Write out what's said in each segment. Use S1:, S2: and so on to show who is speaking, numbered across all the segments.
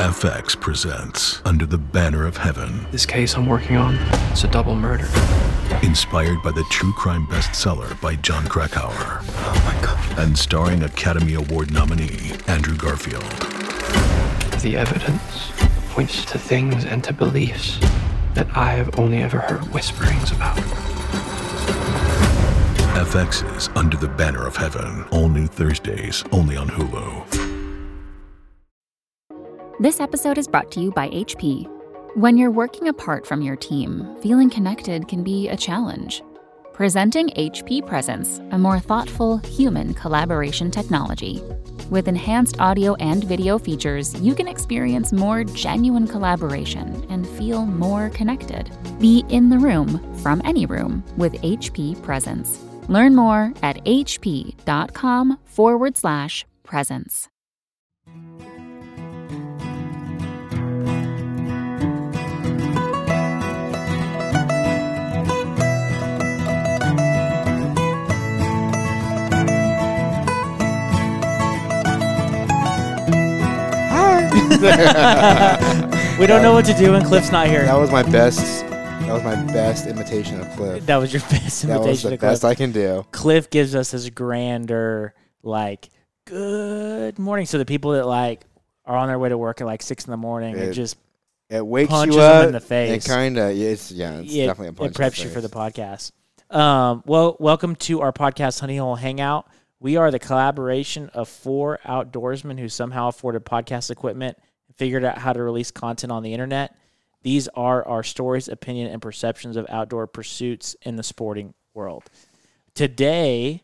S1: FX presents Under the Banner of Heaven,
S2: This case I'm working on, it's a double murder.
S1: inspired by the true crime bestseller by John Krakauer
S3: Oh my god.
S1: and starring Academy Award nominee Andrew Garfield.
S2: The evidence points to things and to beliefs that I have only ever heard whisperings about.
S1: FX's Under the Banner of Heaven, all new Thursdays, only on Hulu.
S4: This episode is brought to you by HP. When you're working apart from your team, feeling connected can be a challenge. Presenting HP Presence, a more thoughtful, human collaboration technology. With enhanced audio and video features, you can experience more genuine collaboration and feel more connected. Be in the room from any room with HP Presence. Learn more at hp.com forward slash presence.
S5: We don't know what to do when Cliff's not here.
S3: Um, That was my best. That was my best imitation of Cliff.
S5: That was your best
S3: That
S5: invitation
S3: was the
S5: to
S3: best
S5: Cliff.
S3: I can do.
S5: Cliff gives us his grander, like, good morning. So the people that, like, are on their way to work at like six in the morning
S3: It
S5: and just
S3: It wakes
S5: Punches
S3: you
S5: him
S3: up
S5: in the face.
S3: It kind of. Yeah, it's yeah. It's
S5: it,
S3: definitely a punch.
S5: it
S3: in the
S5: preps you for the
S3: face.
S5: podcast. Um, well, welcome to our podcast, Honey Hole Hangout. We are the collaboration of four outdoorsmen who somehow afforded podcast equipment and figured out how to release content on the internet. These are our stories, opinion, and perceptions of outdoor pursuits in the sporting world. Today,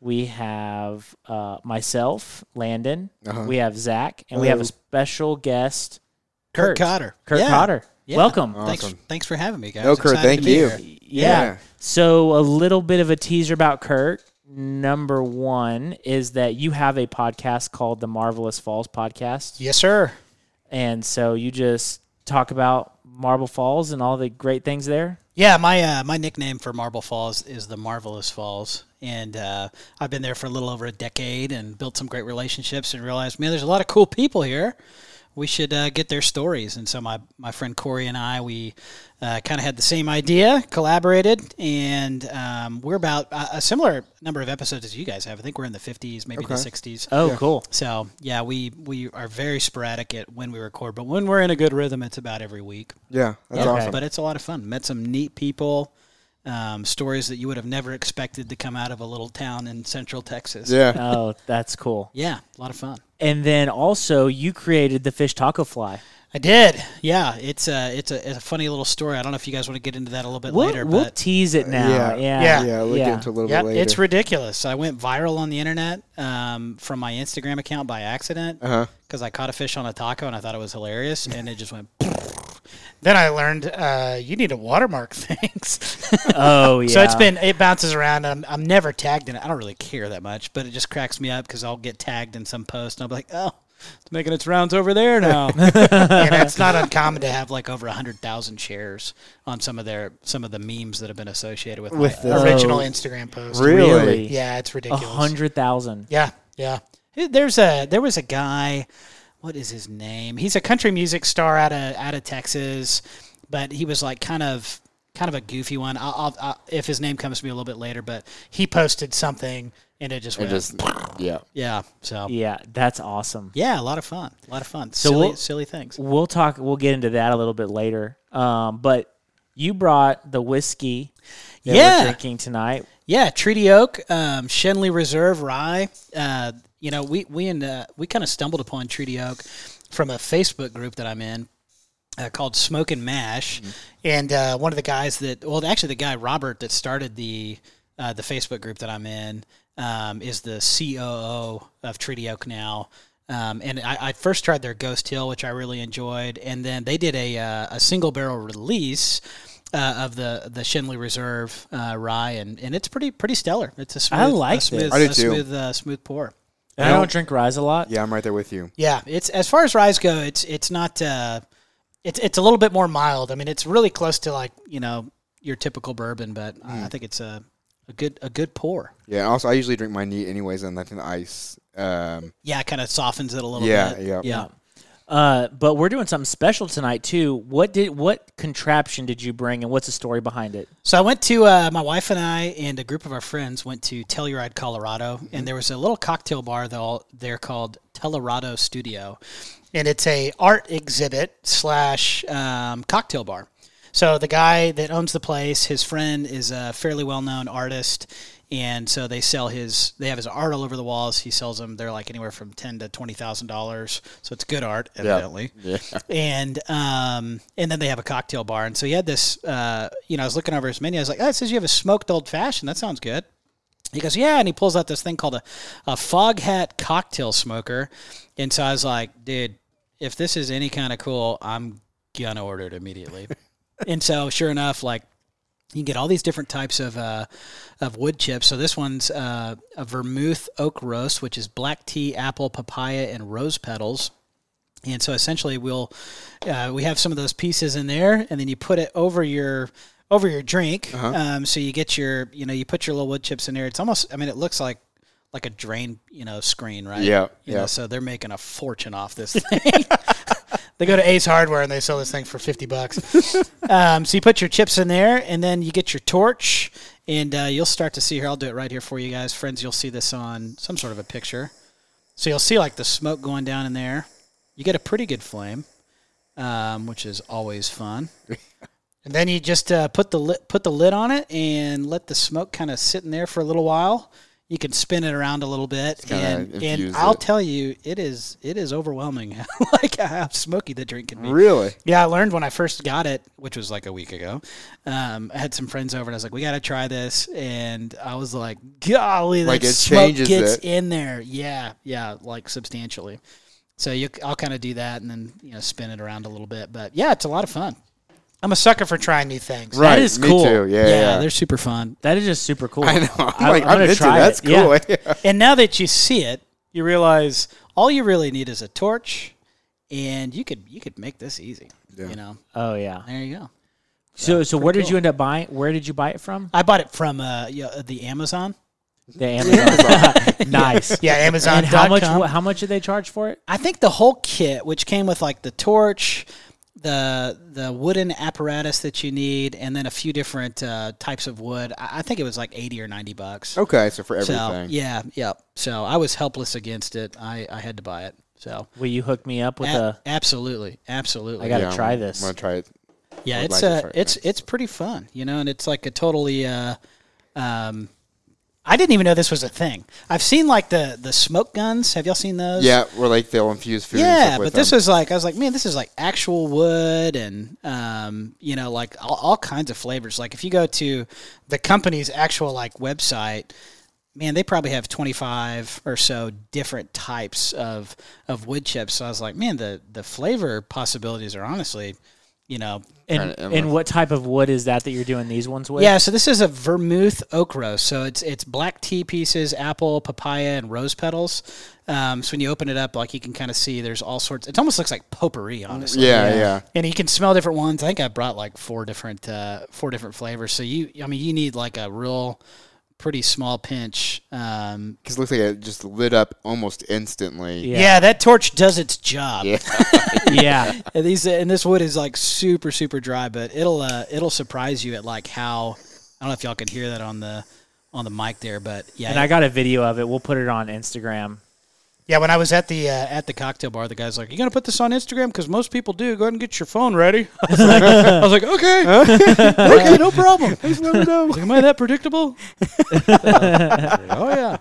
S5: we have uh, myself, Landon.
S3: Uh-huh.
S5: We have Zach, and we have a
S3: Hello.
S5: special guest,
S6: Kurt Cotter.
S5: Kurt
S6: Yeah.
S5: Cotter.
S6: Yeah.
S5: Welcome.
S6: Thanks,
S3: Awesome.
S6: thanks for having me, guys.
S3: No, Kurt,
S6: Excited
S3: thank
S6: to be
S3: you.
S6: here.
S5: Yeah.
S3: Yeah.
S5: So a little bit of a teaser about Kurt. Number one is that you have a podcast called the Marvelous Falls Podcast,
S6: Yes, sir.
S5: and so you just talk about Marble Falls and all the great things there.
S6: Yeah, my uh, my nickname for Marble Falls is the Marvelous Falls, and uh, I've been there for a little over a decade and built some great relationships and realized, man, there's a lot of cool people here. We should uh, get their stories. And so my my friend Corey and I, we uh, kind of had the same idea, collaborated, and um, we're about a, a similar number of episodes as you guys have. I think we're in the 50s, maybe the 60s.
S5: Oh, cool.
S6: So yeah, we we are very sporadic at when we record, but when we're in a good rhythm, it's about every week.
S3: Yeah. That's
S5: Okay.
S3: awesome.
S6: But it's a lot of fun. Met some neat people, um, stories that you would have never expected to come out of a little town in Central Texas.
S3: Yeah.
S5: Oh, that's cool.
S6: yeah, a lot of fun.
S5: And then also you created the fish taco fly.
S6: I did. Yeah, it's a it's a, it's a funny little story. I don't know if you guys want to get into that a little bit
S5: We'll,
S6: later,
S5: we'll
S6: but
S5: tease it now.
S3: Yeah.
S5: Yeah,
S6: Yeah.
S3: Yeah. Look
S5: yeah.
S3: into a little
S6: Yep,
S3: bit later.
S6: it's ridiculous. I went viral on the internet um, from my Instagram account by accident
S3: Uh-huh.
S6: because I caught a fish on a taco and I thought it was hilarious, and it just went. then I learned uh, you need to watermark things.
S5: Oh yeah.
S6: So it's been it bounces around. And I'm I'm never tagged in it. I don't really care that much, but it just cracks me up because I'll get tagged in some post and I'll be like, oh. It's making its rounds over there now. you know, it's not uncommon to have like over hundred thousand shares on some of their some of the memes that have been associated with,
S3: With
S6: with
S3: the-
S6: original Instagram post.
S3: really.
S6: Yeah, it's
S5: a
S6: ridiculous.
S5: hundred thousand.
S6: Yeah, yeah. There's a there was a guy. What is his name? He's a country music star out of out of Texas, but he was like kind of kind of a goofy one. I'll, I'll, I'll if his name comes to me a little bit later, but he posted something and it just went.
S3: It just. Yeah.
S6: yeah. So yeah.
S5: Yeah, that's awesome.
S6: a lot of fun. A lot of fun.
S5: So
S6: silly
S5: we'll-
S6: silly things.
S5: We'll talk. We'll get into that a little bit later. Um, but you brought the whiskey that
S6: Yeah.
S5: we're drinking tonight.
S6: Yeah, Treaty Oak, um, Shenley Reserve Rye. Uh, you know, we we and uh, we kind of stumbled upon Treaty Oak from a Facebook group that I'm in uh, called Smoke and Mash,
S3: Mm-hmm.
S6: and uh, one of the guys that well, actually the guy Robert that started the uh, the Facebook group that I'm in um, is the COO of Treaty Oak now. Um, and I, I first tried their Ghost Hill, which I really enjoyed, and then they did a uh, a single barrel release uh, of the the Shenley Reserve uh, rye, and, and it's pretty pretty stellar. It's a smooth,
S5: I like
S6: a smooth,
S5: this.
S3: I do
S6: a
S3: too.
S6: smooth, uh, smooth pour.
S5: I don't drink rye a lot.
S3: Yeah. I'm right there with you.
S6: Yeah, it's as far as ryes go, it's it's not uh, it's it's a little bit more mild. I mean, it's really close to like you know your typical bourbon, but I think it's a, a good a good pour.
S3: Yeah. And also, I usually drink mine neat anyways, and that's an ice. Um.
S6: Yeah, it kind of softens it a little
S3: Yeah,
S6: bit.
S3: yep.
S6: yeah.
S5: Uh, but we're doing something special tonight too. What did what contraption did you bring, and what's the story behind it?
S6: So I went to uh, my wife and I and a group of our friends went to Telluride, Colorado, and there was a little cocktail bar though there called Tellurado Studio, and it's a art exhibit slash um, cocktail bar. So the guy that owns the place, his friend is a fairly well known artist, and so they sell his they have his art all over the walls. He sells them. They're like anywhere from ten to twenty thousand dollars. So it's good art, evidently and um, and then they have a cocktail bar. And so he had this, uh, you know, I was looking over his menu. I was like, oh, it says you have a smoked old fashioned. That sounds good. He goes, yeah, and he pulls out this thing called a, a fog hat cocktail smoker. And so I was like, dude, if this is any kind of cool, I'm gonna order it immediately. and so, sure enough, like you can get all these different types of uh, of wood chips. So this one's uh, a vermouth oak roast, which is black tea, apple, papaya, and rose petals. And so essentially, we'll uh, we have some of those pieces in there, and then you put it over your over your drink.
S3: Uh-huh.
S6: Um, so you get your you know you put your little wood chips in there. It's almost I mean it looks like like a drain you know screen right?
S3: Yeah,
S6: You know,
S3: yeah.
S6: so they're making a fortune off this thing. they go to Ace Hardware and they sell this thing for fifty bucks. um, so you put your chips in there, and then you get your torch, and uh, you'll start to see here. I'll do it right here for you guys, friends. You'll see this on some sort of a picture. So you'll see like the smoke going down in there. You get a pretty good flame, um, which is always fun. and then you just uh, put the lid, put the lid on it and let the smoke kind of sit in there for a little while. You can spin it around a little bit,
S3: kinda
S6: and, and
S3: infuse
S6: I'll
S3: it.
S6: tell you, it is it is overwhelming, like how smoky the drink can be.
S3: Really?
S6: Yeah, I learned when I first got it, which was like a week ago. Um, I had some friends over, and I was like, "We got to try this," and I was like, "Golly, that
S3: Like, it
S6: smoke
S3: changes
S6: gets
S3: it.
S6: in there." Yeah, yeah, like substantially. So you, I'll kind of do that, and then you know, spin it around a little bit. But yeah, it's a lot of fun. I'm a sucker for trying new things.
S3: Right.
S5: is
S3: me
S5: cool.
S3: too. Yeah.
S6: Yeah,
S3: yeah.
S6: they're super fun.
S5: That is just super cool.
S3: I know. I'm
S5: I-
S3: like,
S5: I'm
S3: I'm
S5: gonna
S3: into
S5: try
S3: That's
S5: it. Yeah.
S3: cool.
S6: And now that you see it, you realize all you really need is a torch, and you could you could make this easy. You know,
S5: Oh yeah.
S6: there you go.
S5: So so where did you end up buying? Where did you buy it from?
S6: I bought it from uh, you know, the Amazon.
S5: The Amazon. nice.
S6: Yeah, Amazon.
S5: And how much? How much did they charge for it?
S6: I think the whole kit, which came with like the torch, the the wooden apparatus that you need, and then a few different uh, types of wood. I, I think it was like eighty or ninety bucks.
S3: okay, so for
S6: so
S3: everything.
S6: yeah, yeah. So I was helpless against it. I, I had to buy it. So
S5: Will you hook me up with
S6: a-
S5: a?
S6: absolutely, absolutely.
S5: I gotta
S3: I'm-
S5: try this.
S3: I'm gonna try it.
S6: yeah,
S3: would
S6: it's
S3: like to
S6: uh,
S3: try it
S6: it's it's pretty fun, you know, and it's like a totally. Uh, um, I didn't even know this was a thing. I've seen like the the smoke guns. Have y'all seen those?
S3: Yeah, where like they'll infuse food. and
S6: Yeah,
S3: stuff with
S6: but this
S3: them.
S6: was like I was like, man, this is like actual wood and um, you know, like all, all kinds of flavors. Like if you go to the company's actual like website, man, they probably have twenty five or so different types of of wood chips. So I was like, man, the the flavor possibilities are honestly, you know,
S5: And, and what type of wood is that that you're doing these ones with?
S6: yeah, so this is a vermouth oak roast. So it's it's black tea pieces, apple, papaya, and rose petals. Um, so when you open it up, like you can kind of see there's all sorts. It almost looks like potpourri, honestly.
S3: Yeah, yeah. yeah.
S6: And you can smell different ones. I think I brought like four different uh, four different flavors. So you, I mean, you need like a real pretty small pinch. Um,
S3: Cause it looks like it just lit up almost instantly.
S5: Yeah.
S6: yeah. that torch does its job.
S3: Yeah.
S5: yeah.
S6: And these and this wood is like super super dry, but it'll uh, it'll surprise you at like how I don't know if y'all can hear that on the on the mic there, but yeah,
S5: And I got a video of it. We'll put it on Instagram.
S6: Yeah, when I was at the uh, at the cocktail bar, the guy's like, "You gonna put this on Instagram? Because most people do. Go ahead and get your phone ready." I was like, I was like "Okay, okay, no problem." I was like, Am I that predictable? oh yeah,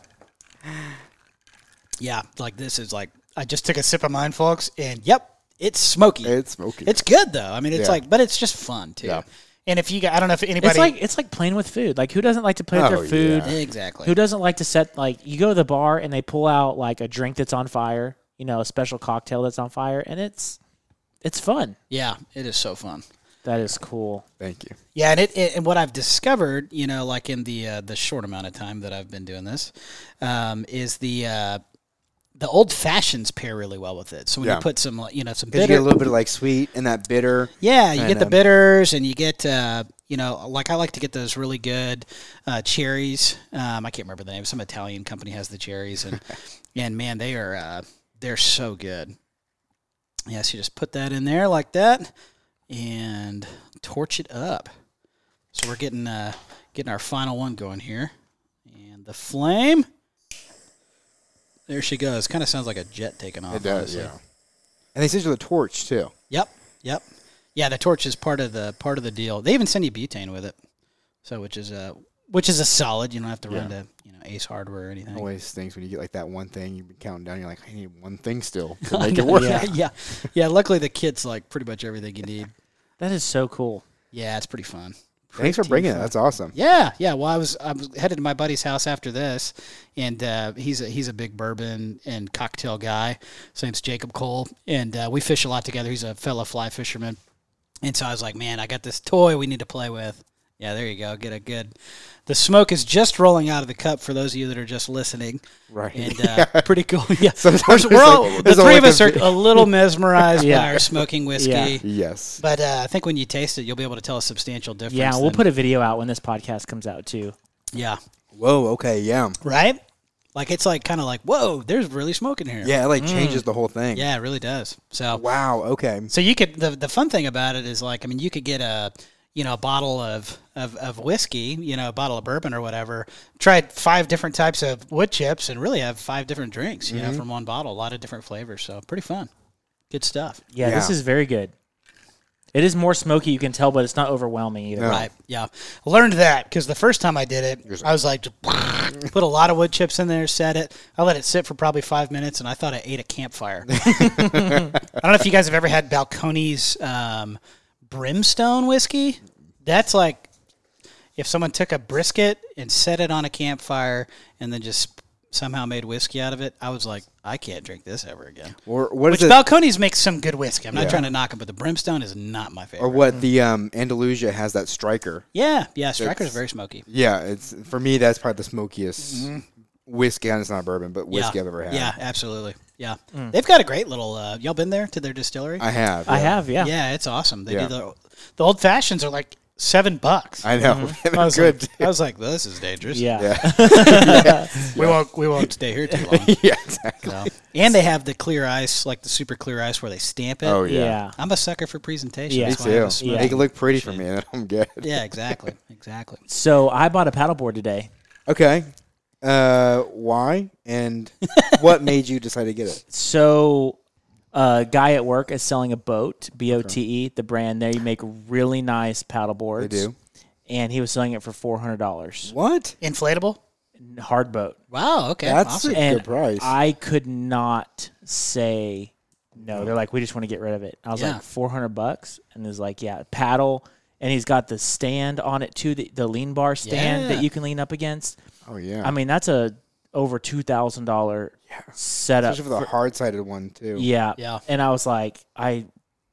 S6: yeah. Like this is like I just took a sip of mine, folks, and yep, it's smoky.
S3: It's smoky.
S6: It's good though. I mean, it's
S3: Yeah.
S6: like, but it's just fun too.
S3: Yeah.
S6: And if you, got, I don't know if anybody,
S5: It's like it's like playing with food. Like who doesn't like to play with
S3: Oh,
S5: their food?
S3: yeah.
S6: exactly.
S5: Who doesn't like to set like you go to the bar and they pull out like a drink that's on fire, you know, a special cocktail that's on fire, and it's it's fun.
S6: yeah, it is so fun.
S5: That is cool.
S3: Thank you.
S6: Yeah, and it, it and what I've discovered, you know, like in the uh, the short amount of time that I've been doing this, um, is the uh, the old fashions pair really well with it. So when
S3: Yeah.
S6: you put some, like, you know, some
S3: Cause you
S6: bitter,
S3: get a little bit of like sweet and that bitter.
S6: yeah, you
S3: I
S6: get the
S3: know.
S6: bitters and you get, uh, you know, like I like to get those really good uh, cherries. Um, I can't remember the name. Some Italian company has the cherries, and and man, they are uh, they're so good. Yes, you just put that in there like that and torch it up. So we're getting uh, getting our final one going here, and the flame. There she goes. Kind of sounds like a jet taking off.
S3: It does,
S6: honestly.
S3: yeah. And they send you the torch too.
S6: Yep. Yep. Yeah, the torch is part of the part of the deal. They even send you butane with it, so which is a which is a solid. You don't have to run to you know Ace Hardware or anything.
S3: Always stinks when you get like that one thing you've been counting down. You're like, I need one thing still to make it work.
S6: yeah, yeah, yeah. Luckily, the kit's like pretty much everything you need.
S5: That is so cool.
S6: Yeah, it's pretty fun.
S3: Thanks for bringing it. That's awesome.
S6: Yeah, yeah. Well, I was I was headed to my buddy's house after this, and uh, he's a, he's a big bourbon and cocktail guy. His name's Jacob Cole, and uh, we fish a lot together. He's a fellow fly fisherman, and so I was like, man, I got this toy we need to play with. Yeah, there you go. Get a good. The smoke is just rolling out of the cup for those of you that are just listening.
S3: Right.
S6: And uh, pretty cool. Yeah.
S3: Sometimes
S6: We're- we're
S3: it's
S6: all-
S3: like-
S6: the
S3: it's all
S6: three of
S3: like
S6: us
S3: a
S6: are
S3: vi-
S6: a little mesmerized
S5: Yeah.
S6: by our smoking whiskey.
S5: Yeah.
S3: Yes.
S6: But uh, I think when you taste it, you'll be able to tell a substantial difference.
S5: Yeah, we'll
S6: than-
S5: put a video out when this podcast comes out too.
S6: Yeah.
S3: Whoa. Okay. Yeah.
S6: Right? Like it's like kind of like, whoa, there's really smoke in here.
S3: Yeah. It
S5: Mm.
S3: like changes the whole thing.
S6: Yeah, it really does. So
S3: Wow. Okay.
S6: so you could the the fun thing about it is like I mean you could get a you know a bottle of of, of whiskey, you know, a bottle of bourbon or whatever, try five different types of wood chips and really have five different drinks, you
S3: Mm-hmm.
S6: know, from one bottle, a lot of different flavors. So pretty fun. Good stuff.
S5: Yeah, this
S3: Yeah.
S5: is very good. It is more smoky, you can tell, but it's not overwhelming either.
S3: No.
S6: Right. Yeah. Learned that because the first time I did it, I was like, just put a lot of wood chips in there, set it. I let it sit for probably five minutes, and I thought I ate a campfire. I don't know if you guys have ever had Balcones um, brimstone whiskey. That's like if someone took a brisket and set it on a campfire and then just somehow made whiskey out of it. I was like, I can't drink this ever again.
S3: Or what
S6: Which
S3: is it?
S6: Balcones makes some good whiskey. I'm not
S3: Yeah.
S6: trying to knock it, but the brimstone is not my favorite.
S3: or what the um, Andalusia has that striker.
S6: Yeah, yeah. Striker's very smoky.
S3: Yeah. It's for me. That's probably the smokiest whiskey. And it's not bourbon, but whiskey
S6: yeah.
S3: I've ever had.
S6: Yeah, absolutely. Yeah, they've got a great little. Uh, y'all been there to their distillery?
S3: I have.
S5: I
S3: yeah.
S5: have, yeah.
S6: yeah. it's awesome. They do
S3: Yeah.
S6: the the old fashions are like seven bucks.
S3: I know. They're
S6: I was
S3: good.
S6: Like, I was like, this is dangerous.
S5: Yeah.
S3: yeah.
S6: we won't we won't stay here too long.
S3: yeah. Exactly.
S6: So. And they have the clear ice, like the super clear ice, where they stamp it.
S3: Oh yeah.
S5: Yeah.
S6: I'm a sucker for presentation.
S5: Yeah.
S3: Me
S6: That's why I have a
S3: too.
S6: smoke.
S5: Yeah.
S3: Make it look pretty for me, and then I'm good.
S6: yeah, exactly, exactly.
S5: So I bought a paddleboard today.
S3: Okay. Uh, why and what made you decide to get it?
S5: So a guy at work is selling a boat, B O T E, the brand. They make really nice paddleboards.
S3: They do.
S5: And he was selling it for four hundred dollars.
S3: What?
S6: Inflatable.
S5: Hard boat.
S6: Wow. Okay.
S3: That's
S6: awesome.
S3: a
S5: And
S3: good price.
S5: I could not say no. They're like, we just want to get rid of it. I was
S6: Yeah.
S5: like, four hundred bucks, and he's like, yeah, paddle, and he's got the stand on it too, the, the lean bar stand
S6: Yeah.
S5: that you can lean up against.
S3: oh yeah.
S5: I mean, that's a over two thousand dollar setup.
S3: Especially for the
S5: for-
S3: hard-sided one too.
S5: yeah,
S6: Yeah.
S5: And I was like, I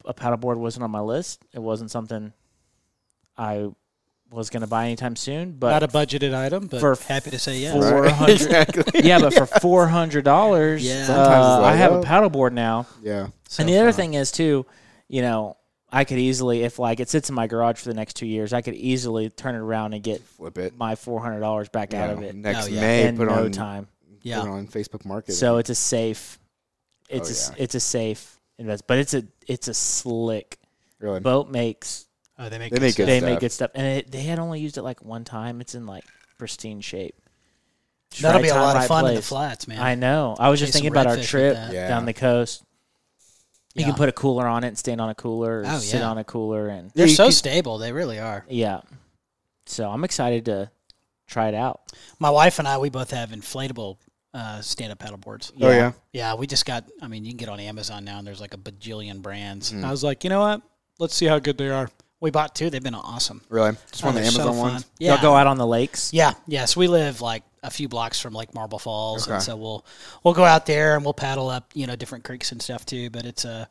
S5: a paddleboard wasn't on my list. It wasn't something I was going to buy anytime soon. But
S6: Not a budgeted item, but
S5: For
S6: happy to say yes.
S5: four
S3: Right.
S5: hundred.
S3: exactly.
S5: yeah, but for four hundred dollars, uh,
S6: Yeah.
S3: Sometimes it's
S5: I
S3: like,
S5: have a
S3: oh.
S5: paddleboard now.
S3: Yeah.
S6: So
S5: and the other
S6: fun.
S5: thing is too, you know, I could easily if like it sits in my garage for the next two years, I could easily turn it around and get
S3: Flip it.
S5: my four hundred dollars back out of
S3: Yeah.
S5: it
S3: Next
S6: Oh, yeah.
S3: May,
S5: in
S3: put
S5: no
S3: on
S5: time.
S6: Yeah.
S3: put it on Facebook Market.
S5: So it's a safe, it's a,
S3: Oh, yeah.
S5: it's a safe invest, but it's a it's a slick
S3: really.
S5: boat makes
S6: Oh, they make
S3: They
S6: good
S3: make
S6: stuff.
S3: good
S5: they
S3: stuff.
S5: make good stuff, and it, they had only used it like one time. It's in like pristine shape. Just
S6: That'll
S5: right
S6: be a
S5: time,
S6: lot of
S5: right
S6: fun in the
S5: place.
S6: flats, man.
S5: I know. I was
S6: Chase
S5: just thinking
S6: some
S5: about our
S6: redfish with
S5: trip
S6: that.
S3: Yeah.
S5: uh, down the coast. You
S6: Yeah.
S5: can put a cooler on it and stand on a cooler, or
S6: Oh,
S5: sit
S6: yeah.
S5: on a cooler, and
S6: They're
S3: Yeah, you
S6: so
S3: could-
S6: stable. They really are.
S5: yeah. So I'm excited to try it out.
S6: My wife and I, we both have inflatable uh, stand-up paddle boards.
S3: oh yeah.
S6: Yeah, we just got. I mean, you can get on Amazon now, and there's like a bajillion brands.
S3: Hmm.
S6: I was like, you know what? Let's see how good they are. We bought two. They've been awesome.
S3: Really.
S5: Oh,
S3: Just one of the
S6: They're so
S3: Amazon
S6: fun.
S3: ones.
S5: Yeah.
S6: Yeah.
S5: Y'all go out on the lakes.
S6: Yeah, yeah. So we live like a few blocks from Lake Marble Falls, and
S3: Okay.
S6: so we'll we'll go out there and we'll paddle up, you know, different creeks and stuff too. But it's a,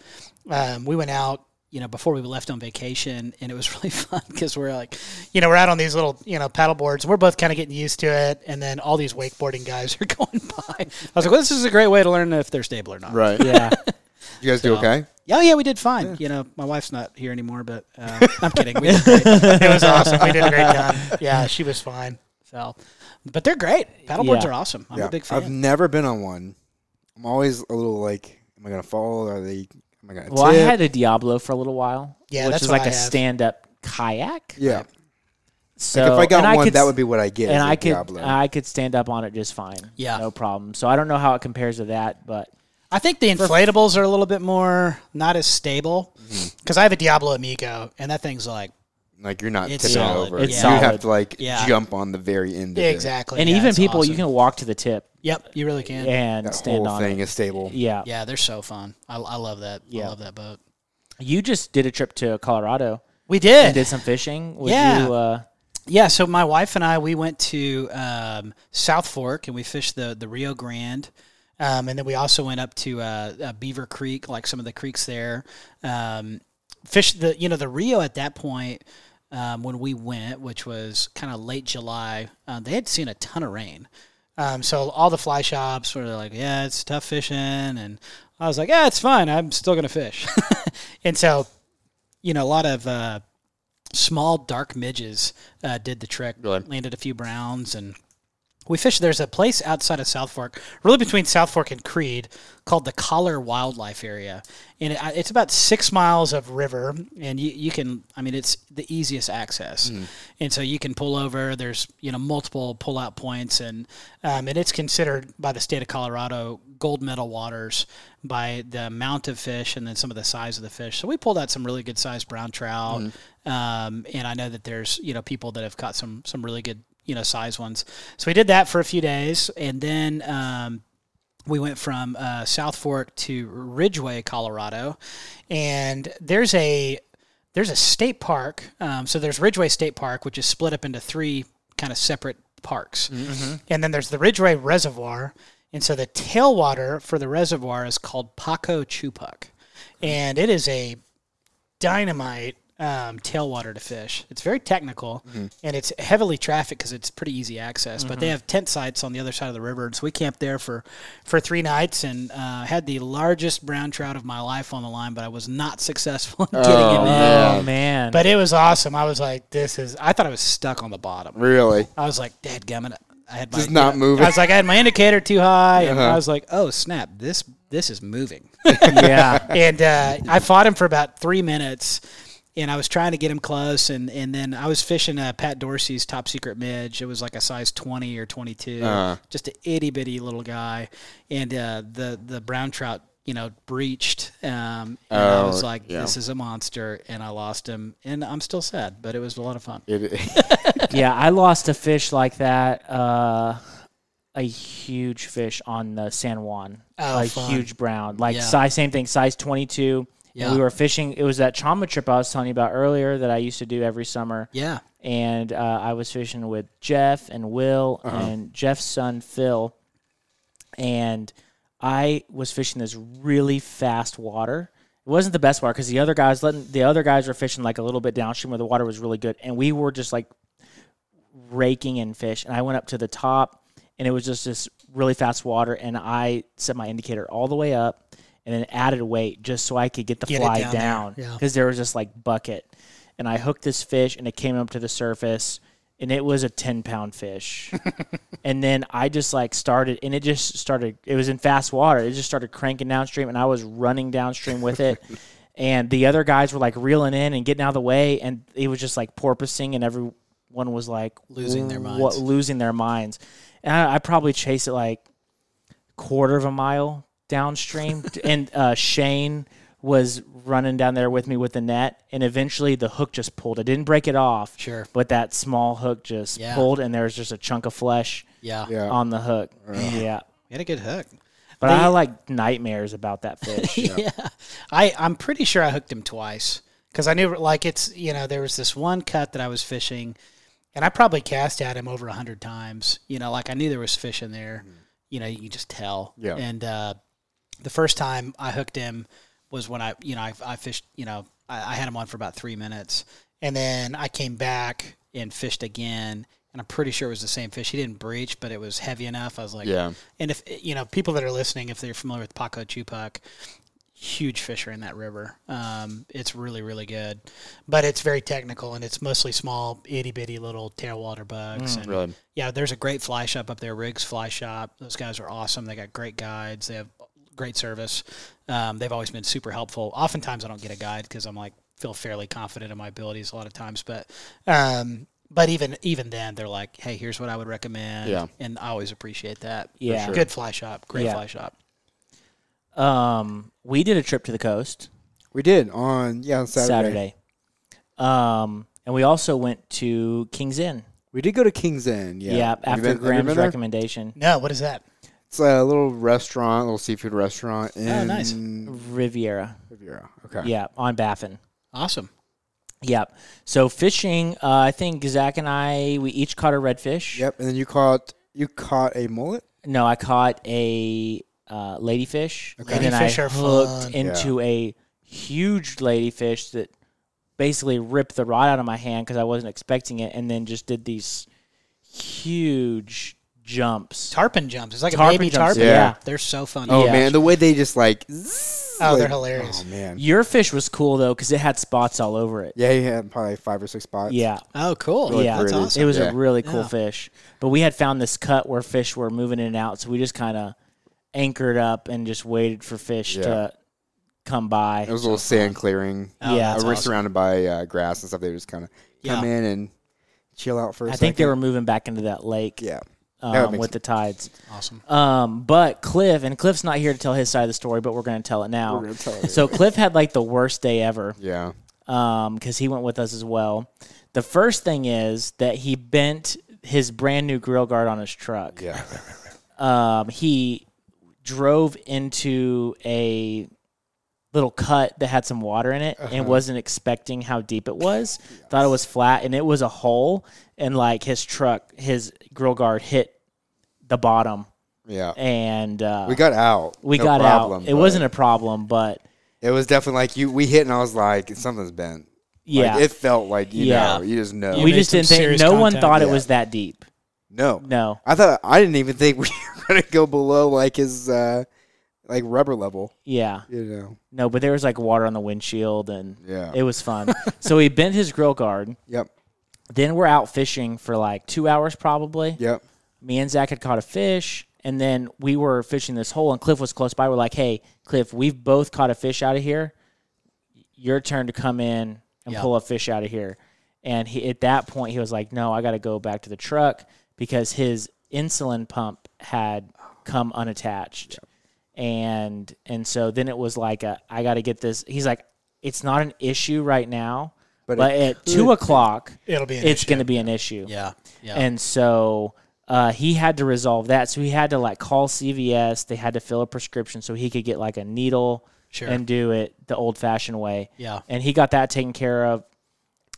S6: um, we went out, you know, before we left on vacation, and it was really fun because we're like, you know, we're out on these little, you know, paddle boards. and We're both kind of getting used to it, and then all these wakeboarding guys are going by. I was like, well, this is a great way to learn if they're stable or not.
S3: Right.
S5: Yeah.
S3: You guys do okay?
S6: Oh, Yeah, yeah, we did fine. You know, my wife's not here anymore, but uh, I'm kidding. We did great. It was awesome. We did a great time. Yeah, she was fine. So, but they're great. Paddleboards
S5: Yeah.
S6: are awesome. I'm
S3: yeah.
S6: a big
S3: I've
S6: fan.
S3: never been on one. I'm always a little like, am I gonna fall? Are they? Am Am I gonna
S5: Well, I
S3: tip?
S5: had a Diablo for a little while,
S6: Yeah,
S5: which
S6: that's
S5: is
S6: what
S5: like
S6: I
S5: a
S6: have.
S5: stand-up kayak.
S3: yeah.
S5: So
S3: like if I got
S5: and
S3: one,
S5: could
S3: that
S5: s-
S3: would be what I get.
S5: and
S3: is a
S5: I could
S3: Diablo.
S5: I could stand up on it just fine.
S6: Yeah.
S5: no problem. So I don't know how it compares to that, but
S6: I think the inflatables are a little bit more not as stable because I have a Diablo Amigo and that thing's like
S3: like you're not
S6: It's
S3: tipping
S6: solid.
S3: over.
S5: It's
S3: you
S5: solid.
S3: have to like
S6: Yeah.
S3: jump on the very end. Of it.
S6: exactly
S5: and
S6: yeah,
S5: even
S6: it's
S5: people you
S6: awesome.
S5: can walk to the tip
S6: yep you really can
S5: and
S3: That
S5: stand
S3: whole
S5: on
S3: thing
S5: it.
S3: is stable.
S5: Yeah.
S6: yeah they're so fun I, I love that
S5: Yeah.
S6: I love that boat
S5: you just did a trip to Colorado
S6: we did
S5: and did some fishing. Would
S6: Yeah.
S5: you, uh,
S6: Yeah, so my wife and I we went to um, South Fork and we fished the the Rio Grande, um, and then we also went up to uh, uh, Beaver Creek, like some of the creeks there. Um, fished the you know the Rio at that point um, when we went, which was kind of late July. Uh, they had seen a ton of rain, um, so all the fly shops were like, "Yeah, it's tough fishing," and I was like, "Yeah, it's fine. I'm still gonna fish," and so you know a lot of. Uh, small dark midges uh, did the trick. Landed a few browns and we fished. There's a place outside of South Fork, really between South Fork and Creed, called the Collar Wildlife Area, and it, it's about six miles of river, and you, you can, I mean, it's the easiest access, and so you can pull over. There's you know multiple pull out points, and um, and it's considered by the state of Colorado gold medal waters by the amount of fish and then some of the size of the fish. So we pulled out some really good sized brown trout, um, and I know that there's you know people that have caught some some really good you know size ones. So we did that for a few days, and then um, we went from uh, South Fork to Ridgeway, Colorado, and there's a there's a state park. Um, so there's Ridgeway State Park, which is split up into three kind of separate parks, and then there's the Ridgeway Reservoir, and so the tailwater for the reservoir is called Paco Chupac, and it is a dynamite um, tailwater to fish. It's very technical and it's heavily trafficked because it's pretty easy access. But they have tent sites on the other side of the river, and so we camped there for for three nights and uh, had the largest brown trout of my life on the line. But I was not successful in getting him in.
S5: oh man,
S6: But it was awesome. I was like, this is. I thought I was stuck on the bottom.
S3: Really?
S6: I was like, Dad gummit. I had my
S3: Just not moving.
S6: I was like, I had my indicator too high, and I was like, oh snap, this this is moving
S5: yeah,
S6: and uh, I fought him for about three minutes, and I was trying to get him close, and, and then I was fishing uh, Pat Dorsey's top secret midge. It was like a size twenty or twenty just an itty bitty little guy, and uh, the the brown trout. You know, breached, um, and I was like, "This is a monster," and I lost him, and I'm still sad, but it was a lot of fun.
S5: yeah. I lost a fish like that, uh, a huge fish on the San Juan,
S6: Oh,
S5: a
S6: fun.
S5: huge brown, like
S6: Yeah.
S5: size, same thing, size twenty two.
S6: Yeah.
S5: And we were fishing. It was that trauma trip I was telling you about earlier that I used to do every summer.
S6: Yeah,
S5: and uh, I was fishing with Jeff and Will and Jeff's son Phil, and I was fishing this really fast water. It wasn't the best water because the other guys letting the other guys were fishing like a little bit downstream where the water was really good, and we were just like raking in fish. And I went up to the top, and it was just this really fast water, and I set my indicator all the way up. And then added weight just so I could get the
S6: Get it
S5: fly
S6: down there.
S5: down
S6: Yeah.
S5: because there was this like bucket and i hooked this fish and it came up to the surface and it was a 10 pound fish and then i just like started and it just started it was in fast water it just started cranking downstream and i was running downstream with it and the other guys were like reeling in and getting out of the way and it was just like porpoising and everyone was like
S6: Losing their
S5: "Wha-
S6: minds."
S5: losing their minds and I, I probably chased it like quarter of a mile downstream, and uh, Shane was running down there with me with the net, and eventually the hook just pulled. I didn't break it off,
S6: Sure.
S5: but that small hook just
S6: Yeah.
S5: pulled, and there was just a chunk of flesh
S6: yeah,
S3: Yeah.
S5: on the hook. Yeah,
S6: We had a good hook.
S5: but I like nightmares about that fish.
S6: yeah. I I'm pretty sure I hooked him twice because I knew like it's you know there was this one cut that I was fishing, and I probably cast at him over a hundred times. You know, like I knew there was fish in there. You know, you could just tell.
S3: Mm-hmm. Yeah.
S6: And uh, the first time I hooked him was when I you know I, I fished you know I, I had him on for about three minutes, and then I came back and fished again. And I'm pretty sure it was the same fish. He didn't breach, but it was heavy enough. I was like,
S3: Yeah.
S6: And if you know people that are listening, if they're familiar with Paco Chupac, huge fisher in that river. Um, it's really, really good, but it's very technical and it's mostly small, itty bitty little tailwater bugs. and yeah, there's a great fly shop up there, Riggs Fly Shop. Those guys are awesome. They got great guides. They have great service. Um, they've always been super helpful. Oftentimes, I don't get a guide because I'm like feel fairly confident in my abilities a lot of times, but um, but even even then, they're like, hey, here's what I would recommend.
S7: Yeah.
S6: and I always appreciate that.
S5: Yeah. sure.
S6: good fly shop, great
S5: Yeah.
S6: fly shop.
S5: Um, we did a trip to the coast
S3: We did on yeah on Saturday.
S5: Saturday. Um, and we also went to King's Inn.
S3: We did go to King's Inn.
S5: Yeah,
S3: Yeah, Have you
S5: after
S3: been- have you
S5: Graham's
S3: been there?
S5: recommendation.
S6: No, what is that?
S3: It's a little restaurant, little seafood restaurant in
S6: Oh, nice.
S5: Riviera.
S3: Riviera. Okay.
S5: Yeah, on Baffin.
S6: Awesome.
S5: Yep. So fishing, uh, I think Zach and I we each caught a redfish.
S3: Yep. And then you caught you caught a mullet.
S5: No, I caught a uh, ladyfish. And then
S6: Ladyfish
S5: I
S6: are
S5: hooked
S6: fun.
S5: into a huge ladyfish that basically ripped the rod out of my hand because I wasn't expecting it, and then just did these huge jumps.
S6: Tarpon jumps. It's like
S5: Tarpon
S6: a baby
S5: jumps,
S6: tarpon.
S5: yeah.
S6: they're so funny.
S3: Oh
S5: Yeah.
S3: man, the way they just like. zzz,
S6: Oh, they're
S3: like-
S6: hilarious.
S3: Oh man.
S5: Your fish was cool though because it had spots all over it.
S3: Yeah, he had probably five or six spots.
S5: Yeah.
S6: Oh, cool.
S5: Yeah.
S6: that's
S3: Really.
S6: awesome.
S5: It was
S3: Yeah.
S5: a really cool
S6: Yeah.
S5: fish. But we had found this cut where fish were moving in and out, so we just kind of anchored up and just waited for fish
S3: Yeah.
S5: to come by.
S3: It was a little sand clearing.
S5: Oh, Yeah. that's
S3: Uh, we're
S6: awesome.
S3: surrounded by uh, grass and stuff. They just kind of come in and chill out for. I
S5: I think they were moving back into that lake
S3: Yeah. that would
S5: um,
S3: make
S5: with the tides.
S6: awesome.
S5: Um, but Cliff and Cliff's not here to tell his side of the story, but we're going to tell it now. so Cliff had like the worst day ever
S3: Yeah.
S5: because um, he went with us as well. The first thing is that he bent his brand new grill guard on his truck.
S3: Yeah.
S5: um, he drove into a little cut that had some water in it
S3: Uh-huh.
S5: and wasn't expecting how deep it was. Thought it was flat and it was a hole. And like his truck, his grill guard hit the bottom
S3: Yeah.
S5: and uh,
S3: we got out.
S5: we
S3: No
S5: got
S3: problem,
S5: out. It
S3: but
S5: wasn't a problem, but
S3: It was definitely like you. We hit, and I was like, something's bent.
S5: yeah,
S3: Like, it felt like you
S5: Yeah.
S3: know. You just know.
S5: we
S6: made
S5: just
S6: some
S5: didn't think.
S6: serious
S5: No one
S6: contact.
S5: thought it
S3: Yeah.
S5: was that deep.
S3: no.
S5: No,
S3: I thought I didn't even think we were gonna go below like his uh like rubber level.
S5: yeah,
S3: You know.
S5: no, but there was like water on the windshield, and
S3: Yeah.
S5: it was fun. so he bent his grill guard.
S3: Yep.
S5: Then we're out fishing for like two hours probably.
S3: Yep.
S5: Me and Zach had caught a fish, and then we were fishing this hole, and Cliff was close by. We're like, "Hey, Cliff, we've both caught a fish out of here. Your turn to come in and
S6: Yeah.
S5: pull a fish out of here." And he, at that point, he was like, "No, I got to go back to the truck because his insulin pump had come unattached." and and so then it was like a, I got to get this. He's like, it's not an issue right now, but,
S3: But
S5: at two o'clock,
S6: It'll be an
S5: it's
S6: issue.
S5: going to be an issue.
S6: Yeah. Yeah.
S5: And so uh, he had to resolve that. So he had to like call CVS. They had to fill a prescription so he could get like a needle
S6: Sure.
S5: and do it the old fashioned way.
S6: Yeah.
S5: And he got that taken care of.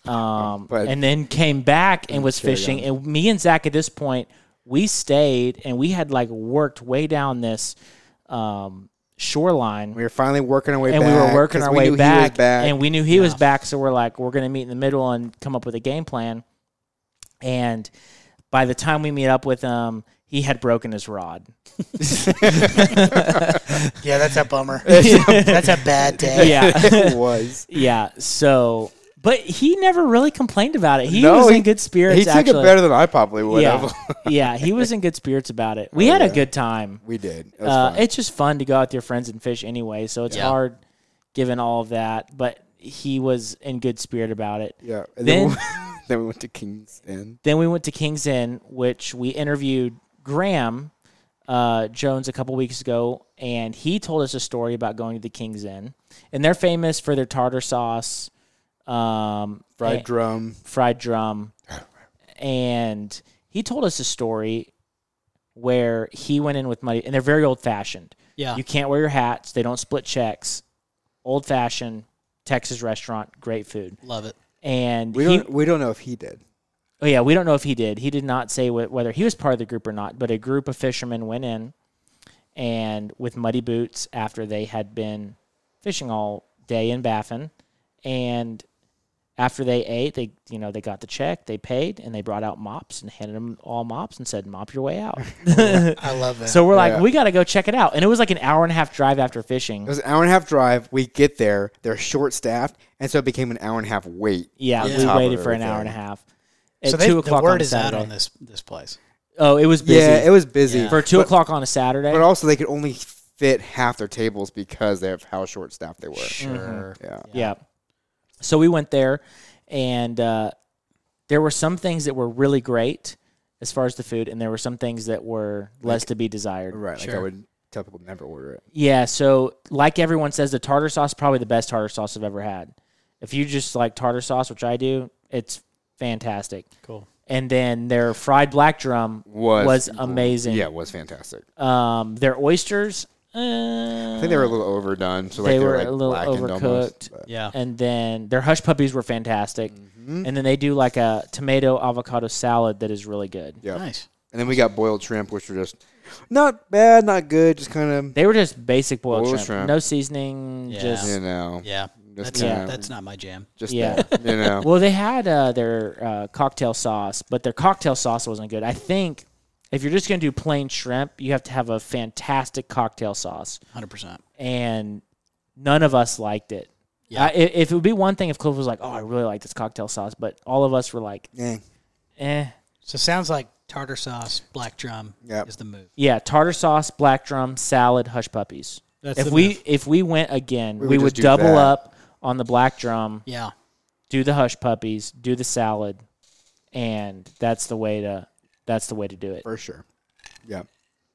S5: Um,
S3: But-
S5: and then came back and was fishing. And me and Zach at this point, we stayed and we had like worked way down this um, shoreline
S3: We were finally working our way
S5: and
S3: back.
S5: we were working
S3: 'cause
S5: our
S3: we
S5: way
S3: knew he was
S5: back,
S3: back.
S5: and we knew he was back so we're like we're going to meet in the middle and come up with a game plan and by the time we meet up with him he had broken his rod
S6: yeah, that's a bummer. that's a bad day.
S5: yeah
S3: it was.
S5: yeah so but he never really complained about it he
S3: No,
S5: was
S3: he-
S5: in good spirits
S3: he took
S5: actually.
S3: it better than I probably would
S5: yeah
S3: have.
S5: yeah he was in good spirits about it we had a good time
S3: we did. It was
S5: uh,
S3: fun.
S5: it's just fun to go out with your friends and fish anyway so it's hard given all of that but he was in good spirit about it
S3: yeah. And
S5: then-
S3: then, we- then we went to King's Inn.
S5: Then we went to King's Inn, which we interviewed Graham uh, Jones a couple weeks ago, and he told us a story about going to the King's Inn. And they're famous for their tartar sauce, um,
S3: Fried
S5: eh,
S3: drum.
S5: fried drum. And he told us a story where he went in with money, and they're very old fashioned.
S6: Yeah.
S5: You can't wear your hats, they don't split checks. Old fashioned Texas restaurant, great food.
S6: Love it.
S5: And
S3: We
S5: he,
S3: don't. we don't know if he did.
S5: Oh, yeah, we don't know if he did. He did not say wh- whether he was part of the group or not, but a group of fishermen went in and with muddy boots after they had been fishing all day in Baffin and after they ate, they you know, they got the check, they paid and they brought out mops and handed them all mops and said mop your way out.
S6: I love that.
S5: so we're like,
S3: Yeah.
S5: we got to go check it out. And it was like an hour and a half drive after fishing.
S3: It was an hour and a half drive. We get there. They're short staffed, and so it became an hour and a half wait.
S5: yeah,
S3: on
S5: we
S3: top of
S5: waited for an hour
S3: everything.
S5: and a half. At
S6: so they,
S5: two o'clock
S6: the word
S5: on
S6: is
S5: Saturday.
S6: out on this this place.
S5: Oh, it was busy.
S3: Yeah, it was busy.
S6: Yeah.
S5: for two
S3: but-
S5: o'clock on a Saturday.
S3: But also, they could only fit half their tables because they have how short staffed they were.
S6: Sure.
S3: Yeah.
S5: Yeah. So we went there, and uh, there were some things that were really great as far as the food, and there were some things that were less to be desired.
S3: Right. Like I
S6: Sure.
S3: would tell people never order it.
S5: Yeah. So, like everyone says, the tartar sauce is probably the best tartar sauce I've ever had. If you just like tartar sauce, which I do, it's fantastic.
S6: Cool.
S5: And then their fried black drum
S3: Was
S5: was amazing.
S3: Yeah, it was fantastic.
S5: Um, their oysters. Uh,
S3: I think they were a little overdone. So like
S5: they
S3: they,
S5: were
S3: were, like
S5: a little
S3: blackened
S5: overcooked.
S3: almost. but-
S6: Yeah. Mm-hmm.
S5: and then their hush puppies were fantastic. And then they do like a tomato avocado salad that is really good.
S3: Yeah.
S6: Nice.
S3: And then we got boiled shrimp, which were just not bad, not good, just kind of
S5: They were just basic boiled,
S3: Boiled
S5: shrimp.
S3: shrimp.
S5: no seasoning.
S6: Yeah.
S5: Just
S3: you know,
S6: Yeah.
S3: Just
S6: That's,
S5: kinda-
S6: that's not my jam.
S3: just
S5: Yeah.
S3: that, you know.
S5: well, they had uh, their uh, cocktail sauce, but their cocktail sauce wasn't good. I think if you're just gonna do plain shrimp, you have to have a fantastic cocktail sauce,
S6: 100%.
S5: and none of us liked it.
S6: Yeah.
S5: I, i- if it would be one thing if Cliff was like, "Oh, I really like this cocktail sauce," but all of us were like,
S3: yeah.
S5: "Eh."
S6: So sounds like tartar sauce, black drum
S3: Yep.
S6: is the move.
S5: Yeah, tartar sauce, black drum, salad, hush puppies.
S6: That's
S5: if
S6: the
S5: we
S6: move.
S5: if we went again, we,
S3: would just
S5: would
S3: do
S5: double
S3: that.
S5: up on the black drum,
S6: Yeah.
S5: do the hush puppies, do the salad, and that's the way to that's the way to do it.
S3: For sure. Yeah.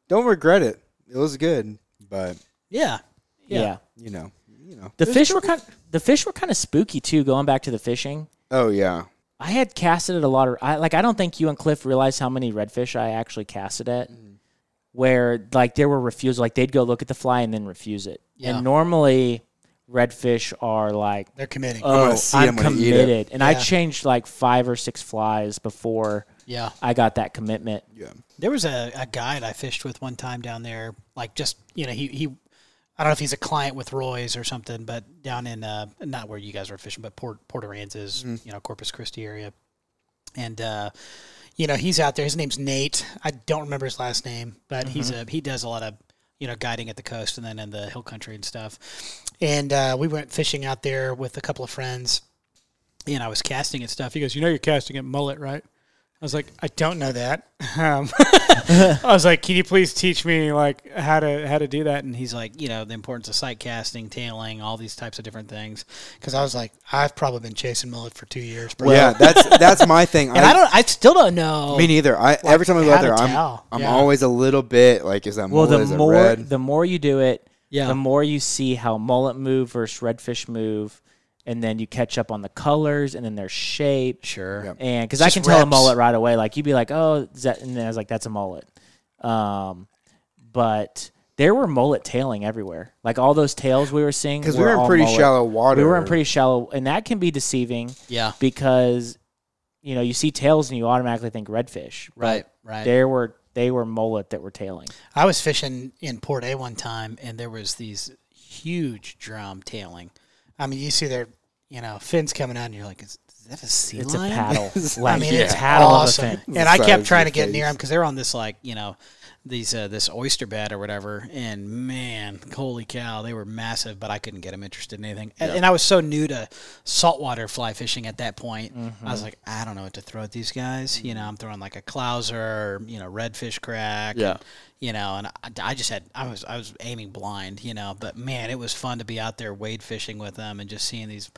S3: Don't regret it. It was good, but
S6: Yeah.
S5: Yeah.
S3: you know, you know.
S5: The fish were kind the fish were kind of spooky too going back to the fishing.
S3: Oh yeah.
S5: I had casted at a lot of I like I don't think you and Cliff realized how many redfish I actually casted at.
S3: Mm-hmm.
S5: Where like there were refusal, like they'd go look at the fly and then refuse it.
S6: Yeah.
S5: And normally redfish are like
S6: They're committing.
S5: oh, I'm,
S3: see it, I'm gonna eat it."
S5: committed. And I
S6: Yeah.
S5: changed like five or six flies before
S6: yeah.
S5: I got that commitment.
S3: Yeah.
S6: There was a, a guide I fished with one time down there. Like just you know, he, he I don't know if he's a client with Roy's or something, but down in uh, not where you guys were fishing, but Port Port Aransas, you know, Corpus Christi area. And uh, you know, he's out there. His name's Nate. I don't remember his last name, but he's a he does a lot of you know guiding at the coast and then in the hill country and stuff. And uh, we went fishing out there with a couple of friends, and I was casting and stuff. He goes, "You know, you're casting at mullet, right?" I was like, I don't know that. Um, I was like, can you please teach me like how to how to do that? And he's like, you know, the importance of sight casting, tailing, all these types of different things. Because I was like, I've probably been chasing mullet for two years, bro.
S3: yeah, that's that's my thing.
S6: and I, don't, I still don't know.
S3: me neither. I every time I go out
S6: how to
S3: there, I'm,
S6: tell.
S3: I'm
S6: Yeah.
S3: always a little bit like, is that
S5: Well,
S3: mullet? is
S5: the
S3: it
S5: more
S3: red?
S5: the more you do it,
S6: Yeah.
S5: the more you see how mullet move versus redfish move, and then you catch up on the colors and then their shape.
S6: sure.
S5: And because I
S6: It's just
S5: can tell a
S6: reps.
S5: mullet right away, like you'd be like, "Oh, is that?" And then I was like, "That's a mullet." Um, but there were mullet tailing everywhere. Like all those tails we were seeing,
S3: Because we were in
S5: all
S3: pretty
S5: mullet.
S3: shallow water.
S5: We were in pretty shallow, and that can be deceiving.
S6: Yeah.
S5: because you know you see tails and you automatically think redfish.
S6: Right. Right.
S5: There were they were mullet that were tailing.
S6: I was fishing in Port A one time, and there was these huge drum tailing. I mean, you see their, you know, fins coming out, and you're like, is, is that a sea
S5: It's
S6: lion?
S5: a paddle.
S6: I
S5: Like,
S6: mean,
S5: it's
S6: it's
S5: a paddle
S6: awesome.
S5: of a fin.
S6: And I
S3: Size
S6: kept
S3: of
S6: trying to
S3: your
S6: get near
S3: face.
S6: them because they're on this like you know these uh, this oyster bed or whatever. And man, holy cow, they were massive. But I couldn't get them interested in anything. And, and I was so new to saltwater fly fishing at that point. I
S3: Mm-hmm.
S6: was like, I don't know what to throw at these guys. You know, I'm throwing like a clouser, or, you know, redfish crack.
S3: Yeah.
S6: and, you know, and I, I just had I was I was aiming blind. You know, but man, it was fun to be out there wade fishing with them and just seeing these.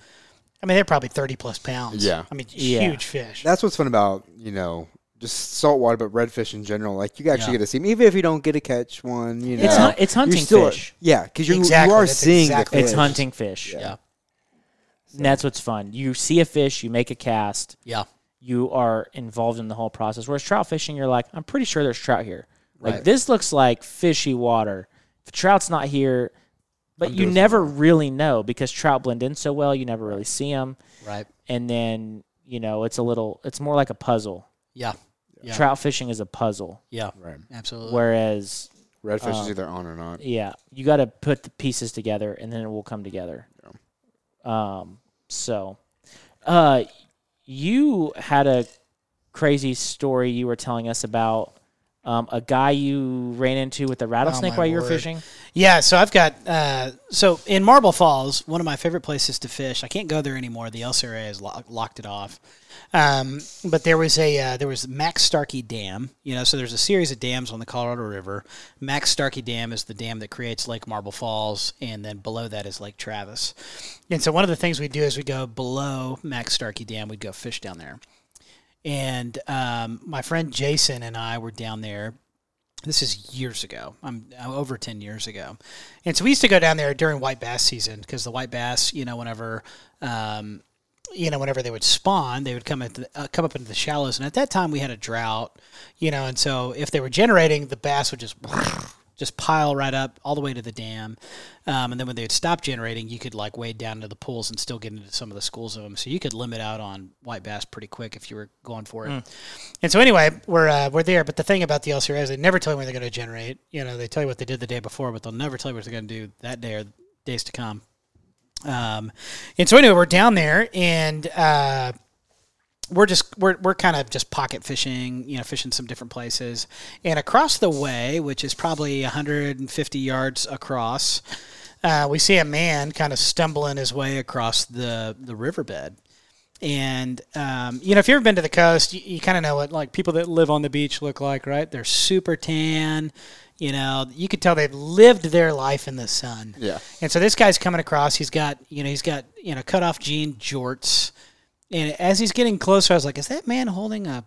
S6: I mean, they're probably thirty plus pounds.
S3: Yeah.
S6: I mean,
S5: Yeah.
S6: huge fish.
S3: That's what's fun about you know just saltwater, but redfish in general. Like you actually
S6: Yeah.
S3: get to see 'em. even if you don't get to catch one. You know,
S5: It's hun- it's
S3: you're
S5: hunting
S3: still-
S5: fish.
S3: Yeah, because you
S6: Exactly,
S3: you are
S6: that's
S3: seeing
S6: exactly
S3: the
S5: It's
S3: fish.
S6: Yeah.
S5: hunting fish.
S6: yeah.
S5: And that's what's fun. You see a fish, you make a cast,
S6: Yeah.
S5: you are involved in the whole process. Whereas trout fishing, you're like, I'm pretty sure there's trout here. Like this looks like fishy water. If trout's not here, but you never really know because trout blend in so well. You never really see them,
S6: Right.
S5: and then you know it's a little. It's more like a puzzle.
S6: Yeah. Yeah.
S5: Trout fishing is a puzzle,
S6: Yeah.
S3: Right.
S6: Absolutely.
S5: whereas
S3: Redfish
S5: Um,
S3: is either on or not.
S5: yeah, you got to put the pieces together, and then it will come together. Um. So, uh, you had a crazy story you were telling us about um, a guy you ran into with a rattlesnake
S6: Oh, my
S5: while you were
S6: word.
S5: fishing.
S6: Yeah, so I've got uh, so in Marble Falls, one of my favorite places to fish. I can't go there anymore. The LCRA has lock, locked it off. Um, but there was a uh, there was Max Starkey Dam. You know, so there's a series of dams on the Colorado River. Max Starkey Dam is the dam that creates Lake Marble Falls, and then below that is Lake Travis. And so one of the things we do is we go below Max Starkey Dam. We'd go fish down there. And um, my friend Jason and I were down there this is years ago. I'm, i over 10 years ago. And so we used to go down there during white bass season because the white bass, you know, whenever, um, you know, whenever they would spawn, they would come at the, uh, come up into the shallows. And at that time we had a drought, you know, and so if they were generating, the bass would just, just pile right up all the way to the dam. Um, and then when they would stop generating, you could like wade down to the pools and still get into some of the schools of them. So you could limit out on white bass pretty quick if you were going for it. And so anyway, we're uh, we're there. But the thing about the LCR is they never tell you when they're going to generate. You know, they tell you what they did the day before, but they'll never tell you what they're going to do that day or days to come. Um, and so anyway, we're down there and. Uh, we're just we're, we're kind of just pocket fishing you know fishing some different places and across the way which is probably 150 yards across uh, we see a man kind of stumbling his way across the the riverbed and um, you know if you've ever been to the coast you, you kind of know what like people that live on the beach look like right they're super tan you know you could tell they've lived their life in the sun
S3: Yeah.
S6: and so this guy's coming across he's got you know he's got you know cut off jean jorts and as he's getting closer, I was like, is that man holding a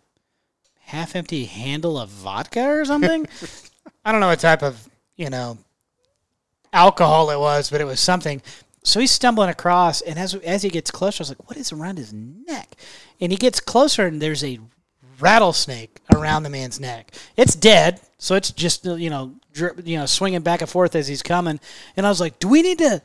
S6: half empty handle of vodka or something? I don't know what type of, you know, alcohol it was, but it was something. So he's stumbling across, and as, as he gets closer, I was like, what is around his neck? And he gets closer, and there's a rattlesnake around the man's neck. It's dead, so it's just you know drip, you know swinging back and forth as he's coming. And I was like, "Do we need to?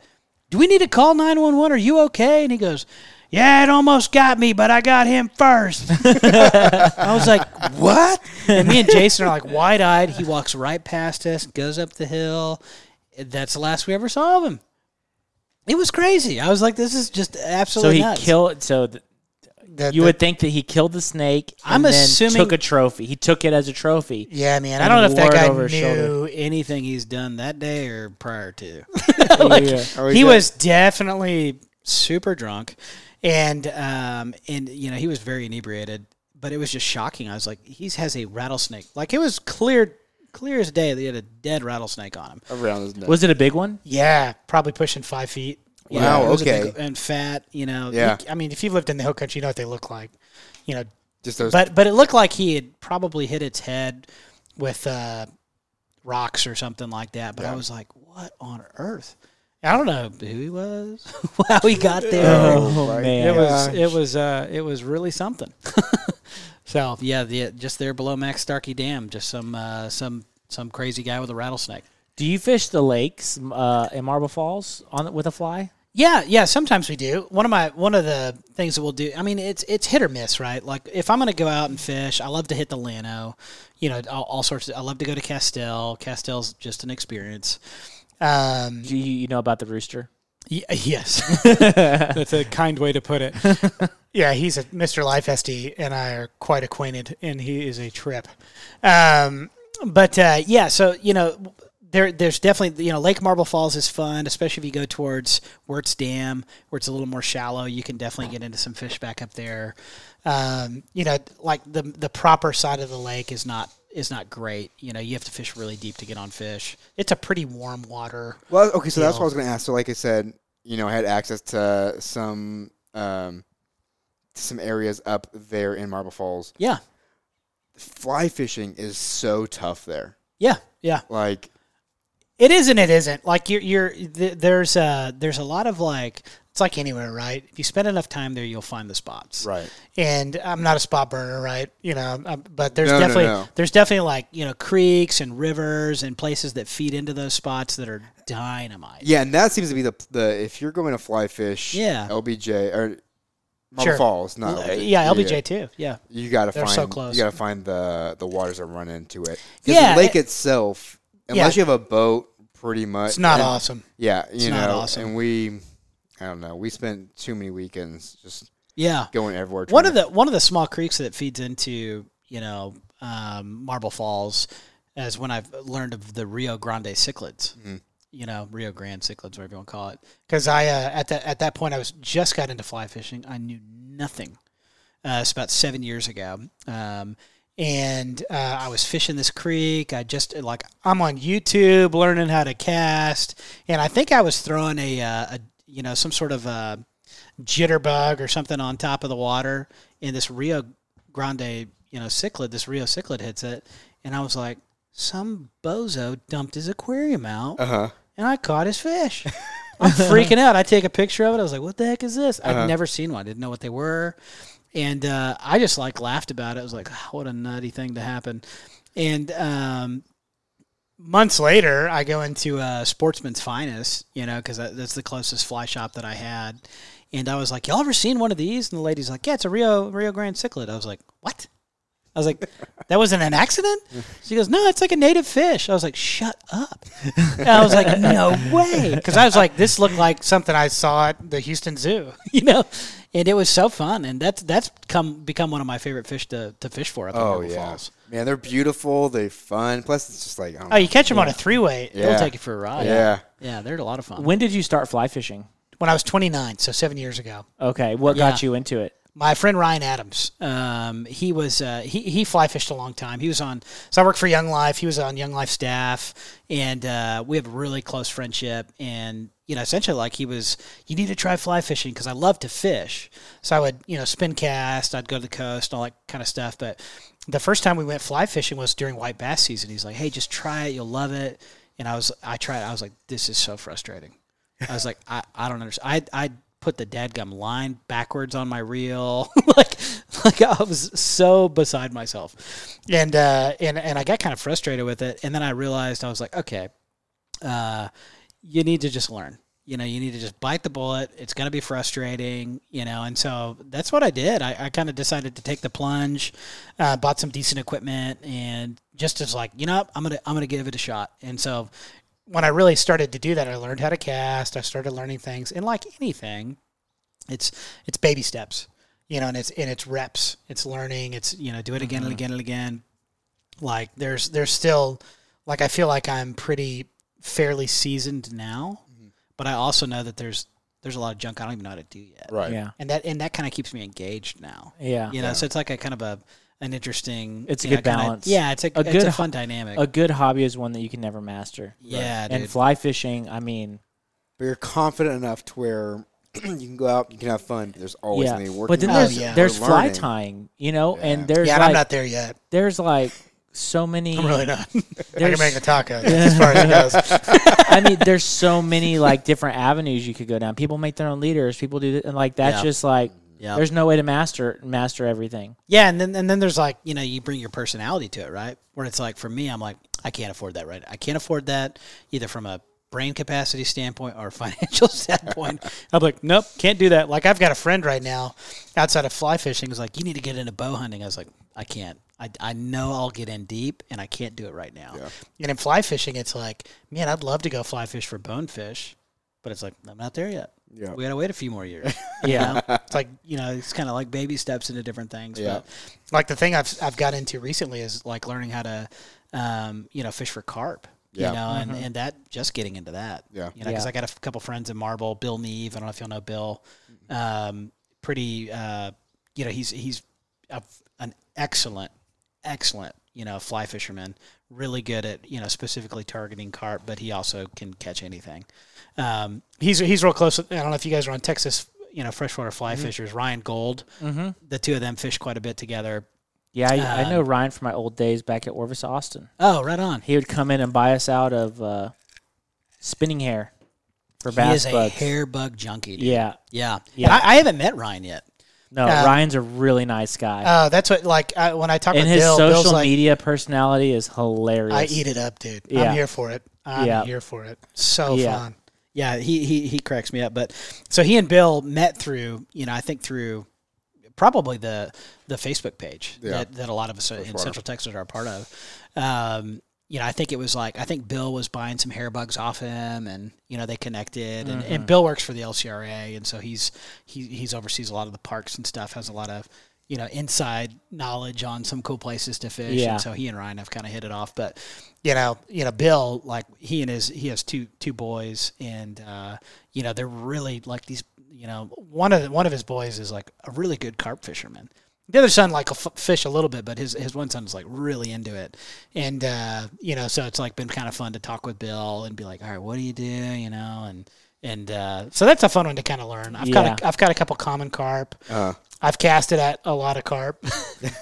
S6: Do we need to call nine one one? Are you okay?" And he goes, "Yeah, it almost got me, but I got him first. I was like, "What?" And me and Jason are like wide eyed. He walks right past us, goes up the hill. That's the last we ever saw of him. It was crazy. I was like, "This is just
S5: So
S6: absolutely
S5: he
S6: nuts."
S5: killed. So th-
S3: The-
S5: you
S3: the-
S5: would think that he killed the snake. And
S6: I'm
S5: then
S6: assuming-
S5: took a trophy. He took it as a trophy.
S6: Yeah, man. I
S5: and
S6: don't know if
S5: wore
S6: that
S5: it
S6: guy
S5: over
S6: knew
S5: his shoulder.
S6: anything he's done that day or prior to.
S5: Oh, Yeah.
S3: Or
S6: he
S3: is that-
S6: was definitely super drunk, and um, and you know he was very inebriated. But it was just shocking. I was like, he has a rattlesnake. Like it was clear, clear as day. that He had a dead rattlesnake on him.
S3: around his neck.
S5: Was it a big one?
S6: Yeah, probably pushing five feet. You
S3: Wow,
S6: know, it was a
S3: okay.
S6: big- and fat. You know.
S3: Yeah.
S6: you- I mean, if you've lived in the hill country, you know what they look like. You know,
S3: Just those.
S6: but but it looked like he had probably hit its head with uh, rocks or something like that. But I was like, what on earth? I don't know who he was, how he got there.
S5: Oh,
S3: right.
S5: man.
S6: It was
S3: gosh.
S6: it was uh, it was really something. so yeah, the, just there below Max Starkey Dam, just some uh, some some crazy guy with a rattlesnake.
S5: Do you fish the lakes uh, in Marble Falls on with a fly?
S6: Yeah, yeah. Sometimes we do. One of my one of the things that we'll do. I mean, it's it's hit or miss, right? Like if I'm going to go out and fish, I love to hit the Lano, you know, all, all sorts. Of, I love to go to Castell. Castell's just an experience. Um,
S5: Do you, you know about the rooster?
S6: y- yes, that's a kind way to put it. yeah, he's a Mr. Life SD, and I are quite acquainted, and he is a trip. Um, but uh, yeah, so you know, there there's definitely you know Lake Marble Falls is fun, especially if you go towards Wirtz Dam, where it's a little more shallow. You can definitely get into some fish back up there. Um, you know, like the the proper side of the lake is not is not great. You know, you have to fish really deep to get on fish. It's a pretty warm water.
S3: well, okay, so that's what I
S6: Yeah.
S3: was going to ask. So, like I said, you know, I had access to some um, some areas up there in Marble Falls.
S6: Yeah,
S3: Fly fishing is so tough there.
S6: yeah, yeah.
S3: Like,
S6: It is and it isn't. Like you're, you're th- there's a there's a lot of like it's like anywhere, right? If you spend enough time there, you'll find the spots.
S3: Right.
S6: And I'm not a spot burner, right? You know, um, but there's
S3: No, no,
S6: definitely
S3: no.
S6: there's definitely like you know creeks and rivers and places that feed into those spots that are dynamite.
S3: yeah, and that seems to be the the if you're going to fly fish,
S6: Yeah.
S3: LBJ or Marble
S6: Sure.
S3: Falls,
S6: L-
S3: not LBJ.
S6: yeah, LBJ too. Yeah.
S3: You gotta
S6: They're
S3: find
S6: so close.
S3: you gotta find the the waters that run into it. 'Cause
S6: Yeah,
S3: the lake
S6: it-
S3: itself,
S6: Yeah.
S3: unless you have a boat, pretty much
S6: It's not
S3: and-
S6: awesome.
S3: Yeah, you know,
S6: not awesome.
S3: and we, I don't know, we spent too many weekends just
S6: Yeah.
S3: going everywhere.
S6: One
S3: trying
S6: of the one of the small creeks that feeds into you know, um, Marble Falls as when I've learned of the Rio Grande cichlids. You know, Rio Grande cichlids, whatever you want to call it. Because I uh, at that at that point I was just got into fly fishing. I knew nothing. Uh, it's about seven years ago. Um, and uh, I was fishing this creek. I just like I'm on YouTube learning how to cast, and I think I was throwing a, uh, a you know some sort of uh jitterbug or something on top of the water, and this Rio Grande you know cichlid, this Rio cichlid hits it, and I was like, some bozo dumped his aquarium out,
S3: Uh-huh.
S6: and I caught his fish. I'm freaking out. I take a picture of it. I was like, what the heck is this? I'd never seen one. I didn't know what they were. And uh, I just like laughed about it. I was like, "Ah, what a nutty thing to happen. And um, months later, I go into uh, Sportsman's Finest, you know, because that's the closest fly shop that I had. And I was like, y'all ever seen one of these? And the lady's like, yeah, it's a Rio Rio Grande cichlid. I was like, what? I was like, that wasn't an accident? She goes, no, it's like a native fish. I was like, shut up. And I was like, no way. Because I was like, this looked like something I saw at the Houston Zoo, you know? And it was so fun. And that's that's come become one of my favorite fish to, to fish for up in
S3: Oh
S6: Marble
S3: yeah,
S6: Falls.
S3: man, they're beautiful. They're fun. Plus, it's just like I don't
S6: Oh,
S3: know.
S6: you catch them on a three weight,
S3: Yeah.
S6: they'll take you for a ride.
S3: Yeah.
S6: Yeah, they're a lot of fun.
S5: When did you start fly fishing?
S6: When I was 29, so seven years ago,
S5: Okay, what got
S6: Yeah.
S5: you into it?
S6: my friend Ryan Adams, um, he was uh, he he fly fished a long time. He was on so I worked for Young Life. He was on Young Life staff, and uh, we have a really close friendship. And you know, essentially, like he was, you need to try fly fishing because I love to fish. So I would you know spin cast. I'd go to the coast, all that kind of stuff. But the first time we went fly fishing was during white bass season. He's like, hey, just try it, you'll love it. And I was I tried. it. I was like, this is so frustrating. I was like, I, I don't understand. I I put the dadgum line backwards on my reel, like like I was so beside myself, and uh, and and I got kind of frustrated with it, and then I realized I was like, okay, uh, you need to just learn. You know, you need to just bite the bullet. It's going to be frustrating, you know. And so that's what I did. I, I kind of decided to take the plunge, uh, bought some decent equipment, and just as like, you know, I'm gonna I'm gonna give it a shot. And so when I really started to do that, I learned how to cast. I started learning things, and like anything, it's it's baby steps, you know, and it's and it's reps. It's learning. It's you know, do it again and
S5: Mm-hmm.
S6: again and again like there's there's still like I feel like I'm pretty fairly seasoned now,
S5: Mm-hmm.
S6: but I also know that there's there's a lot of junk I don't even know how to do yet.
S3: right.
S5: Yeah,
S6: And that and that kind of keeps me engaged now.
S5: yeah.
S6: You know, so it's like a kind of a an interesting.
S5: It's a
S6: you know,
S5: good
S6: kinda-
S5: balance.
S6: yeah, it's a,
S5: A
S6: it's
S5: good
S6: a
S5: ho-
S6: fun dynamic.
S5: A good hobby is one that you can never master.
S6: yeah,
S5: and
S6: dude.
S5: fly fishing, I mean,
S3: But you're confident enough to where you can go out, you can have fun. But there's always
S5: yeah.
S3: something you're working.
S5: But then
S3: on.
S6: Oh,
S5: there's
S6: yeah.
S5: there's
S3: We're
S5: fly
S3: learning.
S5: tying, you know,
S3: Yeah.
S5: and there's
S6: yeah, and
S5: like
S6: I'm not there yet.
S5: there's like so many.
S6: I'm really not. I
S5: There's-
S6: can make a taco as far as it goes.
S5: I mean, there's so many like different avenues you could go down. People make their own leaders. People do, th- and like that's
S6: Yeah.
S5: just like
S6: Yeah.
S5: there's no way to master master everything.
S6: Yeah, and then and then there's like you know you bring your personality to it, right? Where it's like for me, I'm like I can't afford that, right? I can't afford that either from a brain capacity standpoint or financial standpoint. I'm like, nope, can't do that. Like I've got a friend right now outside of fly fishing who's like, you need to get into bow hunting. I was like, I can't. I, I know I'll get in deep and I can't do it right now. And in fly fishing, it's like, man, I'd love to go fly fish for bonefish, but it's like I'm not there yet.
S3: Yeah.
S6: We gotta wait a few more years.
S5: Yeah,
S6: know? it's like you know, it's kind of like baby steps into different things.
S3: Yeah.
S6: But like the thing I've I've got into recently is like learning how to, um, you know, fish for carp.
S3: Yeah.
S6: You know, and, and that just getting into that.
S3: Yeah.
S6: You know, because
S5: Yeah.
S6: I got a f- couple friends in Marble, Bill Neve. I don't know if y'all know Bill.
S5: Mm-hmm.
S6: Um, pretty. Uh, you know, he's he's a, an excellent, excellent. You know, fly fisherman, really good at you know specifically targeting carp, but he also can catch anything. Um, he's he's real close. I don't know if you guys are on Texas, you know, freshwater
S5: Mm-hmm.
S6: fly fishers. Ryan Gold, mm-hmm. the two of them fish quite a bit together.
S5: yeah. I,
S6: Uh,
S5: I know Ryan from my old days back at Orvis Austin.
S6: Oh, right on.
S5: He would come in and buy us out of uh, spinning hair for bass
S6: he is
S5: bugs.
S6: a hair bug junkie. Dude.
S5: yeah,
S6: yeah.
S5: Yeah.
S6: And I, I haven't met Ryan yet.
S5: no,
S6: Um,
S5: Ryan's a really nice guy,
S6: Oh, that's what like I, when I talk
S5: and
S6: with
S5: his
S6: Bill, Bill's
S5: social
S6: like,
S5: media personality is hilarious.
S6: I eat it up, dude.
S5: Yeah.
S6: I'm here for it. I'm
S5: Yeah.
S6: here for it. So
S5: Yeah.
S6: fun. Yeah, he, he he cracks me up. But so he and Bill met through, you know, I think through probably the the Facebook page
S3: Yeah.
S6: that, that a lot of us in Central Texas are a part of. Um, you know, I think it was like I think Bill was buying some hair bugs off him, and you know they connected. And,
S5: Mm-hmm.
S6: and Bill works for the LCRA, and so he's he he's oversees a lot of the parks and stuff. Has a lot of you know, inside knowledge on some cool places to fish.
S5: Yeah.
S6: And so he and Ryan have kind of hit it off. But you know, you know, Bill, like he and his he has two two boys, and uh, you know, they're really like these. You know, one of the, one of his boys is like a really good carp fisherman. The other son like will f- fish a little bit, but his his one son's like really into it, and uh, you know, so it's like been kind of fun to talk with Bill and be like, all right, what do you do, you know, and and uh, so that's a fun one to kind of learn. I've got a,
S5: Yeah.
S6: I've got a couple common carp.
S3: Uh,
S6: I've casted at a lot of carp.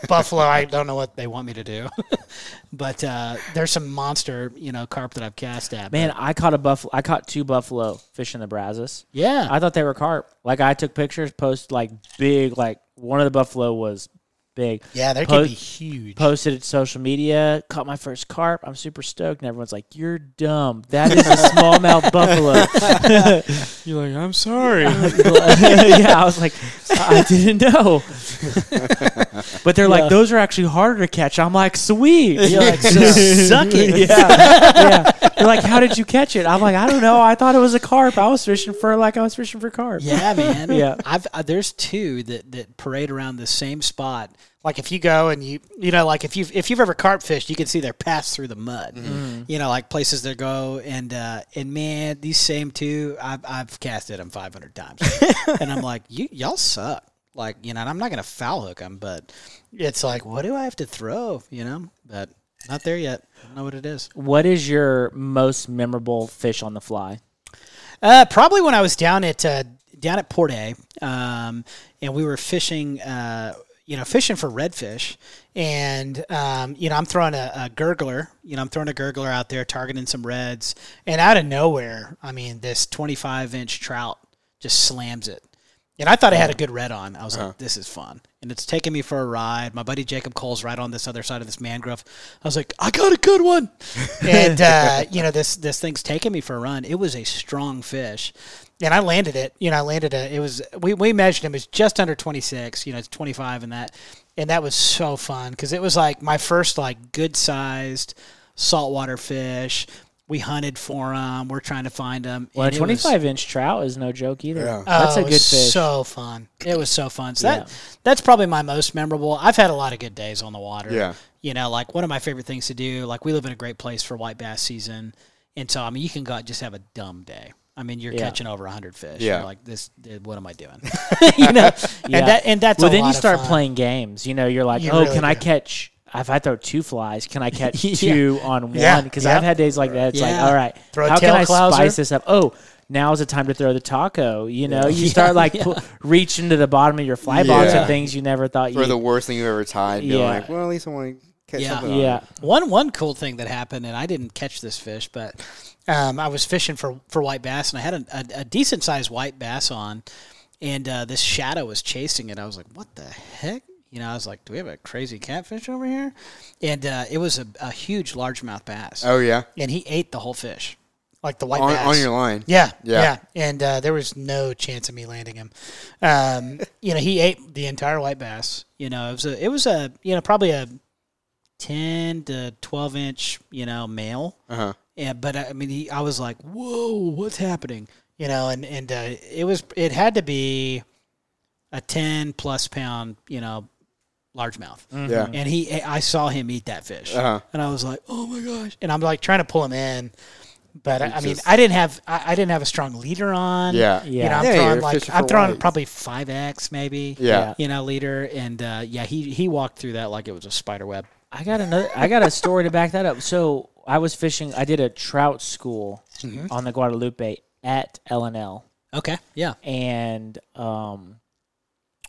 S6: Buffalo, I don't know what they want me to do. but uh, there's some monster, you know, carp that I've cast at.
S5: Man,
S6: but-
S5: I caught a buffalo. I caught two buffalo fishing the Brazos.
S6: yeah.
S5: I thought they were carp. Like I took pictures, post like big. Like one of the buffalo was big.
S6: yeah, they
S5: po-
S6: can be huge.
S5: Posted it to social media. Caught my first carp. I'm super stoked, and everyone's like, "You're dumb. That is a smallmouth buffalo."
S6: You're like, I'm sorry.
S5: yeah, I was like, I I didn't know. but they're like, those are actually harder to catch. I'm like, sweet.
S6: You're like, "So suck it.
S5: yeah, yeah. They're like, how did you catch it? I'm like, I don't know. I thought it was a carp. I was fishing for like I was fishing for carp.
S6: Yeah, man.
S5: Yeah.
S6: I've uh, there's two that that parade around the same spot. Like if you go and you you know like if you have if you've ever carp fished, you can see they're passed through the mud. You know, like places they go and uh and man, these same two, I've I've casted them 500 times, and I'm like, you y'all suck. Like you know, and I'm not gonna foul hook them, but it's like, what do I have to throw? You know, but not there yet. I don't know what it is.
S5: What is your most memorable fish on the fly?
S6: Uh, probably when I was down at uh, down at Port A, um, and we were fishing. Uh, you know, fishing for redfish, and um, you know, I'm throwing a, a gurgler. You know, I'm throwing a gurgler out there, targeting some reds, and out of nowhere, I mean, this 25 inch trout just slams it. And I thought I had a good red on. I was like, this is fun. And it's taking me for a ride. My buddy Jacob Cole's right on this other side of this mangrove. I was like, I got a good one. and, uh, you know, this, this thing's taking me for a run. It was a strong fish. And I landed it. You know, I landed it. It was, we, we measured him. It was just under 26, you know, it's 25 and that. And that was so fun because it was like my first, like, good sized saltwater fish. We hunted for them. We're trying to find them.
S5: Well, a 25 inch trout is no joke either.
S3: Yeah.
S5: That's
S6: Oh,
S5: a
S6: it
S5: good
S6: was
S5: fish.
S6: So fun. It was so fun. So that
S5: Yeah.
S6: that's probably my most memorable. I've had a lot of good days on the water.
S3: Yeah.
S6: You know, like one of my favorite things to do. Like we live in a great place for white bass season, and so I mean, you can go out and just have a dumb day. I mean, you're
S5: Yeah.
S6: catching over hundred fish.
S3: Yeah.
S6: You're like this. th- What am I doing? you know.
S5: Yeah.
S6: And that and that's
S5: well,
S6: a
S5: then
S6: lot
S5: you
S6: of
S5: start
S6: fun.
S5: playing games. You know, you're like,
S6: You
S5: oh,
S6: really
S5: can I
S6: do.
S5: catch? If I throw two flies, can I catch
S6: Yeah.
S5: two on
S6: Yeah.
S5: one? Because
S6: Yeah.
S5: I've had days like that. It's like,
S6: Yeah.
S5: all right,
S6: Throw a
S5: how can
S6: tail
S5: I
S6: clouser.
S5: spice this up? Oh, now is the time to throw the taco. You know, you
S6: Yeah.
S5: start like
S6: Yeah.
S5: pu- reaching to the bottom of your fly box
S3: Yeah.
S5: and things you never thought
S3: For
S5: you.
S3: the worst thing you've ever tied, be
S5: Yeah.
S3: like, well, at least I want to catch
S6: Yeah.
S3: something. on it.
S5: yeah,
S6: One one cool thing that happened, and I didn't catch this fish, but um, I was fishing for, for white bass, and I had a, a, a decent sized white bass on, and uh, this shadow was chasing it. I was like, "What the heck?" You know, I was like, "Do we have a crazy catfish over here?" And uh, it was a, a huge largemouth bass,
S3: Oh yeah.
S6: and he ate the whole fish, like the white
S3: On,
S6: bass
S3: on your line.
S6: yeah,
S3: Yeah.
S6: yeah, And uh, there was no chance of me landing him. Um, you know, he ate the entire white bass. You know, it was a, it was a, you know, probably a ten to twelve inch, you know, male.
S3: Uh-huh.
S6: Yeah, but I mean, he, I was like, "Whoa, what's happening?" You know, and and uh, it was it had to be a ten plus pound, you know, largemouth,
S5: Mm-hmm.
S3: Yeah.
S6: and he I saw him eat that fish,
S3: Uh-huh.
S6: and I was like, "Oh my gosh!" And I'm like trying to pull him in, but I, I mean,
S3: just-
S6: I didn't have I, I didn't have a strong leader on.
S3: Yeah.
S5: Yeah.
S6: you know, I'm
S3: Yeah,
S6: throwing
S3: you're
S6: like
S3: fishing
S6: I'm
S3: for
S6: throwing
S3: whites.
S6: probably five X maybe.
S3: Yeah.
S6: you know, leader, and uh, yeah, he he walked through that like it was a spider web.
S5: I got another. I got a story to back that up. So I was fishing. I did a trout school on the Guadalupe at LNL.
S6: Mm-hmm. Okay, yeah,
S5: and um,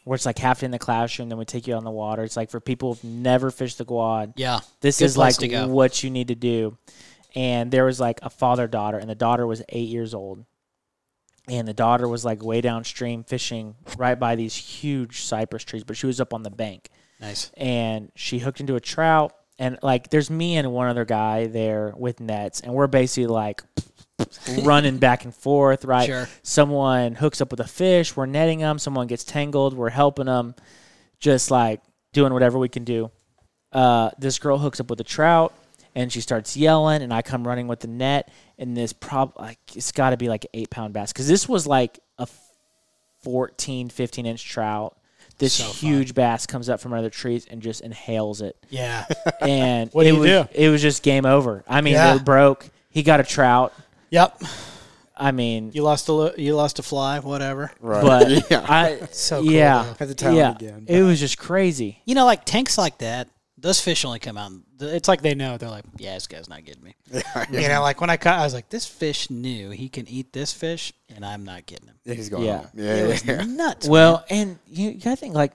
S5: where it's like half in the classroom, then we take you on the water. It's like for people who've never fished the quad.
S6: yeah.
S5: This
S6: Good
S5: is
S6: place
S5: like
S6: to go.
S5: what you need to do. And there was like a father daughter, and the daughter was eight years old. And the daughter was like way downstream fishing right by these huge cypress trees, but she was up on the bank
S6: Nice.
S5: and she hooked into a trout. And like, there's me and one other guy there with nets, and we're basically like running back and forth, right?
S6: Sure.
S5: Someone hooks up with a fish, we're netting them. Someone gets tangled, we're helping them, just like doing whatever we can do. Uh, this girl hooks up with a trout, and she starts yelling, and I come running with the net, and this prob like it's got to be like an eight pound bass because this was like a 14, 15 inch trout. this
S6: So fun.
S5: huge bass comes up from another trees and just inhales it.
S6: Yeah.
S5: And
S6: What do
S5: it
S6: you
S5: was
S6: do?
S5: it was just game over. I mean,
S6: Yeah.
S5: they broke. He got a trout.
S6: yep.
S5: I mean,
S6: You lost a lo- you lost a fly, whatever.
S3: Right.
S5: but
S3: yeah.
S5: I
S6: So cool,
S5: yeah,
S7: Had to tell him
S5: yeah,
S7: again.
S5: it was just crazy.
S6: You know, like tanks like that, those fish only come out. It's like they know. They're like, yeah, this guy's not getting me. You know, like when I caught, I was like, this fish knew he can eat this fish, and I'm not getting him.
S3: He's going.
S5: Yeah.
S3: Yeah. Yeah. yeah, yeah.
S6: Nuts.
S5: Well, and you you gotta think like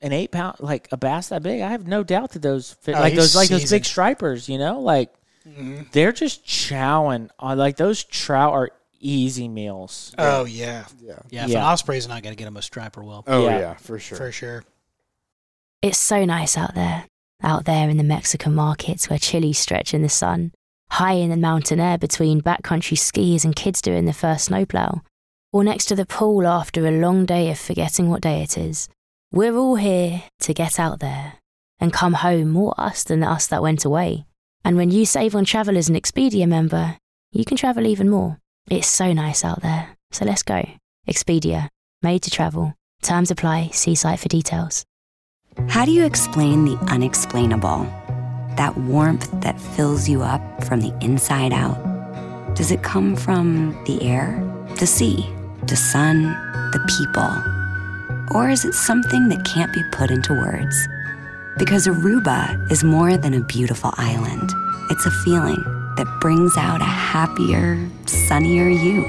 S5: an eight pound, like a bass that big. I have no doubt that those fit,
S6: Oh,
S5: like
S6: he's
S5: those like those big
S6: seasoned.
S5: stripers. You know, like
S6: Mm-hmm.
S5: they're just chowing on. Like those trout are easy meals.
S6: Oh yeah. Yeah. if an
S5: Yeah.
S6: osprey's not going to get him, a striper will
S3: Oh
S5: Yeah.
S3: yeah. for sure.
S6: for sure.
S8: It's so nice out there, out there in the Mexican markets where chilies stretch in the sun, high in the mountain air between backcountry skis and kids doing the first snowplow, or next to the pool after a long day of forgetting what day it is. We're all here to get out there and come home more us than us that went away. And when you save on travel as an Expedia member, you can travel even more. It's so nice out there. So let's go. Expedia, made to travel. Terms apply. See site for details.
S9: How do you explain the unexplainable? That warmth that fills you up from the inside out? Does it come from the air, the sea, the sun, the people? Or is it something that can't be put into words? Because Aruba is more than a beautiful island, it's a feeling that brings out a happier, sunnier you.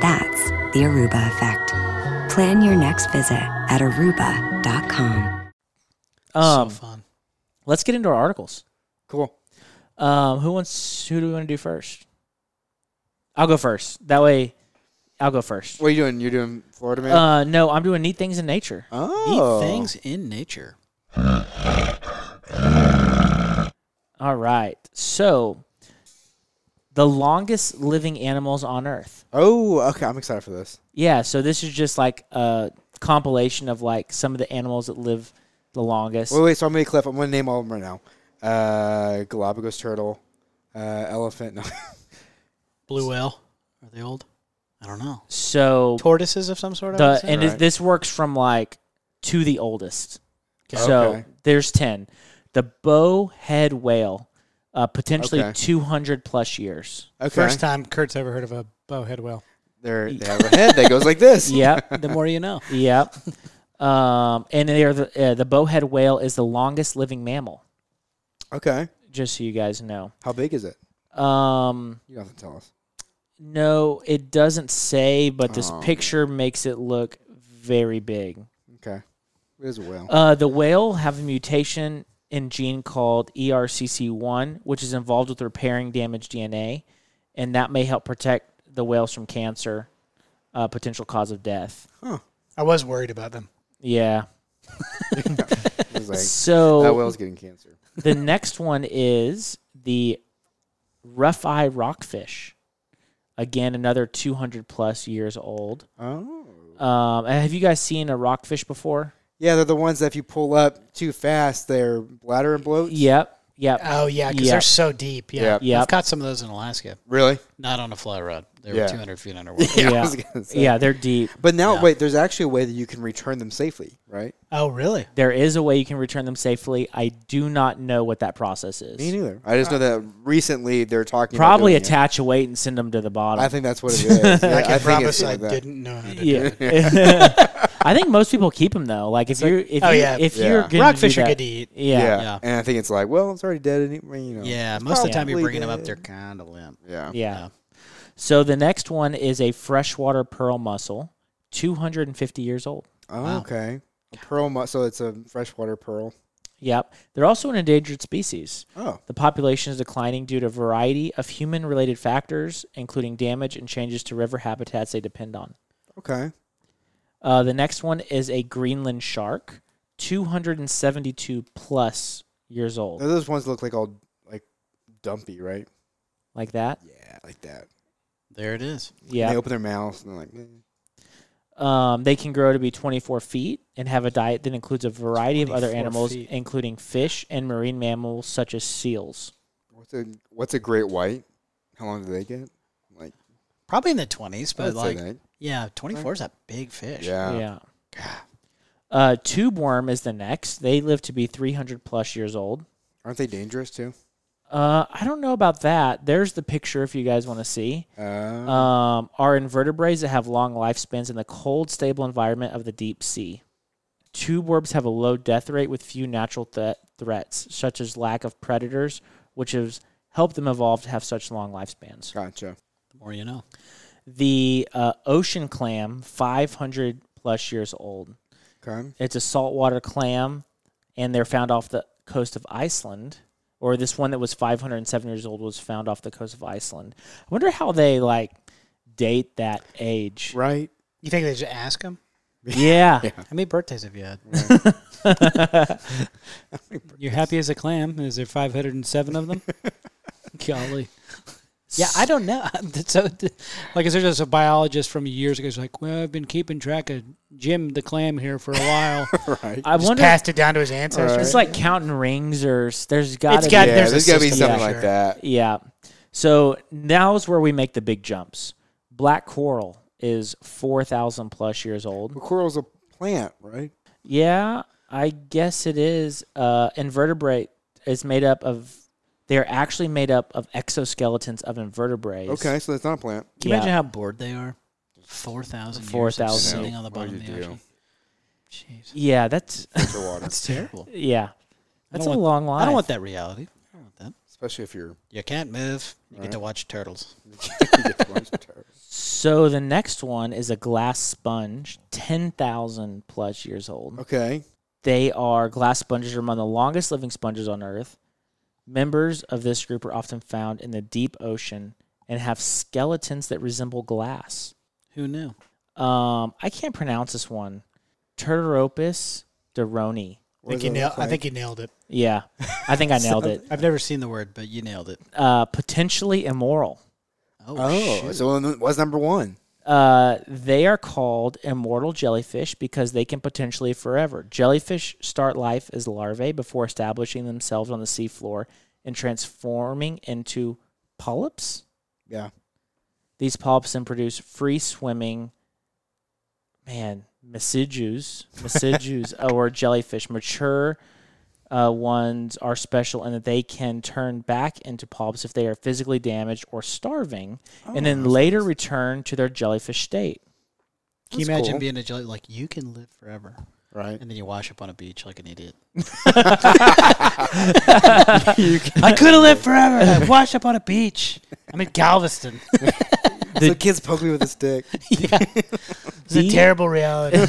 S9: That's the Aruba Effect. Plan your next visit at aruba.com.
S5: Um,
S6: so fun.
S5: let's get into our articles.
S3: Cool.
S5: Um, who wants? Who do we want to do first? I'll go first. That way, I'll go first.
S3: What are you doing? You're doing Florida man.
S5: Uh, no, I'm doing neat things in nature.
S3: oh.
S6: Eat things in nature.
S5: All right. So, the longest living animals on Earth.
S3: Oh. Okay. I'm excited for this.
S5: Yeah. So this is just like a compilation of like some of the animals that live the longest.
S3: Wait, wait. So I'm gonna clip. I'm gonna name all of them right now. Uh, Galapagos turtle, uh, elephant. No.
S6: Blue whale. Are they old? I don't know.
S5: So
S6: Tortoises of some sort. I
S5: the
S6: would say?
S5: and
S3: Right.
S5: this works from like to the oldest.
S6: Okay.
S5: So
S3: Okay.
S5: there's ten. The bowhead whale, uh, potentially
S3: Okay.
S5: 200 plus years.
S3: Okay.
S6: First time Kurt's ever heard of a bowhead whale.
S3: They're, they have a head that goes like this.
S5: Yep.
S6: The more you know.
S5: Yep. Um, and they are the uh, the bowhead whale is the longest living mammal.
S3: Okay.
S5: Just so you guys know.
S3: How big is it?
S5: Um,
S3: You don't have to tell us.
S5: no, it doesn't say, but this
S3: Oh, man.
S5: picture makes it look very big.
S3: Okay. It is a whale.
S5: Uh, the whale have a mutation in gene called E ERCC1, which is involved with repairing damaged DNA, and that may help protect the whales from cancer, uh, potential cause of death.
S6: I was worried about them.
S5: Yeah.
S3: It was like,
S5: So
S3: that whale's getting cancer.
S5: the next one is the rough eye rockfish. Again, another 200 plus years old.
S3: Oh.
S5: Um, have you guys seen a rockfish before?
S3: Yeah, they're the ones that if you pull up too fast, their bladder and bloat.
S5: Yep. Yep.
S6: Oh yeah, because
S5: Yeah.
S6: they're so deep. Yeah.
S3: Yep.
S5: Yep.
S6: I've caught some of those in Alaska.
S3: Really?
S6: Not on a fly rod. They were
S3: Yeah.
S6: 200 feet underwater.
S3: Yeah. I
S5: Yeah.
S3: was gonna say.
S5: yeah, they're deep.
S3: But now, wait, there's actually a way that you can return them safely, right?
S6: oh really?
S5: There is a way you can return them safely. I do not know what that process is.
S3: Me neither. I just know that recently they're talking about
S5: Probably
S3: doing it.
S5: attach a weight and send them to the bottom.
S3: I think that's what it is. Yeah,
S6: I can
S3: think
S6: promise
S3: it's
S6: I
S3: like that.
S6: didn't know how to do
S5: yeah.
S6: it.
S5: I think most people keep them though. Like if you if
S6: oh,
S5: you
S6: yeah.
S5: if
S3: Yeah.
S5: you're gonna
S6: Rockfish
S5: do
S6: are
S5: that-
S6: good to eat.
S5: Yeah.
S3: Yeah.
S6: Yeah.
S3: And I think it's like, well, it's already dead anyway. You know.
S6: Yeah, most of the time you're
S3: Probably
S6: bringing them up,
S3: did.
S6: they're kind of limp.
S3: Yeah.
S5: Yeah. So the next one is a freshwater pearl mussel, 250 years old.
S3: Oh,
S6: Wow.
S3: Okay. A pearl. Mu- so it's a freshwater pearl.
S5: Yep. They're also an endangered species.
S3: Oh.
S5: The population is declining due to a variety of human related factors, including damage and changes to river habitats they depend on.
S3: Okay.
S5: Uh, the next one is a Greenland shark, 272 plus years
S3: Now,
S5: old.
S3: those ones look like all like dumpy, right?
S5: Like that?
S3: Yeah, like that.
S6: There it is.
S3: They
S5: Yeah.
S3: open their mouths and they're like, "Mm."
S5: Um, they can grow to be 24 feet and have a diet that includes a variety of other
S6: 24
S5: animals,
S6: feet.
S5: including fish and marine mammals such as seals.
S3: what's a what's a great white? How long do they get? Like,
S6: Probably in the 20s, but
S3: I'd say
S6: like,
S3: that.
S6: yeah, 24 is a big fish.
S3: yeah.
S5: yeah. Uh, tube worm is the next. They live to be 300 plus years old.
S3: Aren't they dangerous too?
S5: Uh, I don't know about that. There's the picture if you guys want to see.
S3: Uh,
S5: Um, are invertebrates that have long lifespans in the cold, stable environment of the deep sea. Tube worms have a low death rate with few natural th- threats, such as lack of predators, which has helped them evolve to have such long lifespans.
S3: gotcha.
S6: The more you know.
S5: The uh, ocean clam, 500 plus years old.
S3: Okay.
S5: It's a saltwater clam, and they're found off the coast of Iceland. Or this one that was 507 years old was found off the coast of Iceland. I wonder how they like date that age.
S3: Right.
S6: You think they just ask him?
S5: Yeah.
S6: How many birthdays have you had? You're happy as a clam. Is there 507 of them? Golly. Yeah, I don't know. so, like, is there just a biologist from years ago who's like, well, I've been keeping track of Jim the clam here for a while.
S3: Right.
S5: I
S6: just
S5: wonder.
S6: passed it down to his ancestors.
S5: It's like counting rings, or s- there's got
S6: It's
S5: to
S6: got-
S5: be.
S3: yeah,
S6: there's
S3: there's,
S6: a
S3: gotta be
S6: system,
S3: something
S6: yeah.
S3: like that.
S5: Yeah. So now's where we make the big jumps. Black coral is 4,000 plus years old.
S3: But coral's a plant, right?
S5: Yeah, I guess it is. Uh, invertebrate is made up of. They're actually made up of exoskeletons of invertebrates.
S3: Okay, so that's not a plant.
S6: Can you imagine
S5: Yeah.
S6: how bored they are? 4,000 years of
S5: 4,000.
S6: sitting on the
S3: What
S6: bottom of
S3: did
S6: the
S3: you do?
S6: ocean. Jeez.
S5: Yeah, that's
S3: Filter water,
S6: That's terrible.
S5: yeah, that's a
S6: want-
S5: long life.
S6: I don't want that reality. I don't want that.
S3: especially if you're.
S6: You can't move. You
S3: Right.
S6: get to watch turtles.
S3: you get the lungs tear.
S5: So the next one is a glass sponge, ten thousand plus years old.
S3: okay.
S5: They are glass sponges are among the longest living sponges on Earth. Members of this group are often found in the deep ocean and have skeletons that resemble glass.
S6: Who knew?
S5: Um, I can't pronounce this one. Turteropus deroni.
S3: What does
S6: you
S3: it
S6: nail-
S3: look like?
S6: you nailed it.
S5: Yeah, I think I nailed it.
S6: I've never seen the word, but you nailed it.
S5: Uh, potentially immoral.
S6: Oh,
S3: Oh,
S6: shoot.
S3: so it was number one.
S5: Uh, they are called immortal jellyfish because they can potentially forever. Jellyfish start life as larvae before establishing themselves on the seafloor and transforming into polyps.
S3: Yeah.
S5: These polyps then produce free swimming, man, mesidues, mesidues, or jellyfish. Mature uh, ones are special in that they can turn back into polyps if they are physically damaged or starving,
S3: Oh,
S5: and then later return to their jellyfish state.
S6: Can you
S3: That's
S6: imagine
S3: cool.
S6: being a jelly? Like, you can live forever.
S3: Right.
S6: And then you wash up on a beach like an idiot. I
S5: I
S6: could have lived forever. I washed up on a beach. I'm in Galveston.
S3: The kids poke me with a stick.
S6: yeah. It's
S5: The-
S6: a terrible reality.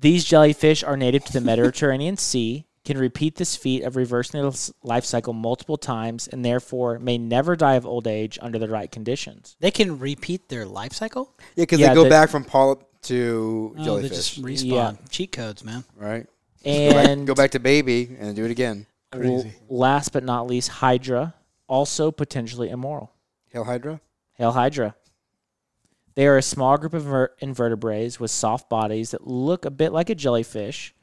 S5: These jellyfish are native to the Mediterranean Sea, can repeat this feat of reversing their s- life cycle multiple times, and therefore may never die of old age under the right conditions.
S6: they can repeat their life cycle?
S3: Yeah, because
S5: Yeah,
S3: they go
S5: the-
S3: back from polyp to
S6: Oh, they
S3: jellyfish,
S6: just respawn.
S5: Yeah.
S6: Cheat codes, man.
S3: right? Go back-
S5: And
S3: go back to baby and do it again.
S5: Well, last but not least, Hydra, also potentially immoral.
S3: Hail Hydra.
S5: Hail Hydra. They are a small group of ver- invertebrates with soft bodies that look a bit like a jellyfish.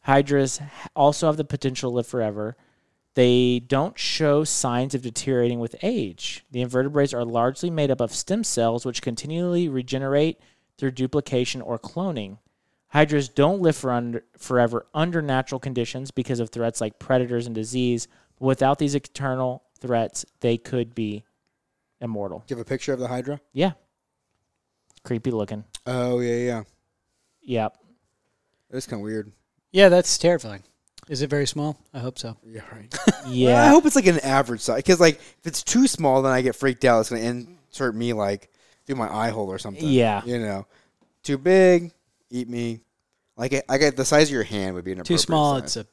S5: Hydras h- also have the potential to live forever. They don't show signs of deteriorating with age. The invertebrates are largely made up of stem cells, which continually regenerate through duplication or cloning. Hydras don't live for under, forever under natural conditions because of threats like predators and disease. Without these external threats, they could be immortal.
S3: Do you have a picture of the Hydra?
S5: Yeah. Creepy looking.
S3: Oh yeah, yeah.
S5: Yeah.
S3: That's kind of weird.
S6: Yeah, that's terrifying. Is it very small? I hope so.
S3: Yeah, right. I
S5: Yeah.
S3: hope it's like an average size. Because like if it's too small, then I get freaked out. It's gonna insert me like through my eye hole or something.
S5: Yeah.
S3: You know, too big, eat me. Like I, I get the size of your hand would be an
S6: Too
S3: appropriate
S6: small, it's
S3: size.
S6: a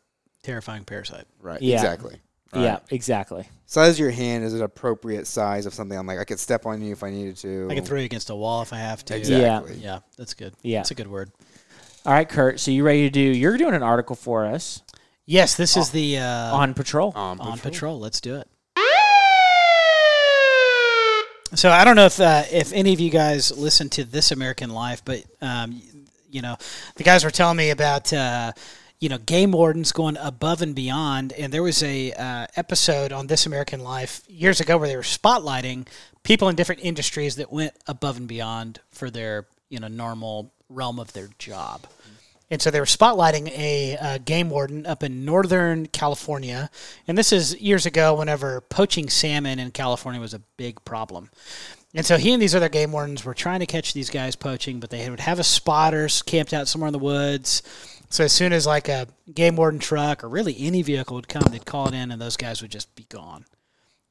S6: terrifying parasite.
S3: right.
S5: Yeah.
S3: Exactly. Right.
S5: Yeah, exactly.
S3: Size of your hand is an appropriate size of something. I'm like I could step on you if I needed to.
S6: I can throw you against a wall if I have to.
S3: Exactly.
S6: Yeah, that's good.
S5: Yeah.
S6: That's a good word.
S5: All right, Kurt. So you ready to do you're doing an article for us
S6: Yes, this is the uh, on,
S5: on patrol.
S6: patrol. Let's do it. So I don't know if uh, if any of you guys listen to This American Life, but um, y- you know, the guys were telling me about uh, you know game wardens going above and beyond, and there was a uh, episode on This American Life years ago where they were spotlighting people in different industries that went above and beyond for their you know normal realm of their job. And so they were spotlighting a uh, game warden up in Northern California. And this is years ago whenever poaching salmon in California was a big problem. And so he and these other game wardens were trying to catch these guys poaching, but they would have a spotter camped out somewhere in the woods. So as soon as like a game warden truck or really any vehicle would come, they'd call it in, and those guys would just be gone.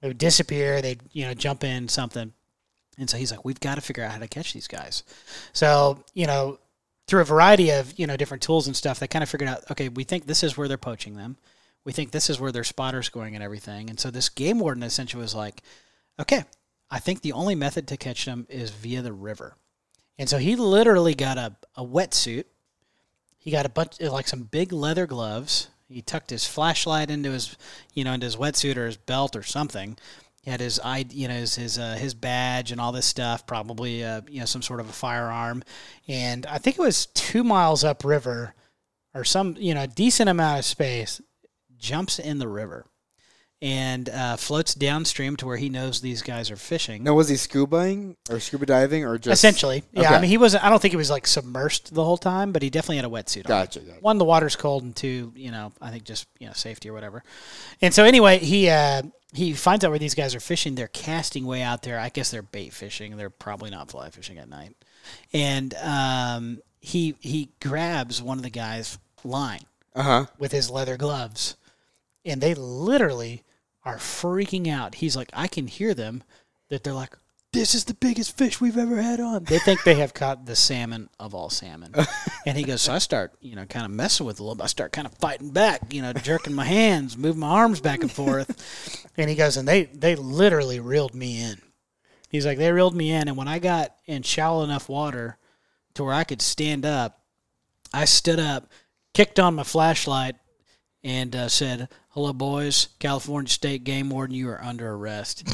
S6: They would disappear. They'd you know jump in something, and so he's like, "We've got to figure out how to catch these guys." So you know, through a variety of you know different tools and stuff, they kind of figured out, okay, we think this is where they're poaching them. We think this is where their spotters going and everything. And so this game warden essentially was like, okay, I think the only method to catch them is via the river. And so he literally got a, a wetsuit. He got a bunch like some big leather gloves. He tucked his flashlight into his you know into his wetsuit or his belt or something. He had his I you know his his, uh, his badge and all this stuff, probably uh, you know some sort of a firearm. And I think it was two miles upriver or some you know decent amount of space. Jumps in the river and uh, floats downstream to where he knows these guys are fishing.
S3: Now, was he scubaing or scuba diving or just
S6: Essentially, yeah.
S3: Okay.
S6: I mean, he wasn't. I don't think he was like submersed the whole time, but he definitely had a wetsuit on.
S3: Gotcha. gotcha.
S6: One, the water's cold, and two, you know, I think just you know safety or whatever. And so anyway, he uh, he finds out where these guys are fishing. They're casting way out there. I guess they're bait fishing. They're probably not fly fishing at night. And um, he he grabs one of the guys' line
S3: Uh huh.
S6: with his leather gloves, and they literally are freaking out. He's like, I can hear them. That they're like, this is the biggest fish we've ever had on. They think they have caught the salmon of all salmon. and he goes, so I start, you know, kind of messing with it a little bit. I start kind of fighting back, you know, jerking my hands, moving my arms back and forth. and he goes, and they they literally reeled me in. He's like, they reeled me in, and when I got in shallow enough water to where I could stand up, I stood up, kicked on my flashlight, and uh, said, "Hello, boys! California State Game Warden, you are under arrest."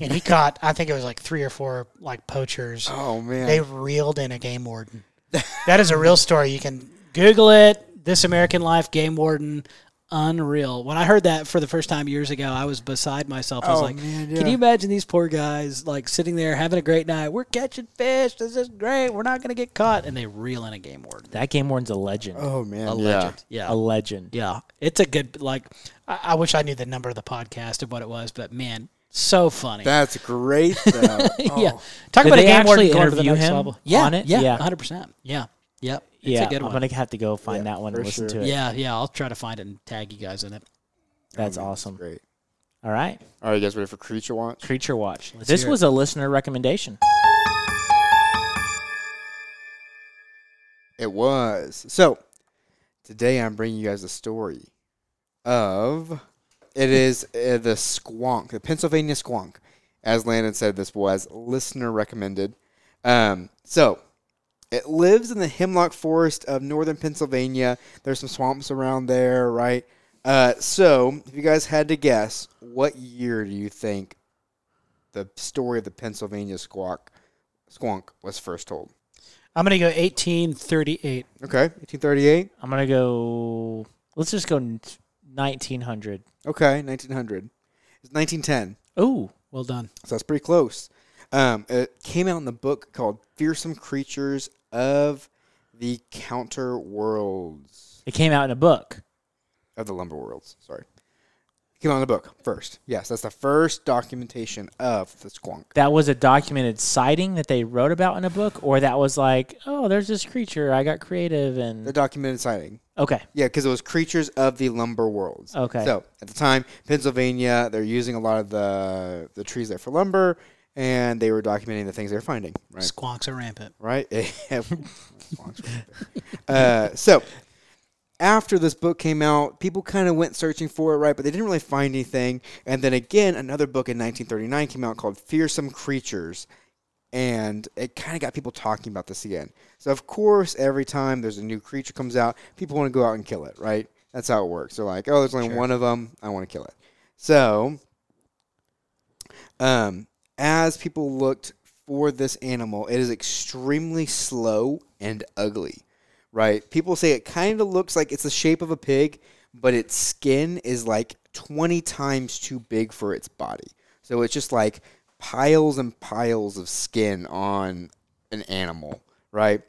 S6: and he caught, I think it was like three or four like poachers.
S3: Oh man.
S6: They reeled in a game warden. that is a real story. You can Google it. This American Life Game Warden. Unreal. When I heard that for the first time years ago, I was beside myself. I was
S3: Oh,
S6: like,
S3: man,
S6: "Can
S3: yeah.
S6: you imagine these poor guys like sitting there having a great night? We're catching fish. This is great. We're not going to get caught." And they reel in a game warden.
S5: That game warden's a legend.
S3: oh man.
S6: a
S3: yeah.
S6: legend. Yeah.
S5: A legend.
S6: Yeah, it's a good like. I, I wish I knew the number of the podcast of what it was, but man, so funny.
S3: That's great though. Oh,
S6: yeah, talk
S5: Did
S6: about a
S5: they
S6: game warden
S5: actually
S6: going to the
S5: interview
S6: next
S5: him
S6: level. Yeah,
S5: on it?
S6: yeah,
S5: Yeah.
S6: one hundred percent. Yeah, yep. It's
S5: yeah,
S6: a good
S5: I'm
S6: one.
S5: gonna have to go find that one and
S3: for
S5: listen
S3: sure.
S5: to it.
S6: Yeah, yeah. I'll try to find it and tag you guys in it.
S5: that's
S3: Oh, man,
S5: awesome.
S3: Great.
S5: All right,
S3: All right, you guys ready for Creature Watch?
S5: Creature Watch.
S6: Let's
S5: this
S6: hear
S5: was a listener recommendation.
S3: It was. So today I'm bringing you guys a story of it is uh, the squonk, the Pennsylvania squonk. As Landon said, this was listener recommended. Um, so it lives in the hemlock forest of northern Pennsylvania. There's some swamps around there, right? Uh, so if you guys had to guess, what year do you think the story of the Pennsylvania squawk squonk was first told?
S6: I'm gonna go eighteen thirty eight.
S3: Okay, 1838.
S5: I'm gonna go. Let's just go 1900.
S3: Okay, 1900. It's 1910,
S5: Ooh,
S6: Well done.
S3: so that's pretty close. Um, it came out in the book called Fearsome Creatures of the Counter Worlds,
S5: it came out in a book.
S3: of the Lumber Worlds, sorry. Came out in the book first. Yes, that's the first documentation of the squonk.
S5: That was a documented sighting that they wrote about in a book, or that was like, oh, there's this creature. I got creative
S3: The
S5: and
S3: documented sighting.
S5: okay.
S3: Yeah, because it was creatures of the lumber worlds.
S5: Okay.
S3: So at the time, Pennsylvania, they're using a lot of the the trees there for lumber, and they were documenting the things they were finding. Right.
S6: Squonks are rampant.
S3: right? uh, so after this book came out, people kind of went searching for it, right? But they didn't really find anything. And then again, another book in 1939 came out called Fearsome Creatures. And it kind of got people talking about this again. So, of course, every time there's a new creature comes out, people want to go out and kill it, right? That's how it works. They're like, oh, there's only one of them. I want to kill it. So, um, as people looked for this animal, it is extremely slow and ugly, right? People say it kind of looks like it's the shape of a pig, but its skin is like 20 times too big for its body. So it's just like piles and piles of skin on an animal, right?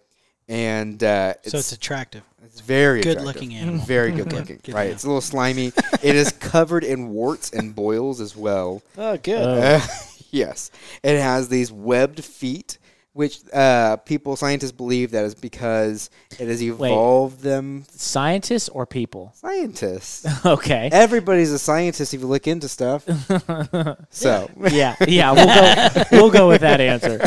S3: and uh, it's,
S6: so it's attractive.
S3: it's very
S6: Good
S3: attractive. Mm-hmm.
S6: looking animal.
S3: very good looking.
S6: Good
S3: right,
S6: deal.
S3: it's a little slimy. it is covered in warts and boils as well.
S6: Oh, good.
S3: Uh, yes, it has these webbed feet, which uh, people scientists believe that is because it has evolved them.
S5: Scientists or people?
S3: Scientists.
S5: Okay.
S3: Everybody's a scientist if you look into stuff. so,
S5: Yeah, yeah, we'll go. we'll go with that answer.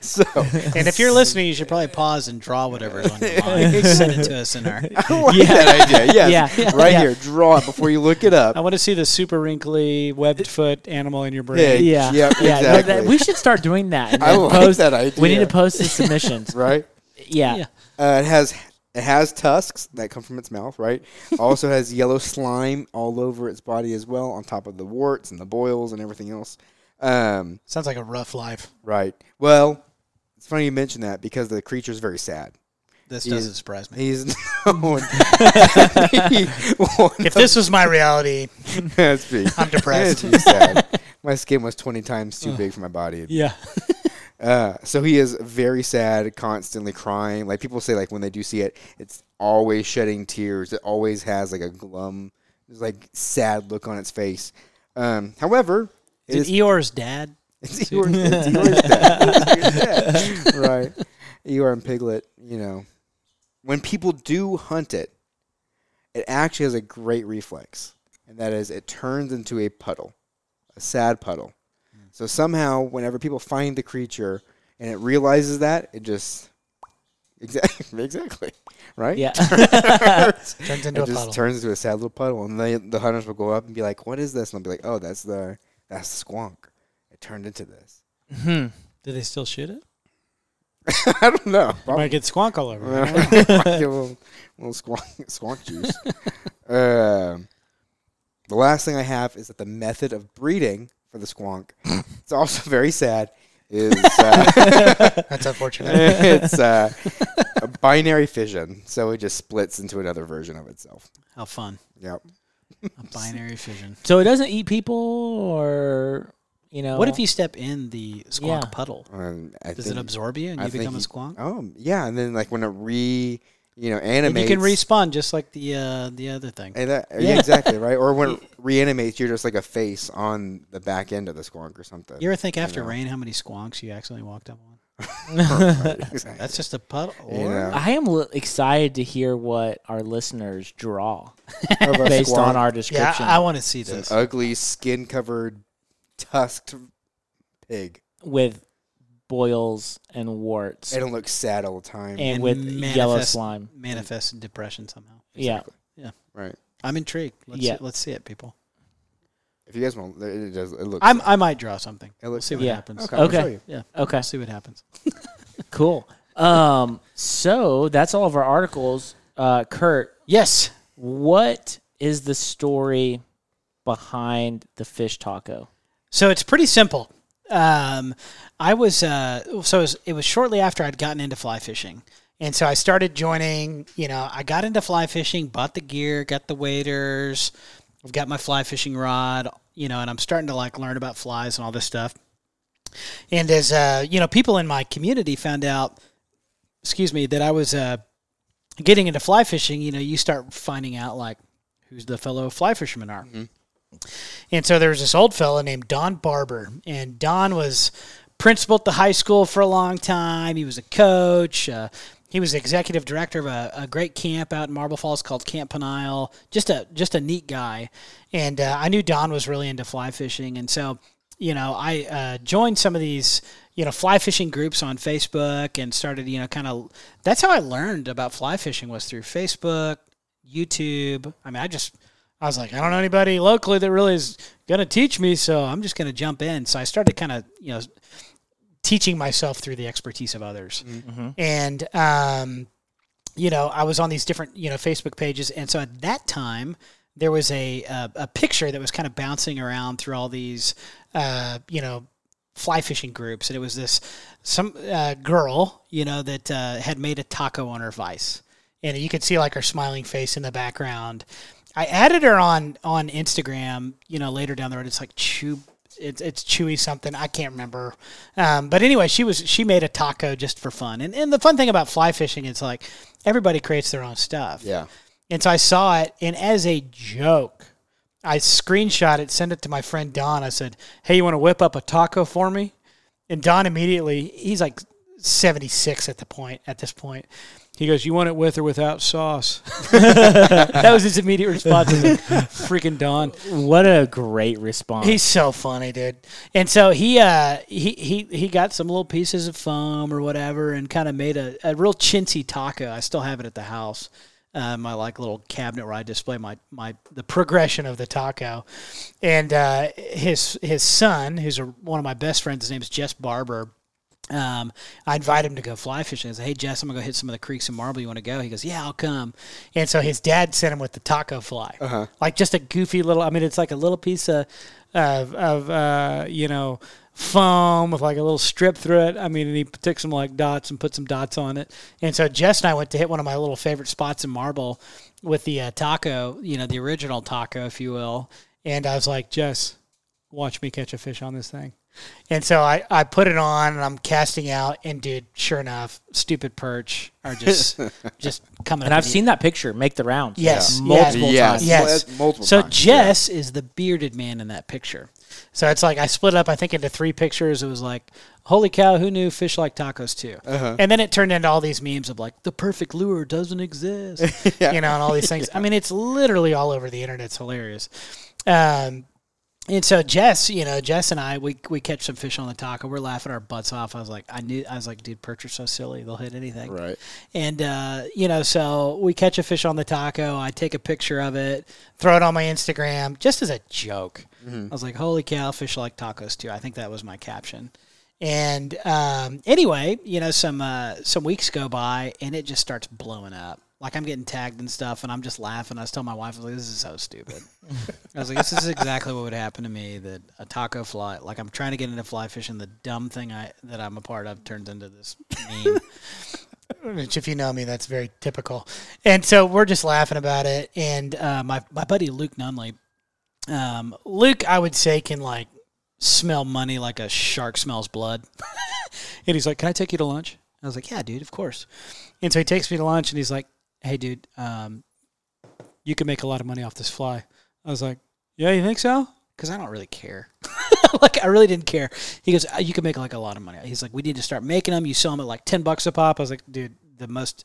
S3: so
S6: and if you're listening, you should probably pause and draw whatever's on your mind. Send it to us in our.
S3: I like that idea. Yes,
S5: Yeah.
S3: right
S5: Yeah.
S3: here. Draw it before you look it up.
S6: I want to see the super wrinkly webbed foot animal in your
S3: Yeah,
S6: brain.
S5: Yeah,
S3: Yep,
S5: yeah. no,
S3: exactly.
S5: that- we should start doing that. and
S3: I
S5: then
S3: like
S5: post-
S3: that idea.
S5: We need to post the submissions.
S3: right.
S5: Yeah.
S6: Yeah.
S3: Uh, it has it has tusks that come from its mouth, right? also has yellow slime all over its body as well, on top of the warts and the boils and everything else. Um,
S6: Sounds like a rough life.
S3: right. Well, it's funny you mention that because the creature's very sad.
S6: This
S3: He's-
S6: doesn't surprise me.
S3: He's known to be one
S6: If this was my reality,
S3: That's big.
S6: I'm depressed.
S3: That'd be sad. My skin was 20 times too big for my body.
S6: yeah.
S3: Uh, so he is very sad, constantly crying. Like people say, like when they do see it, it's always shedding tears. It always has like a glum, like sad look on its face. Um, however, it
S6: Is
S3: is,
S6: it Eeyore's dad?
S3: it's Eeyore's, it's Eeyore's dad. It's Eeyore's dad. right? Eeyore and Piglet. You know, when people do hunt it, it actually has a great reflex, and that is it turns into a puddle, a sad puddle.
S6: Hmm.
S3: So somehow, whenever people find the creature and it realizes that, it just exactly, exactly, right?
S5: Yeah.
S6: Turns
S3: it
S6: into
S3: just
S6: a puddle.
S3: turns into a sad little puddle, and the the hunters will go up and be like, "What is this?" And they'll be like, "Oh, that's the that's the squonk. It turned into this."
S5: Hmm.
S6: Do they still shoot it?
S3: I don't know.
S6: Might get squonk all over. it.
S3: Well, give a little, little squonk, squonk juice. Um the last thing I have is that the method of breeding for the squonk, it's also very sad, is uh,
S6: That's unfortunate.
S3: it's uh, a binary fission. So it just splits into another version of itself.
S6: How fun.
S3: Yep.
S6: A binary fission.
S5: So it doesn't eat people, or you know,
S6: What if you step in the
S5: Yeah.
S6: squonk puddle?
S3: Um, I
S6: Does
S3: think-
S6: it absorb you and
S3: I
S6: you
S3: think
S6: become a
S3: he-
S6: squonk?
S3: Oh, yeah. And then, like, when it re, you know,
S6: And
S3: animates.
S6: you can respawn just like the uh, the other thing.
S3: And that, yeah.
S5: Yeah.
S3: exactly, right? Or when it reanimates, you're just like a face on the back end of the squonk or something.
S6: You ever think after
S3: know.
S6: rain how many squonks you accidentally walked up on?
S3: Right.
S6: That's just a puddle.
S3: You
S6: Or-
S3: know,
S5: I am li- excited to hear what our listeners draw
S3: of a
S5: based
S3: squonk.
S5: on our
S6: Yeah,
S5: description
S6: I, want to see
S3: It's an
S6: this.
S3: ugly, skin covered, tusked pig.
S5: with boils and warts and,
S3: It'll look sad all the time.
S5: with yellow
S6: manifest-
S5: slime.
S6: Manifest depression somehow.
S5: Yeah.
S3: right.
S6: I'm intrigued. Let's,
S5: Yeah.
S6: see, let's see it, people.
S3: If you guys want, it it does. It looks.
S6: I'm, I might draw something.
S3: It
S6: We'll
S3: looks
S6: see what
S5: Yeah.
S6: happens.
S3: Okay. I'll
S5: Okay.
S3: show you.
S6: Yeah.
S5: Okay.
S6: We'll see what happens.
S5: Cool. Um. So that's all of our articles. Uh, Kurt,
S6: Yes.
S5: what is the story behind the fish taco?
S6: So it's pretty simple. Um, I was uh, so it was, it was shortly after I'd gotten into fly fishing, and so I started joining. You know, I got into fly fishing, bought the gear, got the waders, I've got my fly fishing rod. You know, and I'm starting to like learn about flies and all this stuff. And as uh, you know, people in my community found out, excuse me, that I was uh, getting into fly fishing. You know, you start finding out like who's the fellow fly fishermen are. And so there was this old fella named Don Barber, and Don was principal at the high school for a long time. He was a coach. Uh, he was executive director of a, a great camp out in Marble Falls called Camp Penile. Just a just a neat guy, and uh, I knew Don was really into fly fishing, and so you know I uh, joined some of these you know fly fishing groups on Facebook and started you know kind of that's how I learned about fly fishing was through Facebook, YouTube. I mean, I just I was like, I don't know anybody locally that really is going to teach me, so I'm just going to jump in. So I started kind of, you know, teaching myself through the expertise of others. And, um, you know, I was on these different, you know, Facebook pages. And so at that time, there was a, a, a picture that was kind of bouncing around through all these, uh, you know, fly fishing groups. And it was this some uh, girl, you know, that uh, had made a taco on her vice. And you could see like her smiling face in the background. I added her on on Instagram, you know, later down the road. It's like Chew it's it's chewy something I can't remember. Um, but anyway, she was she made a taco just for fun, and and the fun thing about fly fishing is like everybody creates their own stuff.
S3: Yeah.
S6: And so I saw it, and as a joke, I screenshot it, sent it to my friend Don. I said, "Hey, you want to whip up a taco for me?" And Don immediately, he's like seventy six at the point. At this point, he goes, "You want it with or without sauce?" that was his immediate response. I was like, Freaking Don.
S5: What a great response.
S6: He's so funny, dude. And so he uh he he he got some little pieces of foam or whatever and kind of made a, a real chintzy taco. I still have it at the house. Uh, my like little cabinet where I display my my the progression of the taco, and uh, his his son, who's a, one of my best friends, his name is Jess Barber. Um, I invite him to go fly fishing. I said, "Hey Jess, I'm gonna go hit some of the creeks in Marble. You want to go?" He goes, "Yeah, I'll come." And so his dad sent him with the taco fly, like just a goofy little. I mean, it's like a little piece of of, of uh, you know foam with like a little strip through it. I mean, and he took some like dots and put some dots on it. And so Jess and I went to hit one of my little favorite spots in Marble with the uh, taco, you know, the original taco, if you will. And I was like, Jess, watch me catch a fish on this thing. And so I, I put it on and I'm casting out and dude, sure enough, stupid perch are just just coming.
S5: and
S6: up
S5: I've
S6: to
S5: seen that picture make the rounds.
S6: Yes,
S5: Multiple
S3: yes,
S5: times.
S3: Well,
S6: Yes.
S3: that's multiple
S6: So
S3: times, yeah.
S6: Jess is the bearded man in that picture. So it's like I split up, I think, into three pictures. It was like, holy cow, who knew fish like tacos too? And then it turned into all these memes of like, the perfect lure doesn't exist, you know, and all these things. I mean, it's literally all over the internet. It's hilarious. Um, and so Jess, you know, Jess and I, we, we catch some fish on the taco. We're laughing our butts off. I was like, I knew, I was like, dude, perch are so silly. They'll hit anything.
S3: Right.
S6: And, uh, you know, so we catch a fish on the taco. I take a picture of it, throw it on my Instagram just as a joke. I was like, holy cow, fish like tacos too. I think that was my caption. And um, anyway, you know, some uh, some weeks go by and it just starts blowing up. Like I'm getting tagged and stuff, and I'm just laughing. I was telling my wife, I was like, "This is so stupid." I was like, "This is exactly what would happen to me that a taco fly, like I'm trying to get into fly fishing, the dumb thing I that I'm a part of turns into this meme." which if you know me, that's very typical. And so we're just laughing about it. And uh, my my buddy Luke Nunley, um, Luke, I would say can like smell money like a shark smells blood. and he's like, "Can I take you to lunch?" I was like, "Yeah, dude, of course." And so he takes me to lunch, and he's like, "Hey, dude, um, you can make a lot of money off this fly." I was like, "Yeah, you think so?" Because I don't really care. like I really didn't care. He goes, "Uh, "You can make like a lot of money." He's like, "We need to start making them. You sell them at like ten bucks a pop." I was like, "Dude, the most."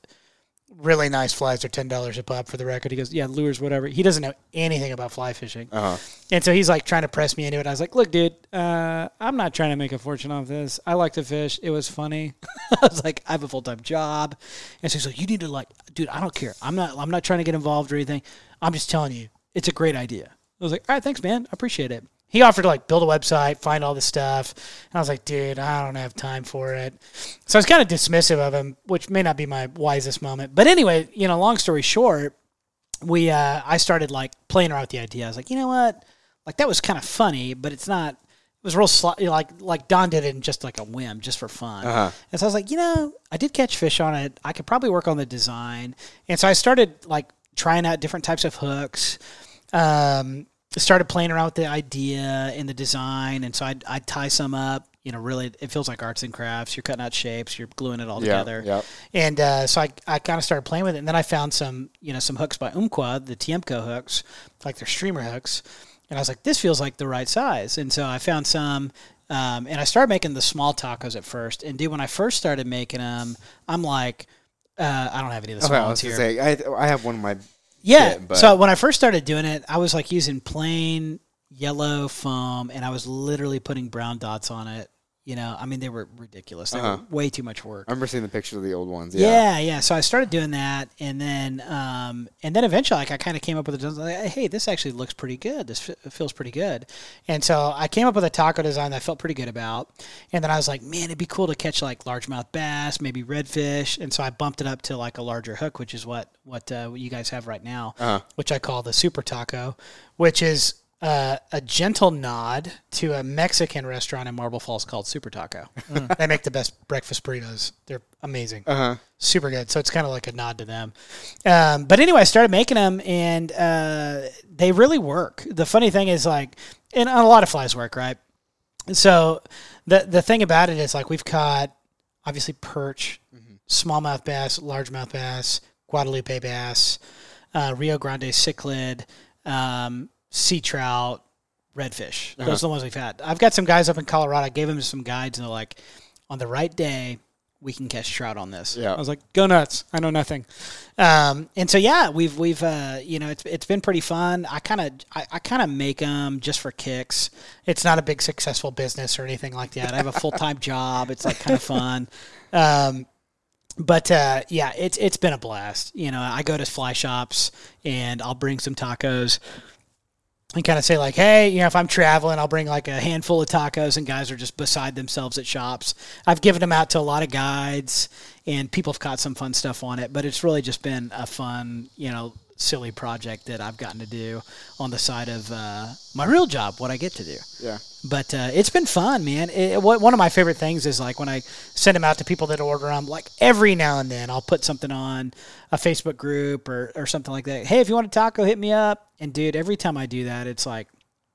S6: Really nice flies are ten dollars a pop for the record. He goes, yeah, lures, whatever. He doesn't know anything about fly fishing.
S3: Uh huh.
S6: And so he's like trying to press me into it. I was like, look, dude, uh, I'm not trying to make a fortune off this. I like to fish. It was funny. I was like, I have a full time job. And so he's like, you need to like, dude, I don't care. I'm not, I'm not trying to get involved or anything. I'm just telling you, it's a great idea. I was like, all right, thanks, man. I appreciate it. He offered to like build a website, find all this stuff. And I was like, dude, I don't have time for it. So I was kind of dismissive of him, which may not be my wisest moment. But anyway, you know, long story short, we uh, I started like playing around with the idea. I was like, you know what? Like that was kind of funny, but it's not. It was real sli- you know, like like Don did it in just like a whim, just for fun.
S3: Uh-huh.
S6: And so I was like, you know, I did catch fish on it. I could probably work on the design. And so I started like trying out different types of hooks. Um, started playing around with the idea and the design, and so I I tie some up. You know, really, it feels like arts and crafts. You're cutting out shapes. You're gluing it all
S3: Yeah,
S6: together.
S3: yeah.
S6: And uh, so I, I kind of started playing with it, and then I found some you know some hooks by Umqua, the Tiemco hooks, like their streamer hooks, and I was like, this feels like the right size. And so I found some, um, and I started making the small tacos at first. And dude, when I first started making them, I'm like, uh, I don't have any of the
S3: Okay, Oh, I
S6: small ones
S3: was gonna
S6: here.
S3: say I I have one of my
S6: Yeah.
S3: shit, but-
S6: So when I first started doing it, I was like using plain yellow foam, and I was literally putting brown dots on it. You know, I mean, they were ridiculous. They
S3: Uh-huh.
S6: were way too much work.
S3: I remember seeing the pictures of the old ones. Yeah.
S6: Yeah. yeah, So I started doing that, and then um, and then eventually, like I kind of came up with a design. Like, hey, this actually looks pretty good. This f- feels pretty good, and so I came up with a taco design that I felt pretty good about. And then I was like, man, it'd be cool to catch like largemouth bass, maybe redfish. And so I bumped it up to like a larger hook, which is what what, uh, what you guys have right now, which I call the super taco, which is. Uh, a gentle nod to a Mexican restaurant in Marble Falls called Super Taco. They make the best breakfast burritos. They're amazing super good. So it's kind of like a nod to them. Um, but anyway, I started making them, and uh, they really work. The funny thing is, like, and a lot of flies work, right? So the the thing about it is like we've caught obviously perch, smallmouth bass, largemouth bass, Guadalupe bass, uh, Rio Grande cichlid, um, sea trout, redfish. Those are the ones we've had. I've got some guys up in Colorado. I gave them some guides and they're like, on the right day, we can catch trout on this.
S3: Yeah.
S6: I was like, go nuts. I know nothing. Um, and so yeah, we've we've uh, you know it's it's been pretty fun. I kind of I, I kind of make them just for kicks. It's not a big successful business or anything like that. I have a full time job. It's like kind of fun. Um, but uh, yeah, it's it's been a blast. You know, I go to fly shops and I'll bring some tacos and kind of say like, hey, you know, if I'm traveling, I'll bring like a handful of tacos, and guys are just beside themselves at shops. I've given them out to a lot of guides, and people have caught some fun stuff on it. But it's really just been a fun, you know, silly project that I've gotten to do on the side of uh, my real job, what I get to do
S3: Yeah.
S6: but uh, it's been fun, man. It, what, one of my favorite things is like when I send them out to people that order them. Like every now and then, I'll put something on a Facebook group or or something like that. Hey, if you want a taco, hit me up. And dude, every time I do that, it's like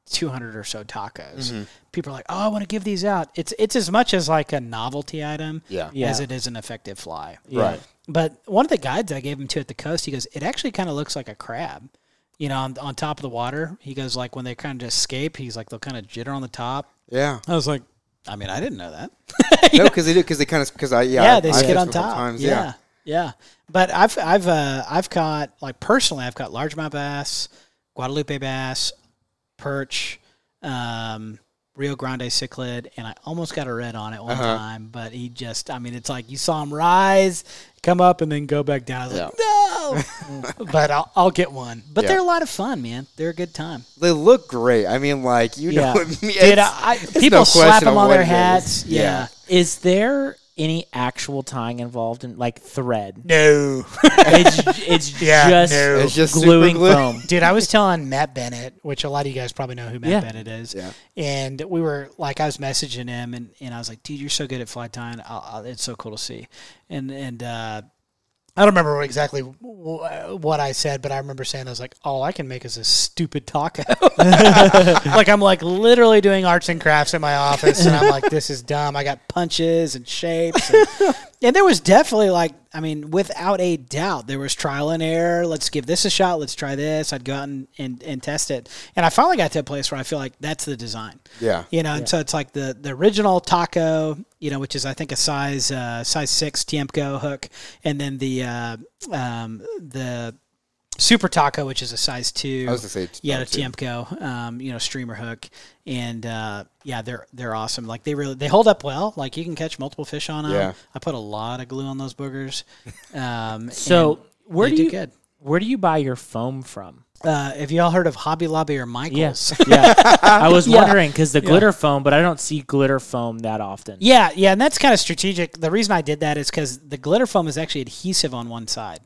S6: two hundred or so tacos.
S3: Mm-hmm.
S6: People are like, "Oh, I want to give these out." It's it's as much as like a novelty item,
S3: Yeah.
S5: Yeah.
S6: as it is an effective fly.
S3: Right.
S6: But one of the guides I gave him to at the coast, he goes, it actually kind of looks like a crab, you know, on, on top of the water. He goes, like, when they kind of escape, he's like, they'll kind of jitter on the top.
S3: Yeah.
S6: I was like, I mean, I didn't know that.
S3: No, because they do. Because they kind of. Because I. Yeah.
S6: yeah,
S3: I-
S6: they
S3: I've
S6: skid
S3: fished
S6: on
S3: before
S6: top.
S3: times,
S6: yeah. yeah, But I've I've uh, I've caught like personally, I've caught largemouth bass, Guadalupe bass, perch, um, Rio Grande cichlid, and I almost got a red on it one
S3: Uh-huh.
S6: time. But he just, I mean, it's like you saw him rise, come up, and then go back down. I was like, no. but I'll, I'll get one. But
S3: Yeah.
S6: they're a lot of fun, man. They're a good time.
S3: They look great. I mean, like you know
S5: Yeah.
S3: what I mean?
S6: Dude,
S3: It's-
S6: I, I-
S3: no
S6: people slap
S3: question
S6: them
S3: on
S6: on
S3: what
S6: their
S3: it is.
S6: hats.
S3: Yeah.
S6: Yeah.
S5: Is there any actual tying involved in like thread?
S6: No.
S5: it's it's
S6: Yeah,
S5: just,
S6: no.
S3: It's just super
S5: gluing
S3: glue.
S5: foam.
S6: Dude, I was telling Matt Bennett, which a lot of you guys probably know who Matt
S5: Yeah.
S6: Bennett is.
S3: Yeah.
S6: And we were like, I was messaging him, and, and I was like, dude, you're so good at fly tying. I'll, I'll, it's so cool to see. And and uh, I don't remember what exactly w- w- what I said, but I remember saying I was like, all I can make is a stupid taco. like I'm like literally doing arts and crafts in my office, and I'm like, this is dumb. I got punches and shapes. And, and there was definitely like, I mean, without a doubt, there was trial and error. Let's give this a shot. Let's try this. I'd go out and, and, and test it. And I finally got to a place where I feel like that's the design.
S3: Yeah.
S6: You know, and so it's like the, the original taco, you know, which is I think a size uh, size six Tiemco hook, and then the uh, um, the super taco, which is a size two.
S3: I was gonna say t-
S6: Yeah,
S3: oh,
S6: the
S3: two.
S6: Tiemco, um, you know, streamer hook, and uh, yeah, they're they're awesome. Like they really they hold up well. Like you can catch multiple fish on them.
S3: Yeah.
S6: I put a lot of glue on those boogers. Um,
S5: So where
S6: they
S5: do
S6: do
S5: you
S6: good.
S5: where do you buy your foam from?
S6: and, uh, have you all heard of Hobby Lobby or Michaels?
S5: Yes, yeah. I was wondering because the glitter foam, but I don't see glitter foam that often.
S6: Yeah, yeah, and that's kind of strategic. The reason I did that is because the glitter foam is actually adhesive on one side,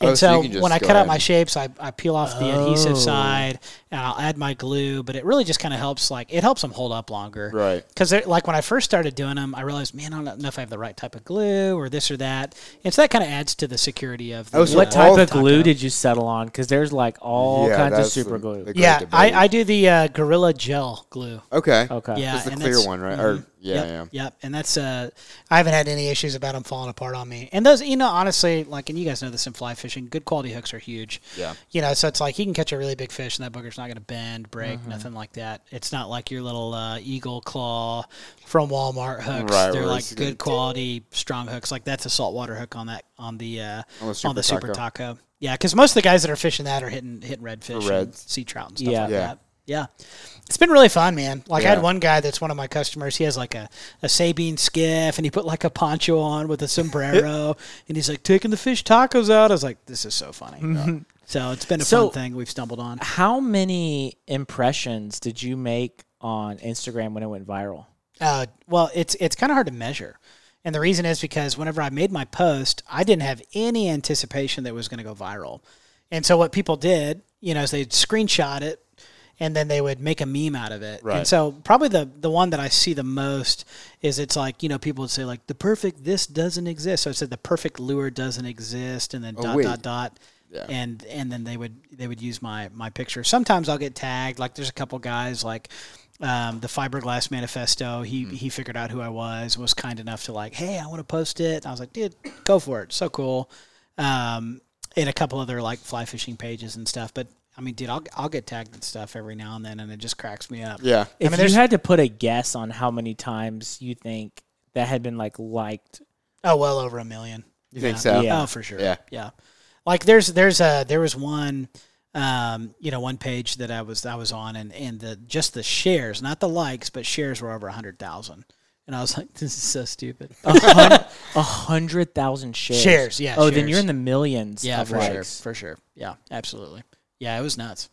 S6: and
S3: Oh, so you
S6: so,
S3: can just
S6: when I
S3: go
S6: cut out
S3: ahead
S6: my
S3: and-
S6: shapes, I, I peel off the
S5: Oh.
S6: adhesive side and I'll add my glue. But it really just kind of helps, like it helps them hold up longer,
S3: Right.
S6: Because like when I first started doing them, I realized, man, I don't know if I have the right type of glue or this or that, and so that kind of adds to the security of the,
S3: Oh, so
S5: What
S3: Yeah.
S5: type
S3: All
S5: of glue
S6: taco.
S5: did you settle on? Because there's like all
S3: Yeah,
S5: kinds of
S3: that's the-
S5: super glue.
S3: the great
S6: yeah.
S3: debate.
S6: I, I do the uh, Gorilla Gel glue.
S3: Okay.
S5: okay.
S6: Yeah,
S3: It's the
S6: and
S3: clear
S6: that's-
S3: one, right?
S6: mhm.
S3: Or yeah,
S6: yep,
S3: yeah.
S6: Yep. And that's uh, I haven't had any issues about them falling apart on me. And those, you know, honestly, like, and you guys know this in fly fishing, good quality hooks are huge.
S3: Yeah.
S6: You know, so it's like you can catch a really big fish and that booger's not going to bend, break, nothing like that. It's not like your little uh, eagle claw from Walmart hooks.
S3: Right,
S6: They're
S3: where
S6: like
S3: it's gonna-
S6: good quality, strong hooks. Like that's a saltwater hook on that on the uh,
S3: On the
S6: on the
S3: super
S6: super
S3: taco.
S6: taco. Yeah, because most of the guys that are fishing that are hitting hitting redfish, and
S3: reds.
S6: sea trout, and stuff
S5: Yeah.
S6: like
S3: Yeah.
S6: that. Yeah. It's been really fun, man. Like I
S3: Yeah.
S6: had one guy that's one of my customers. He has like a, a Sabine skiff and he put like a poncho on with a sombrero and he's like taking the fish tacos out. I was like, this is so funny.
S3: Mm-hmm.
S6: So it's been a
S5: So-
S6: fun thing we've stumbled on.
S5: How many impressions did you make on Instagram when it went viral?
S6: Uh, well, it's it's kind of hard to measure, and the reason is because whenever I made my post, I didn't have any anticipation that it was going to go viral, and so what people did, you know, is they'd screenshot it, and then they would make a meme out of it.
S3: Right.
S6: And so probably the the one that I see the most is it's like you know people would say like the perfect this doesn't exist. So it said the perfect lure doesn't exist, and then
S3: Oh,
S6: dot
S3: wait.
S6: dot dot. And and then they would they would use my my picture. Sometimes I'll get tagged. Like there's a couple guys like um, the fiberglass manifesto. He he figured out who I was. Was kind enough to like, hey, I want to post it. And I was like, dude, go for it. So cool. Um, and a couple other like fly fishing pages and stuff. But I mean, dude, I'll I'll get tagged and stuff every now and then, and it just cracks me up.
S3: Yeah.
S5: If
S6: mean,
S5: you
S6: there's-
S5: had to put a guess on how many times you think that had been like liked,
S6: Oh, well over a million.
S3: You think so?
S5: Yeah.
S6: Oh, for sure.
S3: Yeah.
S6: Yeah. Like there's there's a there was one um you know one page that I was I was on and and the just the shares, not the likes, but shares were over 100,000. And I was like this is so stupid.
S5: a hun- a hundred thousand shares.
S6: Shares, yeah,
S5: Oh, then
S6: shares.
S5: you're in the millions.
S6: yeah,
S5: of
S6: for sure.
S5: likes.
S6: For sure. Yeah, absolutely. Yeah, it was nuts.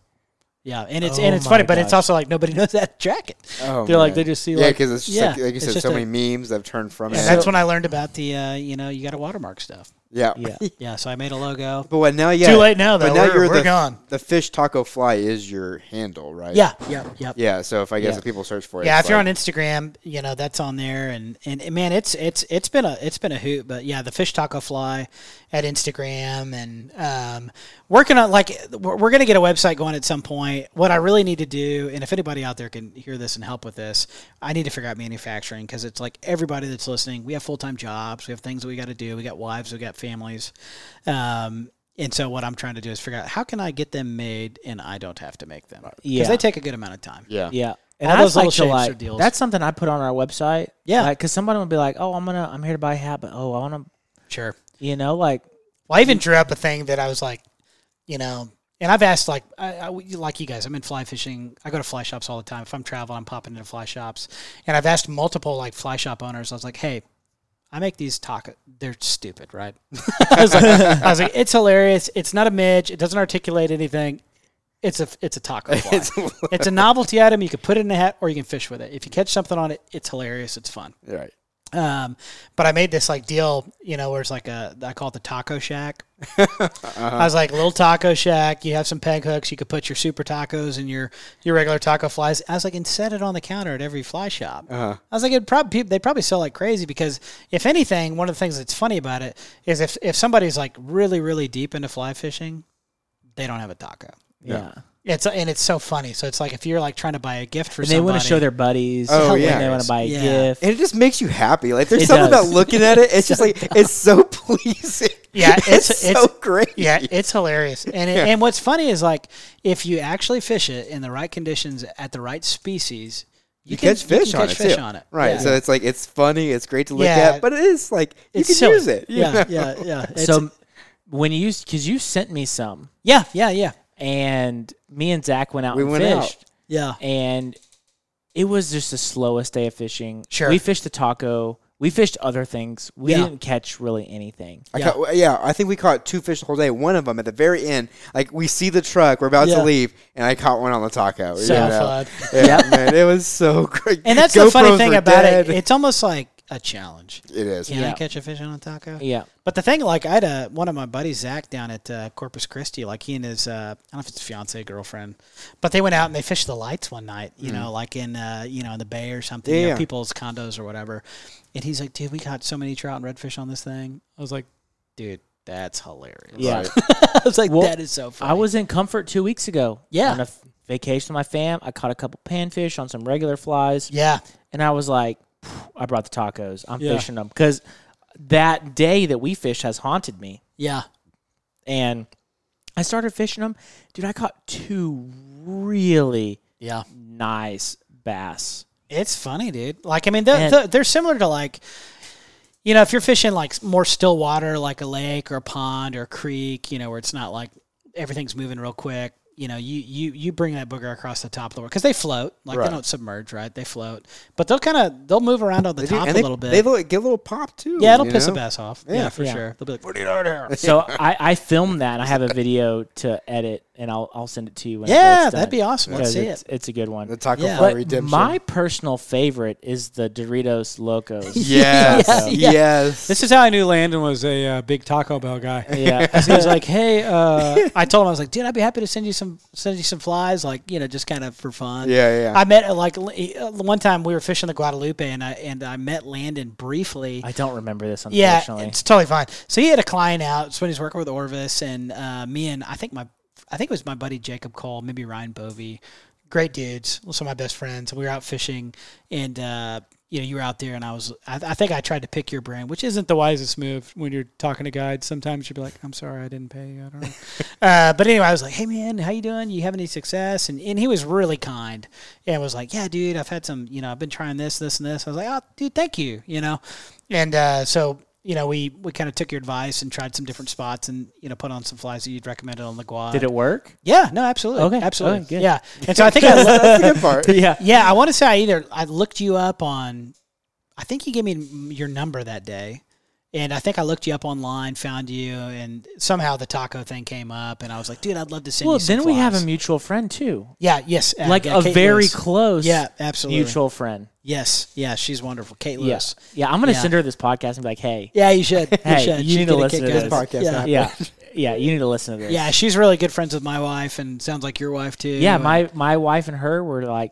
S6: Yeah, and it's
S5: Oh
S6: and it's
S5: my
S6: funny, but it's
S5: gosh.
S6: also like nobody knows that jacket.
S3: Oh,
S6: They're like
S3: man.
S6: they just see
S3: Yeah,
S6: like
S3: because it's just
S6: yeah,
S3: like, like you
S6: it's
S3: said,
S6: just
S3: so
S6: a-
S3: many memes have turned from
S6: And
S3: it.
S6: that's when I learned about the uh, you know you got a watermark stuff.
S3: yeah.
S5: Yeah.
S6: Yeah, so I made a logo.
S3: But what now? Yeah.
S6: Too late now though.
S3: But now
S6: we're,
S3: you're
S6: we're
S3: the,
S6: gone.
S3: The fish taco fly is your handle, right?
S6: Yeah, yeah, yeah.
S3: Yeah. So if I guess
S6: Yeah.
S3: if people search for it,
S6: Yeah,
S3: it's
S6: if you're
S3: like-
S6: on Instagram, you know that's on there, and, and and, man, it's it's it's been a it's been a hoot. But yeah, the fish taco fly at Instagram, and um, working on like we're, we're gonna get a website going at some point. What I really need to do, and if anybody out there can hear this and help with this, I need to figure out manufacturing because it's like everybody that's listening, we have full time jobs, we have things that we got to do, we got wives, we got families, um, and so what I'm trying to do is figure out how can I get them made, and I don't have to make them because
S5: Yeah.
S6: they take a good amount of time.
S3: Yeah.
S5: Yeah. And
S6: All
S5: I
S6: those
S5: those
S6: little
S5: like to
S6: shapes
S5: like
S6: are deals.
S5: that's something I put on our website.
S6: Yeah.
S5: because someone would be like, "Oh, I'm gonna, I'm here to buy a hat, but oh, I want
S6: Sure.
S5: to, you know, like,
S6: Well, I even drew up a thing that I was like, you know, and I've asked like, I, I- like you guys, I'm in fly fishing. I go to fly shops all the time. If I'm traveling, I'm popping into fly shops, and I've asked multiple like fly shop owners. I was like, hey. I make these taco. They're stupid, right? I, was like, I was like, it's hilarious. It's not a midge. It doesn't articulate anything. It's a it's a taco. Fly. it's, a novelty item. You can put it in a hat, or you can fish with it. If you catch something on it, it's hilarious. It's fun.
S3: You're Right.
S6: Um, but I made this like deal, you know, where it's like a I call it the taco shack. I was like, little taco shack. You have some peg hooks. You could put your super tacos and your your regular taco flies. I was like, and set it on the counter at every fly shop.
S3: Uh-huh.
S6: I was like, it'd probably they'd probably sell like crazy because if anything, one of the things that's funny about it is if if somebody's like really really deep into fly fishing, they don't have a taco.
S5: yeah."
S6: It's and it's so funny. So it's like if you're like trying to buy a gift for
S5: And
S6: somebody,
S5: they want to show their buddies.
S3: Oh,
S5: and
S3: yeah.
S5: They want to buy a
S6: Yeah.
S5: gift.
S3: And it just makes you happy. Like there's
S5: It
S3: something
S5: does.
S3: about looking at it. It's just like it's so pleasing.
S6: Yeah, it's-
S3: so
S6: it's-
S3: great.
S6: Yeah, it's hilarious. And it, and what's funny is like if you actually fish it in the right conditions at the right species,
S3: You, catch fish
S6: can
S3: on
S6: catch
S3: it
S6: fish
S3: too.
S6: on it.
S3: Right.
S6: Yeah.
S3: So it's like it's funny. It's great to look
S6: Yeah.
S3: at, but it is like you
S6: It's
S3: can
S6: silly.
S3: use it. you
S6: Yeah,
S3: know?
S6: yeah, yeah. It's-
S5: so when you, because you sent me some,
S6: yeah, yeah, yeah,
S5: and me and Zach went out
S3: We
S5: and
S3: went out.
S5: fished,
S6: yeah.
S5: and it was just the slowest day of fishing.
S6: Sure.
S5: we fished the taco. We fished other things. We
S6: Yeah.
S5: didn't catch really anything.
S3: I
S6: Yeah.
S3: yeah. Caught, yeah, I think we caught two fish the whole day. One of them at the very end, like we see the truck, we're about
S6: Yeah.
S3: to leave, and I caught one on the taco.
S6: So
S3: you know?
S6: fun.
S3: Yeah, man, it was so great.
S6: And that's the funny
S3: GoPros
S6: thing
S3: were
S6: about
S3: dead.
S6: it. It's almost like a challenge.
S3: It is.
S6: Can I
S5: Yeah.
S6: catch a fish on a taco?
S5: Yeah,
S6: But the thing, like, I had a, one of my buddies, Zach, down at uh, Corpus Christi. Like, he and his, uh, I don't know if it's fiance, girlfriend, but they went out and they fished the lights one night. You know, like in, uh, you know, in the bay or something. you know,
S3: Yeah.
S6: people's condos or whatever. And he's like, "Dude, we caught so many trout and redfish on this thing." I was like, "Dude, that's hilarious."
S5: yeah.
S6: I was like,
S5: Well,
S6: "That is so funny."
S5: I was in comfort two weeks ago.
S6: Yeah.
S5: On a f- vacation with my fam. I caught a couple panfish on some regular flies.
S6: yeah,
S5: And I was like, "Phew, I brought the tacos. I'm
S6: Yeah.
S5: fishing them. Because that day that we fished has haunted me.
S6: yeah,
S5: And I started fishing them. Dude, I caught two really
S6: yeah.
S5: nice bass.
S6: It's funny, dude. Like, I mean, they're,
S5: And-
S6: they're, they're similar to like, you know, if you're fishing like more still water, like a lake or a pond or a creek, you know, where it's not like everything's moving real quick. You know, you you you bring that booger across the top of the water because they float. Like
S3: Right.
S6: they don't submerge, right? They float, but they'll kind of they'll move around on the
S3: They do-
S6: top a
S3: and they,
S6: little bit.
S3: They look, get a little pop too.
S6: yeah, it'll
S3: you
S6: piss
S3: know?
S6: a bass off. Yeah,
S3: Yeah.
S6: for
S5: Yeah.
S6: sure. They'll be like, "What are you doing here?"
S5: So I, I filmed that and I have a video to edit and I'll, I'll send it to you. When
S6: Yeah, that'd be awesome. Let's see
S5: it's,
S6: it.
S5: It's a good one.
S3: The taco
S6: Yeah.
S3: fly
S5: But
S3: redemption.
S5: my personal favorite is the Doritos Locos.
S3: yes,
S6: Yeah, yeah.
S3: yes.
S6: This is how I knew Landon was a uh, big Taco Bell guy.
S5: Yeah.
S6: 'Cause he was like, "Hey," uh, I told him I was like, "Dude, I'd be happy to send you some send you some flies, like you know, just kind of for fun."
S3: Yeah, yeah.
S6: I met uh, like l- uh, one time we were fishing the Guadalupe, and I and I met Landon briefly.
S5: I don't remember this,
S6: yeah,
S5: unfortunately.
S6: it's totally fine. So he had a client out. It's when he's working with Orvis, and uh, me and I think my I think it was my buddy Jacob Cole, maybe Ryan Bovey. great dudes. Some of my best friends. We were out fishing, and uh, you know, you were out there, and I was. I, I think I tried to pick your brain, which isn't the wisest move when you're talking to guides. Sometimes you'd be like, "I'm sorry, I didn't pay you." I don't know. uh, but anyway, I was like, "Hey, man, how you doing? You have any success?" And and he was really kind, and was like, "Yeah, dude, I've had some. You know, I've been trying this, this, and this." I was like, "Oh, dude, thank you." You know, and uh, so you know, we we kind of took your advice and tried some different spots, and you know, put on some flies that you'd recommended on the Guad.
S5: Did it work?
S6: Yeah, no, absolutely.
S5: Okay,
S6: absolutely.
S5: okay, good.
S6: Yeah, and so I think I
S3: That's the good part.
S5: yeah.
S6: yeah, I want to say I either I looked you up on, I think you gave me m- your number that day, and I think I looked you up online, found you, and somehow the taco thing came up, and I was like, dude, I'd love to send
S5: Well,
S6: you. Some
S5: then we have
S6: flies.
S5: a mutual friend too,
S6: Yeah. Yes. uh,
S5: like
S6: yeah,
S5: a
S6: Kate
S5: very
S6: Lewis.
S5: close,
S6: Yeah, absolutely.
S5: mutual friend.
S6: Yes. Yeah, she's wonderful, Kate
S5: Yeah.
S6: Lewis.
S5: yeah. I'm gonna
S6: Yeah.
S5: send her this podcast and be like, hey,
S6: Yeah, you should. You
S5: Hey,
S6: should.
S5: you
S6: She'd
S5: need to
S6: get a
S5: listen to
S6: kick out
S5: this
S6: of it.
S3: podcast
S6: Yeah.
S3: now.
S5: yeah, yeah. You need to listen to this.
S6: Yeah, she's really good friends with my wife, and sounds like your wife too.
S5: yeah.
S6: and
S5: My my wife and her were like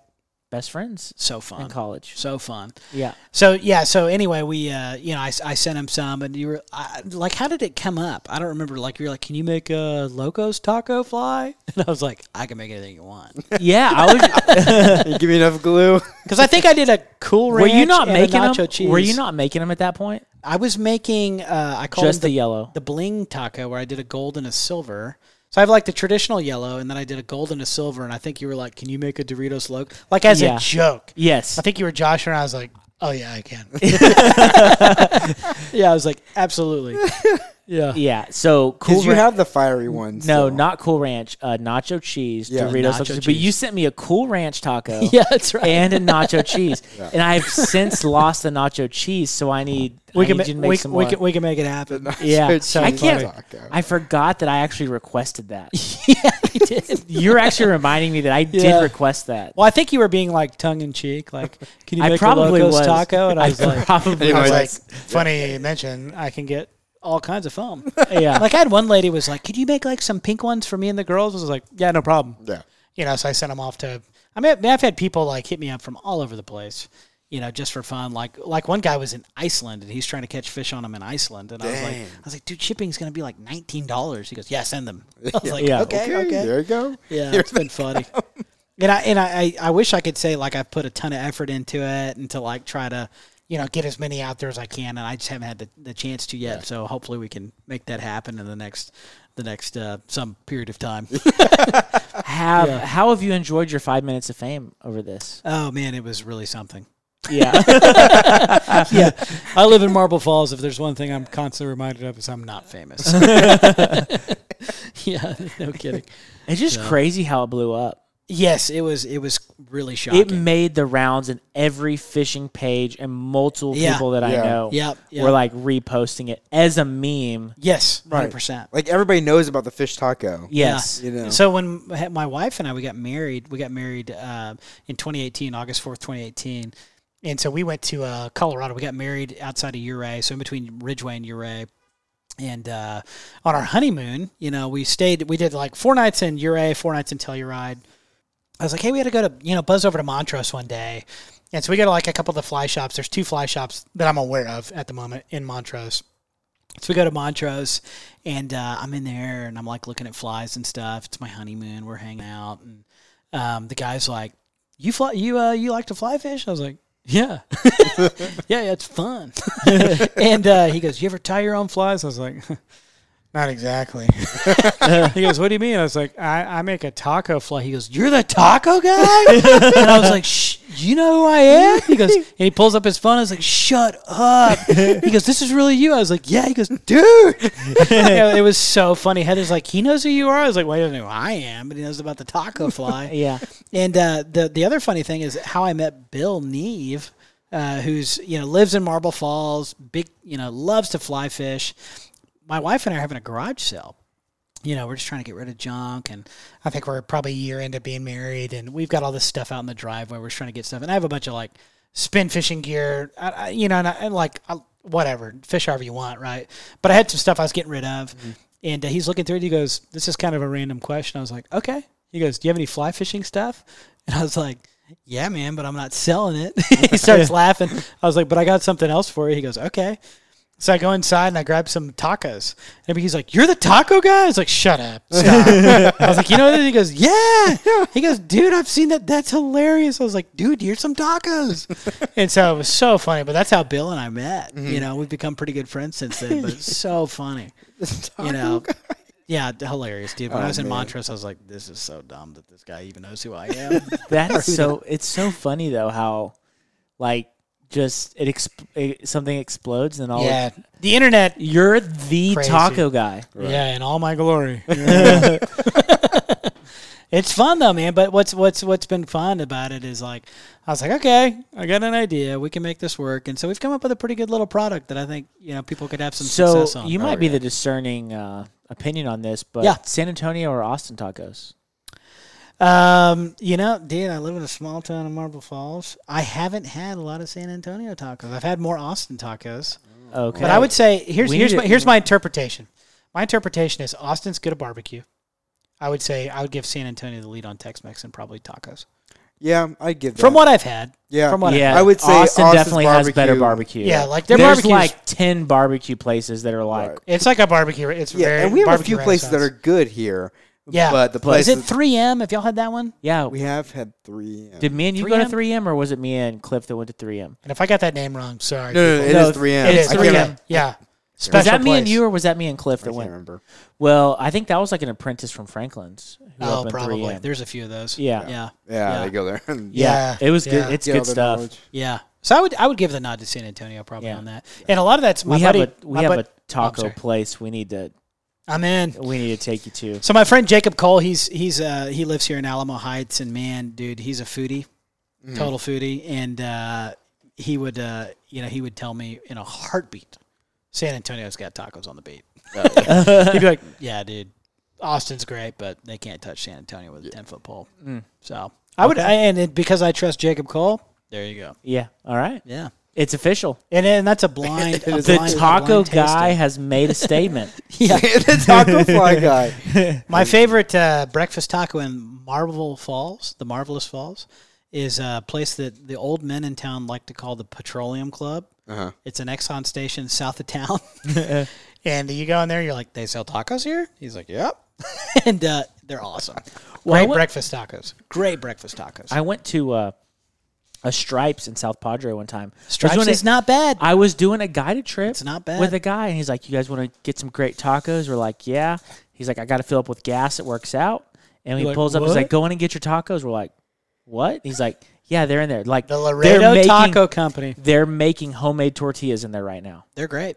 S5: best friends
S6: so fun,
S5: in college.
S6: so fun.
S5: Yeah.
S6: So Um, yeah, so anyway, we uh, you know I, I sent him some, and you were I, like, how did it come up? I don't remember. Like you were like, can you make a locos taco fly? And I was like, I can make anything you want
S5: Yeah. I was.
S3: You give me enough glue.
S6: because I think I did a cool ranch.
S5: were you not
S6: and a
S5: making
S6: nacho
S5: them?
S6: cheese?
S5: Were you not making them at that point?
S6: I was making. Uh, I called
S5: Just the,
S6: them
S5: yellow.
S6: the bling taco where I did a gold and a silver. So I have like the traditional yellow, and then I did a gold and a silver, and I think you were like, can you make a Doritos loco? Like as
S5: Yeah.
S6: a joke.
S5: yes.
S6: I think you were Josh, and I was like, "Oh yeah, I can." yeah, I was like, "Absolutely." Yeah,
S5: yeah. So cool.
S3: Did you
S5: Ranch-
S3: have the fiery ones?
S5: no,
S3: still?
S5: not Cool Ranch. Uh, nacho cheese,
S3: Yeah.
S5: Doritos,
S6: Nacho
S5: nacho cheese. but
S6: cheese.
S5: you sent me a Cool Ranch taco.
S6: yeah, that's right.
S5: and a nacho cheese. And I've since lost the nacho cheese, so I need
S6: we
S5: I
S6: can
S5: need
S6: ma-
S5: you to
S6: we,
S5: make
S6: we
S5: some
S6: can- we
S5: more.
S6: can we can make it happen.
S5: yeah,
S3: so
S5: I
S3: cheese
S5: can't.
S3: taco.
S5: I forgot that I actually requested that. You're actually reminding me that I
S6: Yeah.
S5: did request that.
S6: Well, I think you were being like tongue in cheek, like, "Can you
S5: I
S6: make
S5: probably
S6: a Locos
S5: was
S6: taco?" And I was like,
S5: probably
S6: I was like,
S5: was.
S6: "Funny mention. I can get all kinds of foam."
S5: yeah,
S6: like I had one lady was like, "Could you make like some pink ones for me and the girls?" I was like, "Yeah, no problem."
S3: Yeah.
S6: you know, so I sent them off to. I mean, I've had people like hit me up from all over the place, you know, just for fun. Like, like one guy was in Iceland and he's trying to catch fish on them in Iceland, and I was like, I was like, dude, shipping's gonna be like nineteen dollars. He goes, yeah, send them. I was like,
S5: Yeah.
S6: okay, okay,
S3: There you go.
S6: yeah, it's been funny. And I and I, I I wish I could say like I put a ton of effort into it and to like try to you know get as many out there as I can, and I just haven't had the, the chance to yet. So hopefully we can make that happen in the next the next uh, some period of time.
S5: have how have you enjoyed your five minutes of fame over this?
S6: oh man, it was really something.
S5: Yeah,
S6: yeah, I live in Marble Falls. If there's one thing I'm constantly reminded of is I'm not famous. yeah, no kidding.
S5: it's just crazy how it blew up.
S6: Yes, it was it was really
S5: It
S6: shocking.
S5: made the rounds in every fishing page, and multiple
S6: Yeah.
S5: people that
S3: Yeah.
S5: I know
S6: Yep, yep.
S5: were like reposting it as a meme.
S6: yes, hundred
S3: Right.
S6: percent.
S3: Like everybody knows about the fish taco.
S5: Yes,
S3: You know.
S6: So when my- my wife and I we got married, we got married uh, in 2018, August 4th, 2018, and so we went to uh, Colorado. We got married outside of Uray, so in between Ridgeway and Uray. And uh, on our honeymoon, you know, we stayed. We did like four nights in Uray, four nights in Telluride. I was like, hey, we got to go to you know buzz over to Montrose one day, and so we go to like a couple of the fly shops. There's two fly shops that I'm aware of at the moment in Montrose. So we go to Montrose, and uh, I'm in there, and I'm like looking at flies and stuff. It's my honeymoon. We're hanging out, and um, the guy's like, "You fly? You uh, you like to fly fish?" I was like, "Yeah, yeah, yeah, it's fun." and uh, he goes, "You ever tie your own flies?" I was like. Not exactly. he goes, "What do you mean?" I was like, "I, I make a taco fly." He goes, "You're the taco guy?" and I was like, Shh, "You know who I am?" He goes, and he pulls up his phone. I was like, "Shut up!" He goes, "This is really you?" I was like, "Yeah." He goes, "Dude, Yeah, it was so funny." Heather's like, "He knows who you are." I was like, "Well, he doesn't know who I am, but he knows about the taco fly."
S5: Yeah.
S6: And uh, the the other funny thing is how I met Bill Neve, uh, who's you know lives in Marble Falls, big you know loves to fly fish. My wife and I are having a garage sale. You know, we're just trying to get rid of junk, and I think we're probably a year into being married, and we've got all this stuff out in the driveway. We're just trying to get stuff, and I have a bunch of like spin fishing gear, I, I, you know, and, I, and like I, whatever, fish however you want, right? But I had some stuff I was getting rid of, and uh, he's looking through it. He goes, "This is kind of a random question." I was like, "Okay." He goes, "Do you have any fly fishing stuff?" And I was like, "Yeah, man, but I'm not selling it." he starts laughing. I was like, "But I got something else for you." He goes, "Okay." So I go inside and I grab some tacos. And he's like, "You're the taco guy." I was like, "Shut up, stop." I was like, "You know?" This? He goes, "Yeah." He goes, "Dude, I've seen that. That's hilarious." I was like, "Dude, here's some tacos." and so it was so funny. But that's how Bill and I met. You know, we've become pretty good friends since then. But it's so funny. you know. Yeah, d- hilarious, dude. When I was in Montrose, I was like, "This is so dumb that this guy even knows who I am."
S5: That's so. It's so funny though how, like, just it, exp- it something explodes and all.
S6: yeah, the internet.
S5: You're the
S6: Crazy.
S5: taco guy.
S6: Yeah, in all my glory. it's fun though, man. But what's what's what's been fun about it is like I was like, okay, I got an idea. We can make this work, and so we've come up with a pretty good little product that I think you know people could have some
S5: So
S6: success on.
S5: you might be the discerning uh, opinion on this, but
S6: Yeah.
S5: San Antonio or Austin tacos?
S6: um, you know, dude, I live in a small town in Marble Falls. I haven't had a lot of San Antonio tacos. I've had more Austin tacos.
S5: Okay,
S6: But I would say here's
S5: We
S6: here's
S5: need
S6: my,
S5: to-
S6: here's my interpretation. My interpretation is Austin's good at barbecue. I would say I would give San Antonio the lead on Tex-Mex and probably tacos.
S3: Yeah, I'd give that.
S6: From what I've had,
S3: yeah,
S6: from what I-
S5: yeah,
S3: I would say
S5: Austin
S3: Austin's
S5: definitely has better
S3: barbecue-
S5: barbecue.
S6: yeah, like their
S5: There's
S6: barbecue,
S5: like ten barbecue places that are like
S3: Right.
S6: it's like a barbecue. It's
S3: yeah,
S6: very
S3: and we have a
S6: barbecue
S3: few places that are
S6: renaissance.
S3: good here.
S6: yeah.
S3: but the
S6: But
S3: places
S6: is it 3M? If y'all had that one,
S5: yeah.
S3: we have had three. yeah.
S5: Did me and you go to
S6: 3M?
S5: 3M or was it me and Cliff that went to 3M?
S6: and if I got that name wrong, sorry.
S3: no, no, no, it
S6: people.
S5: No,
S3: is three M.
S6: it is
S5: I can't
S6: 3M.
S5: remember.
S6: Yeah, special
S5: Was that me and
S6: place.
S5: you or was that me and Cliff
S3: I
S5: that
S3: can't
S5: went?
S3: remember.
S5: Well, I think that was like an apprentice from Franklin's. who
S6: Oh,
S5: opened
S6: probably.
S5: 3M.
S6: There's a few of those.
S5: Yeah.
S6: yeah,
S3: Yeah,
S6: Yeah.
S3: they go there. and
S5: Yeah,
S6: Yeah.
S5: it was
S6: Yeah.
S5: good. It's
S3: get all
S5: good
S3: their
S5: stuff.
S3: knowledge.
S6: yeah. So I would I would give the nod to San Antonio probably
S5: Yeah.
S6: on that. And a lot of that's my
S5: we
S6: buddy.
S5: have a we
S6: my
S5: have
S6: bud-
S5: a
S6: Oh,
S5: taco
S6: sorry.
S5: place. We need to
S6: I'm in.
S5: we need to take you to.
S6: So my friend Jacob Cole, he's he's uh, he lives here in Alamo Heights, and man, dude, he's a foodie,
S5: Hmm.
S3: Mm-hmm.
S6: total foodie, and uh, he would uh, you know he would tell me in a heartbeat, San Antonio's got tacos on the beat.
S5: Oh,
S6: He'd be like, yeah, dude, Austin's great, but they can't touch San Antonio with a ten foot pole.
S5: Hmm.
S6: So I would, I, and it, because I trust Jacob Cole, there you go.
S5: Yeah. All right.
S6: Yeah,
S5: It's official.
S6: and and that's a blind. a
S5: The
S6: blind- a
S5: taco
S6: blind tasting.
S5: guy has made a statement.
S6: Yeah.
S3: the taco fly guy.
S6: My favorite uh, breakfast taco in Marvel Falls, the Marvelous Falls, is a place that the old men in town like to call the Petroleum Club.
S3: Uh-huh.
S6: It's an Exxon station south of town. and you go in there, you're like, they sell tacos here? He's like, yep. and uh, they're awesome.
S5: Well, I
S6: Great
S5: went-
S6: breakfast tacos. Great breakfast tacos.
S5: I went to uh, a Stripes in South Padre one time. I was
S6: Stripes
S5: doing
S6: is
S5: a-
S6: not bad.
S5: I was doing a guided trip.
S6: It's not bad.
S5: With a guy, and he's like, "You guys want to get some great tacos?" We're like, "Yeah." He's like, "I got to fill up with gas. It works out." And he
S6: You're like,
S5: pulls up. He's
S6: "What?"
S5: like, "Go in and get your tacos." We're like, "What?" He's like, "Yeah, they're in there." Like
S6: the
S5: they're
S6: Laredo
S5: making-
S6: Taco Company.
S5: They're making homemade tortillas in there right now,
S6: They're great.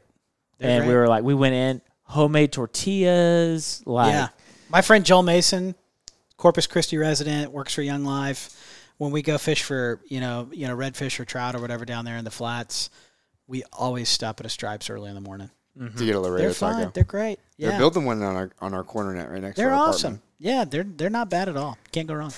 S6: They're
S5: and
S6: great.
S5: we were like, we went in homemade tortillas. Like,
S6: yeah. My friend Joel Mason, Corpus Christi resident, works for Young Life. When we go fish for, you know, you know, redfish or trout or whatever down there in the flats, we always stop at a stripes early in the morning.
S3: To get a Laredo
S6: They're
S3: taco.
S6: fun. They're great. Yeah.
S3: They're building one on our on our corner net right next.
S6: They're
S3: to our
S6: awesome.
S3: Apartment.
S6: Yeah, they're they're not bad at all. Can't go wrong.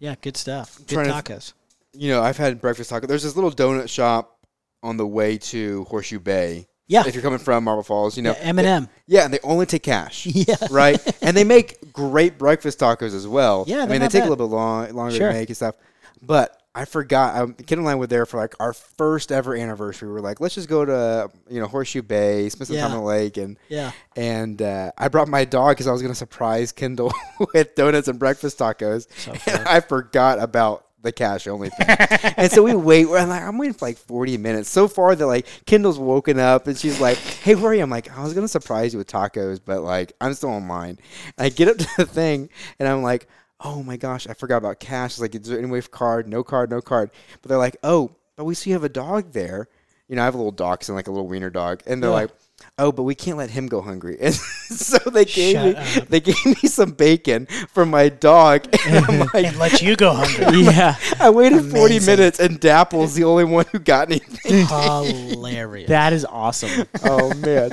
S6: Yeah, good stuff. Good
S3: trying to-
S6: tacos.
S3: You know, I've had breakfast taco. There's this little donut shop on the way to Horseshoe Bay.
S6: Yeah.
S3: If you're coming from Marble Falls, you know.
S6: M and M.
S3: Yeah, and they only take cash.
S6: Yeah.
S3: Right? and they make great breakfast tacos as well.
S6: Yeah,
S3: I
S6: they're
S3: mean, they
S6: not
S3: take
S6: bad.
S3: a little bit long, longer
S6: Sure.
S3: to make and stuff. But I forgot. Um, Kid and I were there for like our first ever anniversary. We were like, let's just go to, you know, Horseshoe Bay, spend some
S6: Yeah.
S3: time on the lake. And
S6: Yeah.
S3: and uh, I brought my dog because I was going to surprise Kendall with donuts and breakfast tacos. and I forgot about the cash only thing. and so we wait. We're like, I'm waiting for like 40 minutes. So far, that like Kendall's woken up and she's like, "Hey, where are you?" I'm like, "I was going to surprise you with tacos, but like I'm still on mine." And I get up to the thing and I'm like. Oh my gosh, I forgot about cash. It's like, is there any way for card? No card, no card. But they're like, oh, but we see you have a dog there. You know, I have a little dachshund, like a little wiener dog. And they're like, oh, but we can't let him go hungry. And so they gave
S6: Shut
S3: me they gave me some bacon for my dog. And I'm like,
S6: And let you go hungry.
S5: yeah.
S3: I waited 40
S6: Amazing.
S3: minutes, and Dapple's the only one who got anything.
S6: Hilarious.
S5: That is awesome.
S3: oh man,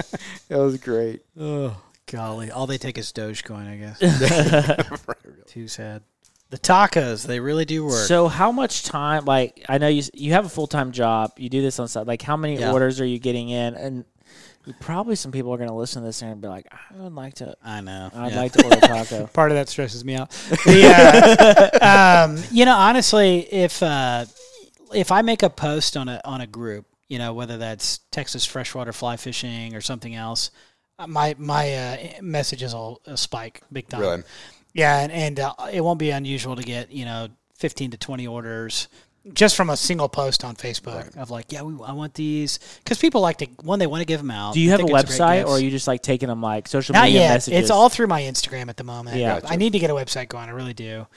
S3: that was great.
S6: Oh, golly. All they take is Dogecoin, I guess. Too sad. The tacos, they really do work.
S5: So how much time? Like I know you s- you have a full time job. You do this on side. Like how many
S6: Yeah.
S5: orders are you getting in? And probably some people are going to listen to this and be like, I would like to.
S6: I know.
S5: I'd
S6: yeah.
S5: like to order a taco.
S6: part of that stresses me out. The, uh, um, you know, honestly, if uh, if I make a post on a on a group, you know, whether that's Texas freshwater fly fishing or something else. Uh, My my uh, messages will uh, spike big time.
S3: Really?
S6: Yeah, and, and uh, it won't be unusual to get you know fifteen to twenty orders just from a single post on Facebook of like, yeah, we, I want these because people like to one they want to give them out.
S5: Do you
S6: They
S5: have a
S6: think it's great
S5: website, or are
S6: gifts.
S5: you just like taking them like social
S6: Not
S5: media
S6: yet.
S5: messages?
S6: It's all through my Instagram at the moment.
S5: Yeah.
S6: I need to get a website going. I really do.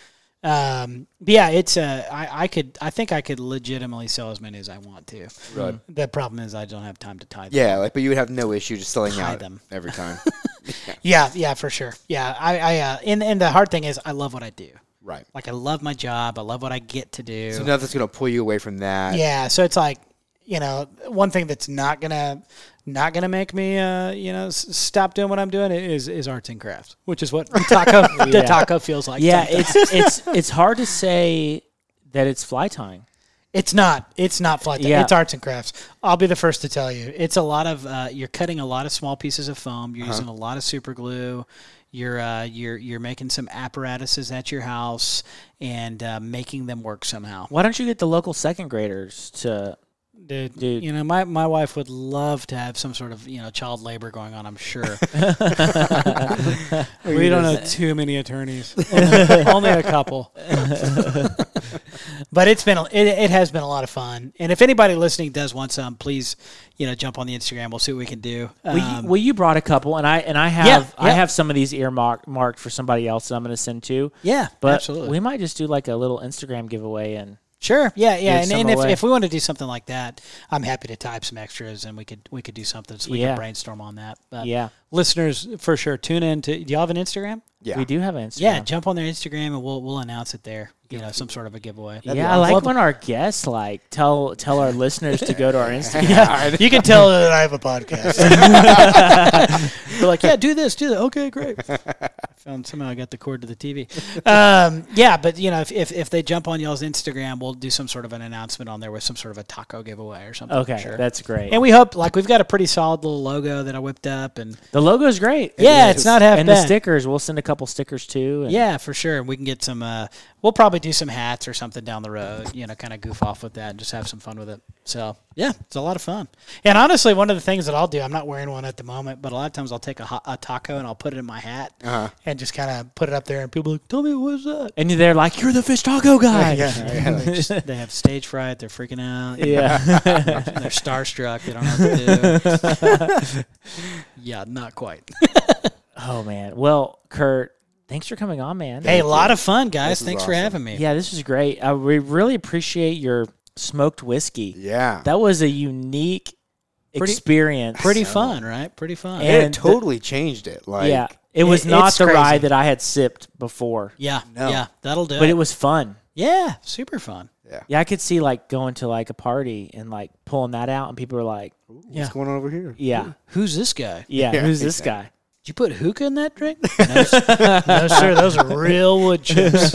S6: Um, but yeah, it's uh, I, I could I think I could legitimately sell as many as I want to.
S3: Right.
S6: The problem is I don't have time to tie them.
S3: Yeah, like, but you would have no issue just selling
S6: Hide
S3: out
S6: them.
S3: every time.
S6: yeah, yeah, for sure. Yeah, I, I uh, and and the hard thing is I love what I do.
S3: right.
S6: Like I love my job. I love what I get to do.
S3: So nothing's gonna pull you away from that.
S6: yeah, so it's like you know one thing that's not gonna not gonna make me uh you know s- stop doing what I'm doing is is arts and crafts, which is what taco the
S5: Yeah.
S6: taco feels like.
S5: yeah,
S6: sometimes.
S5: it's it's it's hard to say that it's fly tying.
S6: It's not. It's not flat.
S5: Yeah.
S6: It's arts and crafts. I'll be the first to tell you. It's a lot of. Uh, you're cutting a lot of small pieces of foam. You're using a lot of super glue. You're uh, you're you're making some apparatuses at your house and uh, making them work somehow.
S5: Why don't you get the local second graders to?
S6: Dude,
S5: Dude.
S6: you know my, my wife would love to have some sort of you know child labor going on. I'm sure. we don't know too many attorneys. Only a couple. but it's been a- it, it has been a lot of fun. And if anybody listening does want some, please you know jump on the Instagram. We'll see what we can do.
S5: Well,
S6: Um,
S5: you, well, you brought a couple, and I and I have I
S6: yeah.
S5: have some of these earmarked marked for somebody else that I'm going to send to.
S6: yeah,
S5: But
S6: absolutely.
S5: we might just do like a little Instagram giveaway, and
S6: Sure. Yeah. Yeah.
S5: Give
S6: And,
S5: some
S6: and if,
S5: away.
S6: if we want to do something like that, I'm happy to type some extras and we could we could do something so we
S5: Yeah.
S6: can brainstorm on that. But
S5: yeah,
S6: listeners for sure tune in to. Do y'all have an Instagram?
S3: Yeah.
S5: we do have an Instagram.
S6: Yeah. Jump on their Instagram and we'll we'll announce it there. You know, some sort of a giveaway.
S5: yeah, I like when our guests like tell tell our listeners to go to our Instagram.
S6: Yeah, you can tell that I have a podcast. They're like, yeah, do this, do that. Okay, great. I found somehow I got the cord to the TV. Um, yeah, but you know, if, if if they jump on y'all's Instagram, we'll do some sort of an announcement on there with some sort of a taco giveaway or something.
S5: Okay,
S6: sure.
S5: that's great.
S6: and we hope like we've got a pretty solid little logo that I whipped up, and
S5: the logo's great.
S6: yeah, it's not half
S5: and the
S6: bad.
S5: stickers. We'll send a couple stickers too. And
S6: Yeah, for sure. And we can get some. Uh, we'll probably do some hats or something down the road. You know, kind of goof off with that and just have some fun with it. So yeah, it's a lot of fun. And honestly, one of the things that I'll do, I'm not wearing one at the moment, but a lot of times I'll take a, ho- a taco and I'll put it in my hat and just kind of put it up there, and people are like, "Tell me what's that."
S5: and they're like, "You're the fish taco
S6: Oh,
S5: guy."
S6: They just- they have stage fright. They're freaking out.
S5: yeah.
S6: They're starstruck. They don't know what to do. yeah, not quite.
S5: Oh man. Well, Kurt, thanks for coming on, man.
S6: Hey, a lot of fun, guys.
S3: was
S6: Thanks for
S3: awesome.
S6: having me.
S5: Yeah, this was great. Uh, we really appreciate your smoked whiskey.
S3: Yeah.
S5: That was a unique
S6: Pretty-
S5: experience.
S6: Pretty fun, right? Pretty fun.
S5: And-
S3: it totally changed it. Like
S5: yeah. It
S6: It-
S5: was not
S6: it's
S5: the
S6: crazy.
S5: ride that I had sipped before,
S6: yeah,
S3: No.
S6: yeah, that'll do.
S5: but it was fun.
S6: Yeah, super fun.
S5: Yeah, I could see like going to like a party and like pulling that out, and people were like,
S3: what's going on over here?
S5: "Yeah,
S6: Who's this guy?
S5: yeah,
S3: Yeah,
S5: who's this guy?"
S6: Did you put hookah in that drink? no, s- no, sir, those are real wood chips.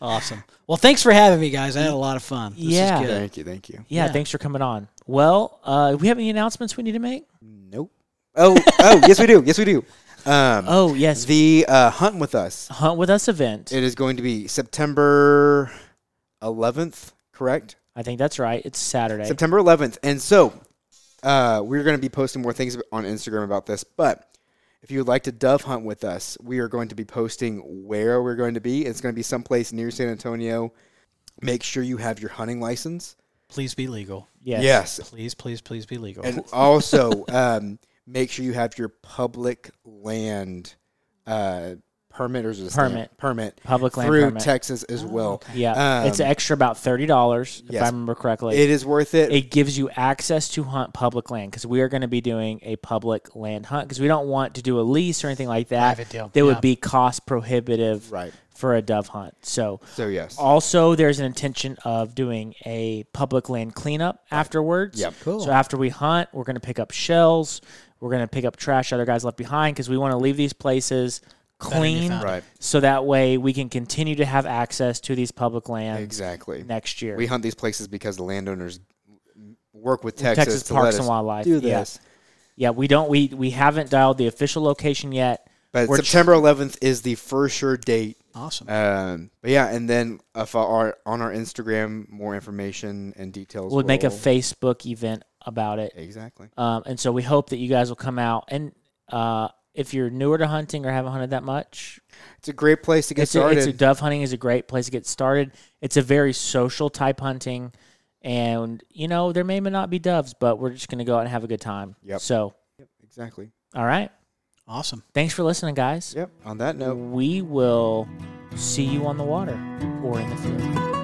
S6: awesome. Well, thanks for having me, guys. I had a lot of fun. This
S5: Yeah.
S6: is good.
S3: Thank you, thank you.
S5: Yeah,
S6: Yeah.
S5: thanks for coming on. Well, uh, we have any announcements we need to make?
S3: Nope. Oh, oh, yes we do. Yes we do. Um,
S5: Oh yes, the
S3: the uh, hunt with us.
S5: Hunt with Us event.
S3: It is going to be September 11th, correct?
S5: I think that's right. It's Saturday.
S3: September 11th. And so uh, we're going to be posting more things on Instagram about this. But if you would like to dove hunt with us, we are going to be posting where we're going to be. It's going to be someplace near San Antonio. Make sure you have your hunting license.
S6: Please be legal.
S5: yes.
S6: Please, please, please be legal.
S3: And also um, make sure you have your public land uh, permit or is it a stamp?
S5: Permit.
S3: permit
S5: Public land
S3: through
S5: permit. Oh.
S3: Texas as well.
S5: Yeah,
S3: Um,
S5: it's extra about thirty dollars if
S3: yes.
S5: I remember correctly.
S3: It is worth it.
S5: it gives you access to hunt public land because we are going to be doing a public land hunt because we don't want to do a lease or anything like that.
S6: Private deal,
S5: That
S6: yeah.
S5: would be cost prohibitive
S3: Right.
S5: for a dove hunt. So,
S3: So
S5: Oh,
S3: yes.
S5: also there's an intention of doing a public land cleanup afterwards.
S3: Yep. Cool.
S5: So after we hunt, we're going to pick up shells. We're going to pick up trash other guys left behind because we want to leave these places clean,
S6: found it.
S3: Right.
S5: So that way we can continue to have access to these public lands
S3: Exactly.
S5: next year.
S3: We hunt these places because the landowners work with Texas,
S5: Texas
S3: to
S5: Parks
S3: let
S5: and
S3: us
S5: Wildlife,
S3: Do
S5: yeah.
S3: this,
S5: Yeah, we don't we we haven't dialed the official location yet.
S3: but
S5: We're tr-
S3: September 11th is the for sure date.
S6: Awesome.
S3: Um, but yeah, and then if our, on our Instagram, more information and details.
S5: We'll make a
S3: will-
S5: Facebook event about it.
S3: Exactly.
S5: Um, and so we hope that you guys will come out. And uh, if you're newer to hunting or haven't hunted that much,
S3: It's a great place to get
S5: it's a,
S3: started.
S5: it's a, dove hunting is a great place to get started. It's a very social type hunting, and you know there may not be doves, but we're just gonna go out and have a good time.
S3: Yep.
S5: So,
S3: exactly.
S5: all right.
S6: Awesome.
S5: Thanks for listening, guys.
S3: Yep. On that note.
S5: We will see you on the water or in the field.